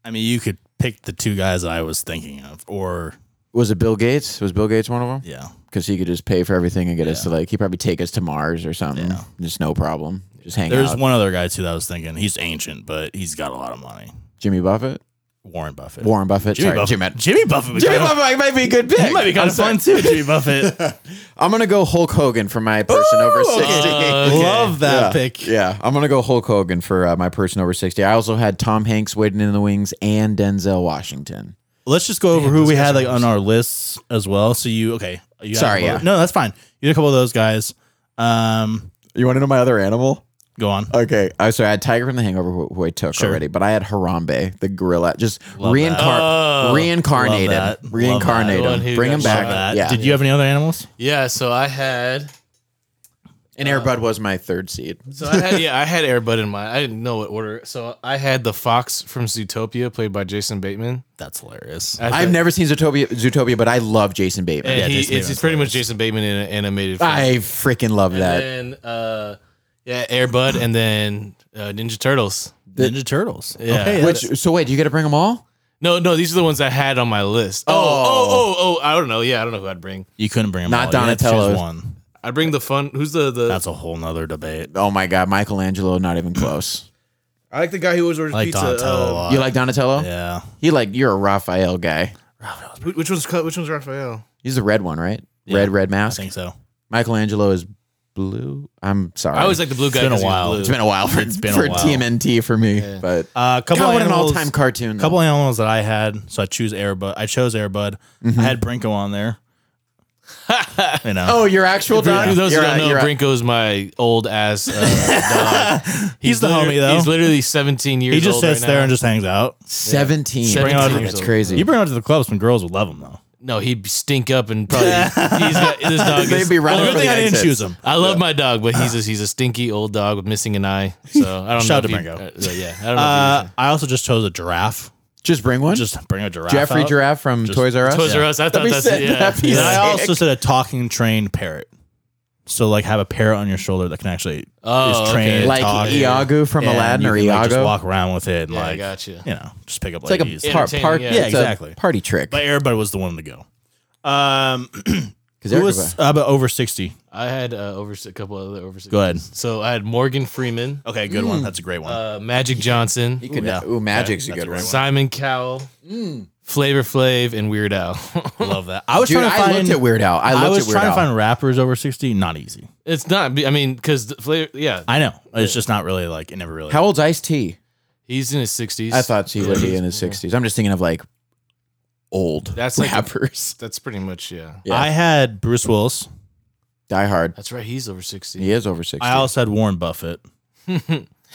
Speaker 2: I mean, you could pick the two guys that I was thinking of, or
Speaker 1: Was it Bill Gates? Was Bill Gates one of them?
Speaker 2: yeah,
Speaker 1: because he could just pay for everything and get us
Speaker 2: Yeah.
Speaker 1: to like he'd probably take us to Mars or something.
Speaker 2: Yeah.
Speaker 1: Just no problem. Just hang
Speaker 2: there's
Speaker 1: out.
Speaker 2: one other guy too that I was thinking. He's ancient, but he's got a lot of money.
Speaker 1: Jimmy Buffett,
Speaker 2: Warren Buffett.
Speaker 1: Warren Buffett.
Speaker 2: Jimmy
Speaker 1: sorry, Jimmy,
Speaker 2: Buffett. Jimmy Buffett. would
Speaker 1: Jimmy
Speaker 2: kinda-
Speaker 1: Buffett might be a good pick.
Speaker 2: He might be kind of fun too. Jimmy Buffett.
Speaker 1: I'm gonna go Hulk Hogan for my person over sixty.
Speaker 3: Uh, okay.
Speaker 2: Love that
Speaker 1: yeah.
Speaker 2: pick.
Speaker 1: Yeah, I'm gonna go Hulk Hogan for uh, my person over sixty. I also had Tom Hanks waiting in the wings and Denzel Washington.
Speaker 2: Let's just go over who we had like on our lists as well. So you okay? You had a
Speaker 1: Sorry,
Speaker 2: couple
Speaker 1: yeah.
Speaker 2: of- no, that's fine. You had a couple of those guys. Um,
Speaker 1: You want to know my other animal?
Speaker 2: go on.
Speaker 1: Okay, I so Oh, I had Tiger from the Hangover, who, who I took
Speaker 2: Sure.
Speaker 1: already, but I had Harambe, the gorilla, just
Speaker 2: Love
Speaker 1: reincar-
Speaker 3: that. Oh,
Speaker 1: reincarnate
Speaker 2: love
Speaker 1: him,
Speaker 2: that.
Speaker 1: reincarnate
Speaker 3: Love that. The one
Speaker 1: him,
Speaker 3: who
Speaker 1: bring him
Speaker 3: got
Speaker 1: back.
Speaker 3: shot. Love
Speaker 1: Yeah,
Speaker 2: Did you have any other animals?
Speaker 3: Yeah, so I had
Speaker 1: and Airbud was my third seed.
Speaker 3: so I had yeah, I had Airbud in mind. I didn't know what order. So I had the fox from Zootopia played by Jason Bateman.
Speaker 2: That's hilarious.
Speaker 3: I
Speaker 1: I've
Speaker 3: thought-
Speaker 1: never seen Zootopia, Zootopia, but I love Jason Bateman.
Speaker 3: and
Speaker 2: Yeah,
Speaker 3: he,
Speaker 2: Jason
Speaker 3: it's,
Speaker 2: Bateman's
Speaker 3: it's pretty much Jason Bateman in an animated film.
Speaker 1: I freaking love
Speaker 3: and
Speaker 1: that.
Speaker 3: then uh yeah, Airbud and then uh, Ninja Turtles.
Speaker 2: Ninja Turtles.
Speaker 3: Yeah.
Speaker 2: Okay,
Speaker 1: Which so wait, do you got to bring them all?
Speaker 3: No, no, these are the ones I had on my list. Oh, oh, oh, oh, I don't know. Yeah, I don't know who I'd bring.
Speaker 2: you couldn't bring them.
Speaker 1: Not
Speaker 2: all. You had to choose
Speaker 1: Donatello's.
Speaker 2: One.
Speaker 3: I'd bring the fun who's the the
Speaker 2: That's a whole nother debate.
Speaker 1: Oh my God, Michelangelo, not even close.
Speaker 3: I like the guy who always orders
Speaker 2: I like Donatello a lot.
Speaker 1: you like Donatello?
Speaker 2: yeah.
Speaker 1: He like you're a Raphael guy.
Speaker 3: Wh- Which one's cut? Which one's Raphael?
Speaker 1: He's the red one, right? Red red
Speaker 2: I
Speaker 1: mask.
Speaker 2: think so.
Speaker 1: Michelangelo is blue. I'm sorry.
Speaker 3: I always like the blue guy.
Speaker 2: been a
Speaker 3: 'cause he's
Speaker 2: while.
Speaker 3: blue.
Speaker 1: it's been a while for
Speaker 2: It's been a
Speaker 1: for
Speaker 2: while.
Speaker 1: TMNT for me, but
Speaker 2: Uh, a couple
Speaker 1: God,
Speaker 2: of
Speaker 1: what an
Speaker 2: animals-
Speaker 1: all time cartoon.
Speaker 2: couple animals that I had. So I choose Airbud. I chose Airbud. I had Brinko on there. you know,
Speaker 1: Oh, your actual dog.
Speaker 3: For those who
Speaker 1: You're
Speaker 3: don't
Speaker 1: right,
Speaker 3: know,
Speaker 1: you're right.
Speaker 3: Brinko's my old ass uh, dog.
Speaker 2: he's, the
Speaker 3: liter-
Speaker 2: homie though.
Speaker 3: He's literally 17 years
Speaker 2: he
Speaker 3: old.
Speaker 2: just sits
Speaker 3: right
Speaker 2: there
Speaker 3: now.
Speaker 2: and just hangs out.
Speaker 1: Seventeen.
Speaker 3: Bring
Speaker 2: out-
Speaker 1: That's crazy.
Speaker 2: You bring him out to the club, some girls would love him though.
Speaker 3: No, he'd stink up and probably. he's got, this dog
Speaker 1: They'd
Speaker 3: is-
Speaker 1: be running for
Speaker 2: Well, good
Speaker 1: the
Speaker 2: thing I didn't
Speaker 1: exits.
Speaker 2: choose him.
Speaker 3: I love my dog, but he's a, he's a stinky old dog with missing an eye. So I don't
Speaker 2: Shout
Speaker 3: know.
Speaker 2: out to
Speaker 3: if
Speaker 2: Brinko.
Speaker 3: he- uh, yeah, I don't know.
Speaker 2: Uh, I also just chose a giraffe.
Speaker 1: Just bring one.
Speaker 2: Just bring a giraffe.
Speaker 1: Jeffrey
Speaker 2: out.
Speaker 1: Giraffe from Toys R Us.
Speaker 3: if he, Toys R Us. I thought
Speaker 1: be
Speaker 3: that's
Speaker 1: sick.
Speaker 3: yeah.
Speaker 1: That'd be
Speaker 2: And I
Speaker 1: sick.
Speaker 2: also said a talking trained parrot. So like have a parrot on your shoulder that can actually
Speaker 3: Oh,
Speaker 2: is trained,
Speaker 3: okay.
Speaker 2: and
Speaker 1: Like
Speaker 2: talk.
Speaker 1: Iago from
Speaker 2: Yeah, and
Speaker 1: Aladdin
Speaker 2: you
Speaker 1: or
Speaker 2: can, like, just
Speaker 1: Iago.
Speaker 2: walk around with it and
Speaker 3: Yeah, I
Speaker 2: like
Speaker 3: gotcha.
Speaker 2: you know just pick up
Speaker 1: it's like
Speaker 2: ladies.
Speaker 1: a par-
Speaker 3: Entertaining,
Speaker 1: part.
Speaker 3: yeah.
Speaker 1: it's
Speaker 2: Yeah,
Speaker 1: a
Speaker 2: exactly.
Speaker 1: party trick.
Speaker 2: but everybody was the one to go. Um,
Speaker 1: Because
Speaker 2: who was uh, about over sixty?
Speaker 3: I had uh, over a couple other over.
Speaker 2: Go ahead.
Speaker 3: So I had Morgan Freeman,
Speaker 2: Okay, good
Speaker 1: Mm.
Speaker 2: one. That's a great one.
Speaker 3: uh, Magic Johnson,
Speaker 1: You could,
Speaker 2: Ooh, yeah.
Speaker 1: ooh, Magic's a
Speaker 2: That's
Speaker 1: good
Speaker 2: a
Speaker 1: one.
Speaker 2: great
Speaker 3: Simon Cowell,
Speaker 2: Mm.
Speaker 3: Flavor Flav, and Weird Al.
Speaker 2: Love that. I was
Speaker 1: Dude,
Speaker 2: trying to
Speaker 1: I
Speaker 2: find.
Speaker 1: looked at Weird Al. I
Speaker 2: I,
Speaker 1: looked
Speaker 2: was
Speaker 1: at Weird
Speaker 2: trying
Speaker 1: Al.
Speaker 2: to find rappers over sixty. Not easy.
Speaker 3: it's not. I mean, because Flavor, yeah,
Speaker 2: I know. It's just not really like it never really.
Speaker 1: How old's Ice T?
Speaker 3: he's in his sixties.
Speaker 1: I thought he would be in his sixties. I'm just thinking of like old
Speaker 3: That's like-
Speaker 1: rappers.
Speaker 3: that's pretty much yeah.
Speaker 1: Yeah.
Speaker 2: I had Bruce Willis.
Speaker 1: Die Hard.
Speaker 3: That's right. He's over sixty.
Speaker 1: He is over sixty.
Speaker 2: I also had Warren Buffett.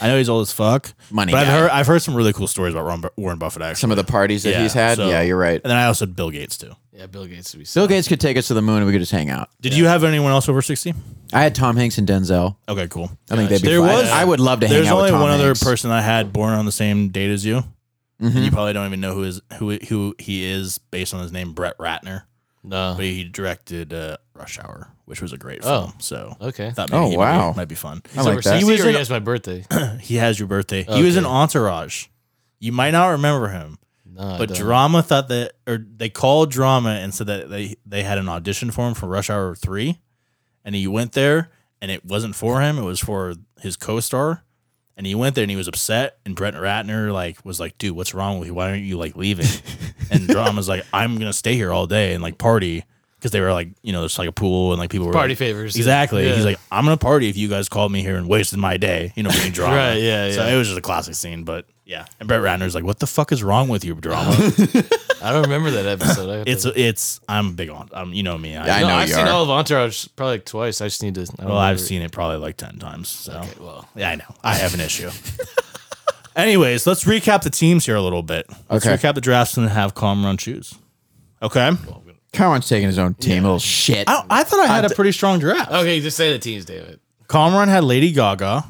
Speaker 2: I know he's old as fuck,
Speaker 1: Money.
Speaker 2: but I've
Speaker 1: guy.
Speaker 2: heard I've heard some really cool stories about Ron- Warren Buffett actually.
Speaker 1: some of the parties that
Speaker 2: Yeah,
Speaker 1: he's had.
Speaker 2: so-
Speaker 1: yeah, you're right.
Speaker 2: and then I also had Bill Gates too.
Speaker 3: Yeah, Bill Gates would be.
Speaker 1: Bill Gates could take us to the moon and we could just hang out.
Speaker 2: Did you have anyone else over sixty?
Speaker 1: I had Tom Hanks and Denzel.
Speaker 2: Okay, cool.
Speaker 1: I think they'd be
Speaker 2: There
Speaker 1: fine.
Speaker 2: was-
Speaker 1: I would love to hang
Speaker 2: There's
Speaker 1: out
Speaker 2: only
Speaker 1: with Tom
Speaker 2: one other
Speaker 1: Hanks.
Speaker 2: person I had born on the same date as you. And
Speaker 1: Mhm.
Speaker 2: you probably don't even know who is who who he is based on his name, Brett Ratner.
Speaker 3: No.
Speaker 1: Oh.
Speaker 2: But he directed uh, Rush Hour, which was a great
Speaker 3: Oh.
Speaker 2: film. So
Speaker 3: Okay.
Speaker 2: thought
Speaker 1: Oh,
Speaker 2: maybe he might be-
Speaker 1: wow.
Speaker 2: might, be fun.
Speaker 1: I like
Speaker 3: He
Speaker 1: that.
Speaker 3: was
Speaker 2: in-
Speaker 3: my birthday.
Speaker 2: He has your birthday. He was in
Speaker 3: Okay.
Speaker 2: Entourage. You might not remember him,
Speaker 3: No, I
Speaker 2: but
Speaker 3: don't.
Speaker 2: Drama thought that, or they called Drama and said that they they had an audition for him for Rush Hour Three, and he went there, and it wasn't for him. It was for his co-star. And he went there and he was upset. And Brent Ratner like was like, "Dude, what's wrong with you? Why aren't you like leaving?" and Drama's like, "I'm gonna stay here all day and like party because they were like, you know, there's like a pool and like people were
Speaker 3: party
Speaker 2: like,
Speaker 3: favors.
Speaker 2: Exactly.
Speaker 3: Yeah.
Speaker 2: He's like, I'm gonna party if you guys called me here and wasted my day. You know, being drama.
Speaker 3: Right, yeah,
Speaker 2: So
Speaker 3: yeah.
Speaker 2: it was just a classic scene, but yeah. And Brett Ratner's like, "What the fuck is wrong with you, drama?
Speaker 3: I don't remember that episode. I have to-
Speaker 2: it's it's I'm big on. Um, you know me. I,
Speaker 1: Yeah, I
Speaker 3: no,
Speaker 1: know
Speaker 3: I've
Speaker 1: you
Speaker 3: seen
Speaker 1: are.
Speaker 3: all of Entourage probably like twice. I just need to. I don't
Speaker 2: well, Oh, I've
Speaker 3: remember.
Speaker 2: seen it probably like ten times. So
Speaker 3: Okay, well,
Speaker 2: yeah, I know. I have an issue. Anyways, let's recap the teams here a little bit. Let's
Speaker 1: Okay.
Speaker 2: recap the drafts and have calm run shoes. Okay.
Speaker 1: Cameron's taking his own team. Little shit.
Speaker 2: I, I thought I had a pretty strong draft.
Speaker 3: okay, just say the teams, David.
Speaker 2: Comron had Lady Gaga,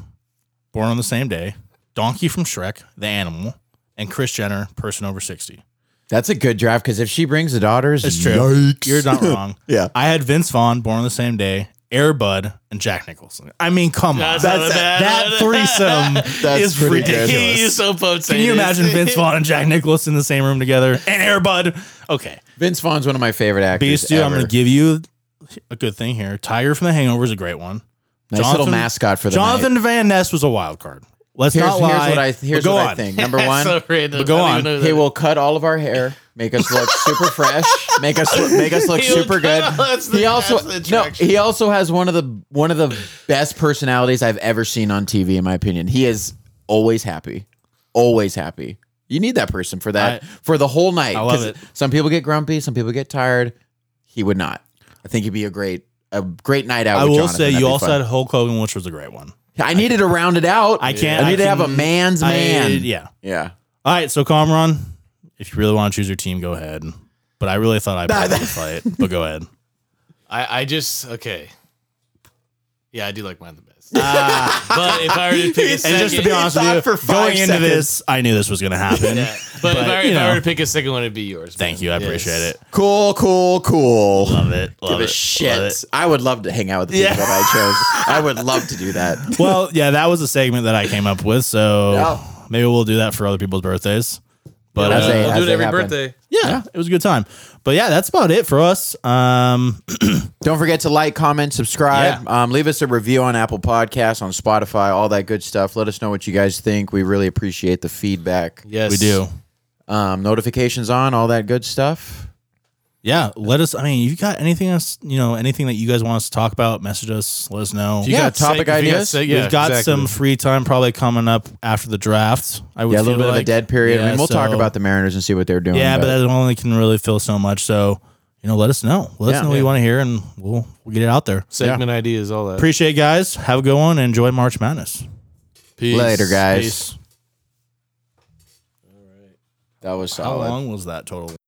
Speaker 2: born on the same day, Donkey from Shrek, the animal, and Chris Jenner, person over 60.
Speaker 1: That's a good draft because if she brings the daughters,
Speaker 2: It's true.
Speaker 1: yikes.
Speaker 2: You're not wrong.
Speaker 1: Yeah.
Speaker 2: I had Vince Vaughn, born on the same day, Airbud, and Jack Nicholson. I mean, come on.
Speaker 3: That's
Speaker 2: That,
Speaker 3: not bad.
Speaker 2: that threesome
Speaker 1: That's
Speaker 2: is
Speaker 1: pretty good.
Speaker 2: ridiculous.
Speaker 1: He
Speaker 3: so pumped.
Speaker 2: Can you imagine Vince Vaughn and Jack Nicholas in the same room together and Airbud? Okay.
Speaker 1: Vince Vaughn's one of my favorite actors.
Speaker 2: Beast, dude, I'm
Speaker 1: ever.
Speaker 2: going to give you a good thing here. Tiger from The Hangover is a great one.
Speaker 1: nice little mascot for the
Speaker 2: Jonathan Van Ness was a wild card. Let's
Speaker 1: Night. Here's,
Speaker 2: not
Speaker 1: here's
Speaker 2: lie.
Speaker 1: what I
Speaker 2: but
Speaker 1: here's
Speaker 2: go
Speaker 1: what I
Speaker 2: on.
Speaker 1: think. Number one,
Speaker 2: go on.
Speaker 1: he will cut all of our hair, make us look super fresh, make us look, make us look
Speaker 3: He will
Speaker 1: super
Speaker 3: cut
Speaker 1: good.
Speaker 3: all- that's the-
Speaker 1: he also
Speaker 3: that's the
Speaker 1: no,
Speaker 3: attraction.
Speaker 1: he also has one of the one of the best personalities I've ever seen on TV. In my opinion, he is always happy, always happy. You need that person for that
Speaker 2: I-
Speaker 1: for the whole night.
Speaker 2: I love
Speaker 1: 'cause
Speaker 2: it.
Speaker 1: Some people get grumpy, some people get tired. He would not. I think it'd be a great a great night out.
Speaker 2: I
Speaker 1: with
Speaker 2: will
Speaker 1: Jonathan.
Speaker 2: say
Speaker 1: That'd
Speaker 2: you
Speaker 1: be
Speaker 2: also
Speaker 1: fun.
Speaker 2: had Hulk Hogan, which was a great one.
Speaker 1: I needed to round it out.
Speaker 2: I can't.
Speaker 1: I need to have a
Speaker 2: can-
Speaker 1: man's
Speaker 2: I-
Speaker 1: man.
Speaker 2: yeah.
Speaker 1: Yeah.
Speaker 2: All right. So Comron, if you really want to choose your team, go ahead. But I really thought I
Speaker 1: Nah,
Speaker 2: probably
Speaker 1: that-
Speaker 2: would fight. But go ahead.
Speaker 3: I, I just okay. Yeah, I do like mine the best.
Speaker 2: Ah,
Speaker 3: But if I were to pick a
Speaker 2: and
Speaker 3: second,
Speaker 2: just to be honest with
Speaker 1: thought
Speaker 2: you,
Speaker 1: for five
Speaker 2: going into
Speaker 1: seconds.
Speaker 2: this, I knew this was going to happen.
Speaker 3: yeah.
Speaker 2: But,
Speaker 3: But, if, I,
Speaker 2: you
Speaker 3: if I
Speaker 2: know.
Speaker 3: were to pick a second one, it'd be yours.
Speaker 2: Thank
Speaker 3: man.
Speaker 2: you. I
Speaker 3: Yes.
Speaker 2: appreciate it.
Speaker 1: Cool, cool, cool.
Speaker 2: Love it. Love
Speaker 1: Give
Speaker 2: it.
Speaker 1: a shit.
Speaker 2: Love it.
Speaker 1: I would love to hang out with the people
Speaker 2: Yeah.
Speaker 1: that I chose. I would love to do that.
Speaker 2: Well, yeah, that was a segment that I came up with. So
Speaker 1: Yeah.
Speaker 2: maybe we'll do that for other people's birthdays. But
Speaker 1: As
Speaker 2: uh,
Speaker 1: they-
Speaker 3: we'll
Speaker 1: as
Speaker 3: do it
Speaker 1: they
Speaker 3: every
Speaker 1: happen.
Speaker 3: birthday.
Speaker 2: yeah, it was a good time. But yeah, that's about it for us. Um,
Speaker 1: Don't forget to like, comment, subscribe. Um, leave us a review on Apple Podcasts, on Spotify, all that good stuff. Let us know what you guys think. We really appreciate the feedback.
Speaker 3: Yes,
Speaker 2: we do.
Speaker 1: Um, notifications on, all that good stuff.
Speaker 2: Yeah, let us. I mean, you got anything else? You know, anything that you guys want us to talk about? Message us. Let us know.
Speaker 3: If you
Speaker 1: Yeah,
Speaker 3: got
Speaker 1: topic
Speaker 3: if you got
Speaker 1: ideas.
Speaker 3: seg- yeah,
Speaker 2: We've got
Speaker 3: exactly.
Speaker 2: some free time probably coming up after the draft. I would
Speaker 1: Yeah, a little
Speaker 2: feel
Speaker 1: bit of a
Speaker 2: like.
Speaker 1: dead period. I
Speaker 2: Yeah,
Speaker 1: mean, we'll talk
Speaker 2: so-
Speaker 1: about the Mariners and see what they're doing.
Speaker 2: Yeah, but, that only can really fill so much. So you know, let us know. Let
Speaker 1: Yeah.
Speaker 2: us know what
Speaker 1: Yeah.
Speaker 2: you want to hear, and we'll we'll get it out there.
Speaker 3: segment ideas, all that.
Speaker 2: Appreciate it, guys. Have a good one. Enjoy March Madness.
Speaker 3: Peace.
Speaker 1: later, guys.
Speaker 2: Peace.
Speaker 1: That was
Speaker 2: How
Speaker 1: solid.
Speaker 2: long was that total?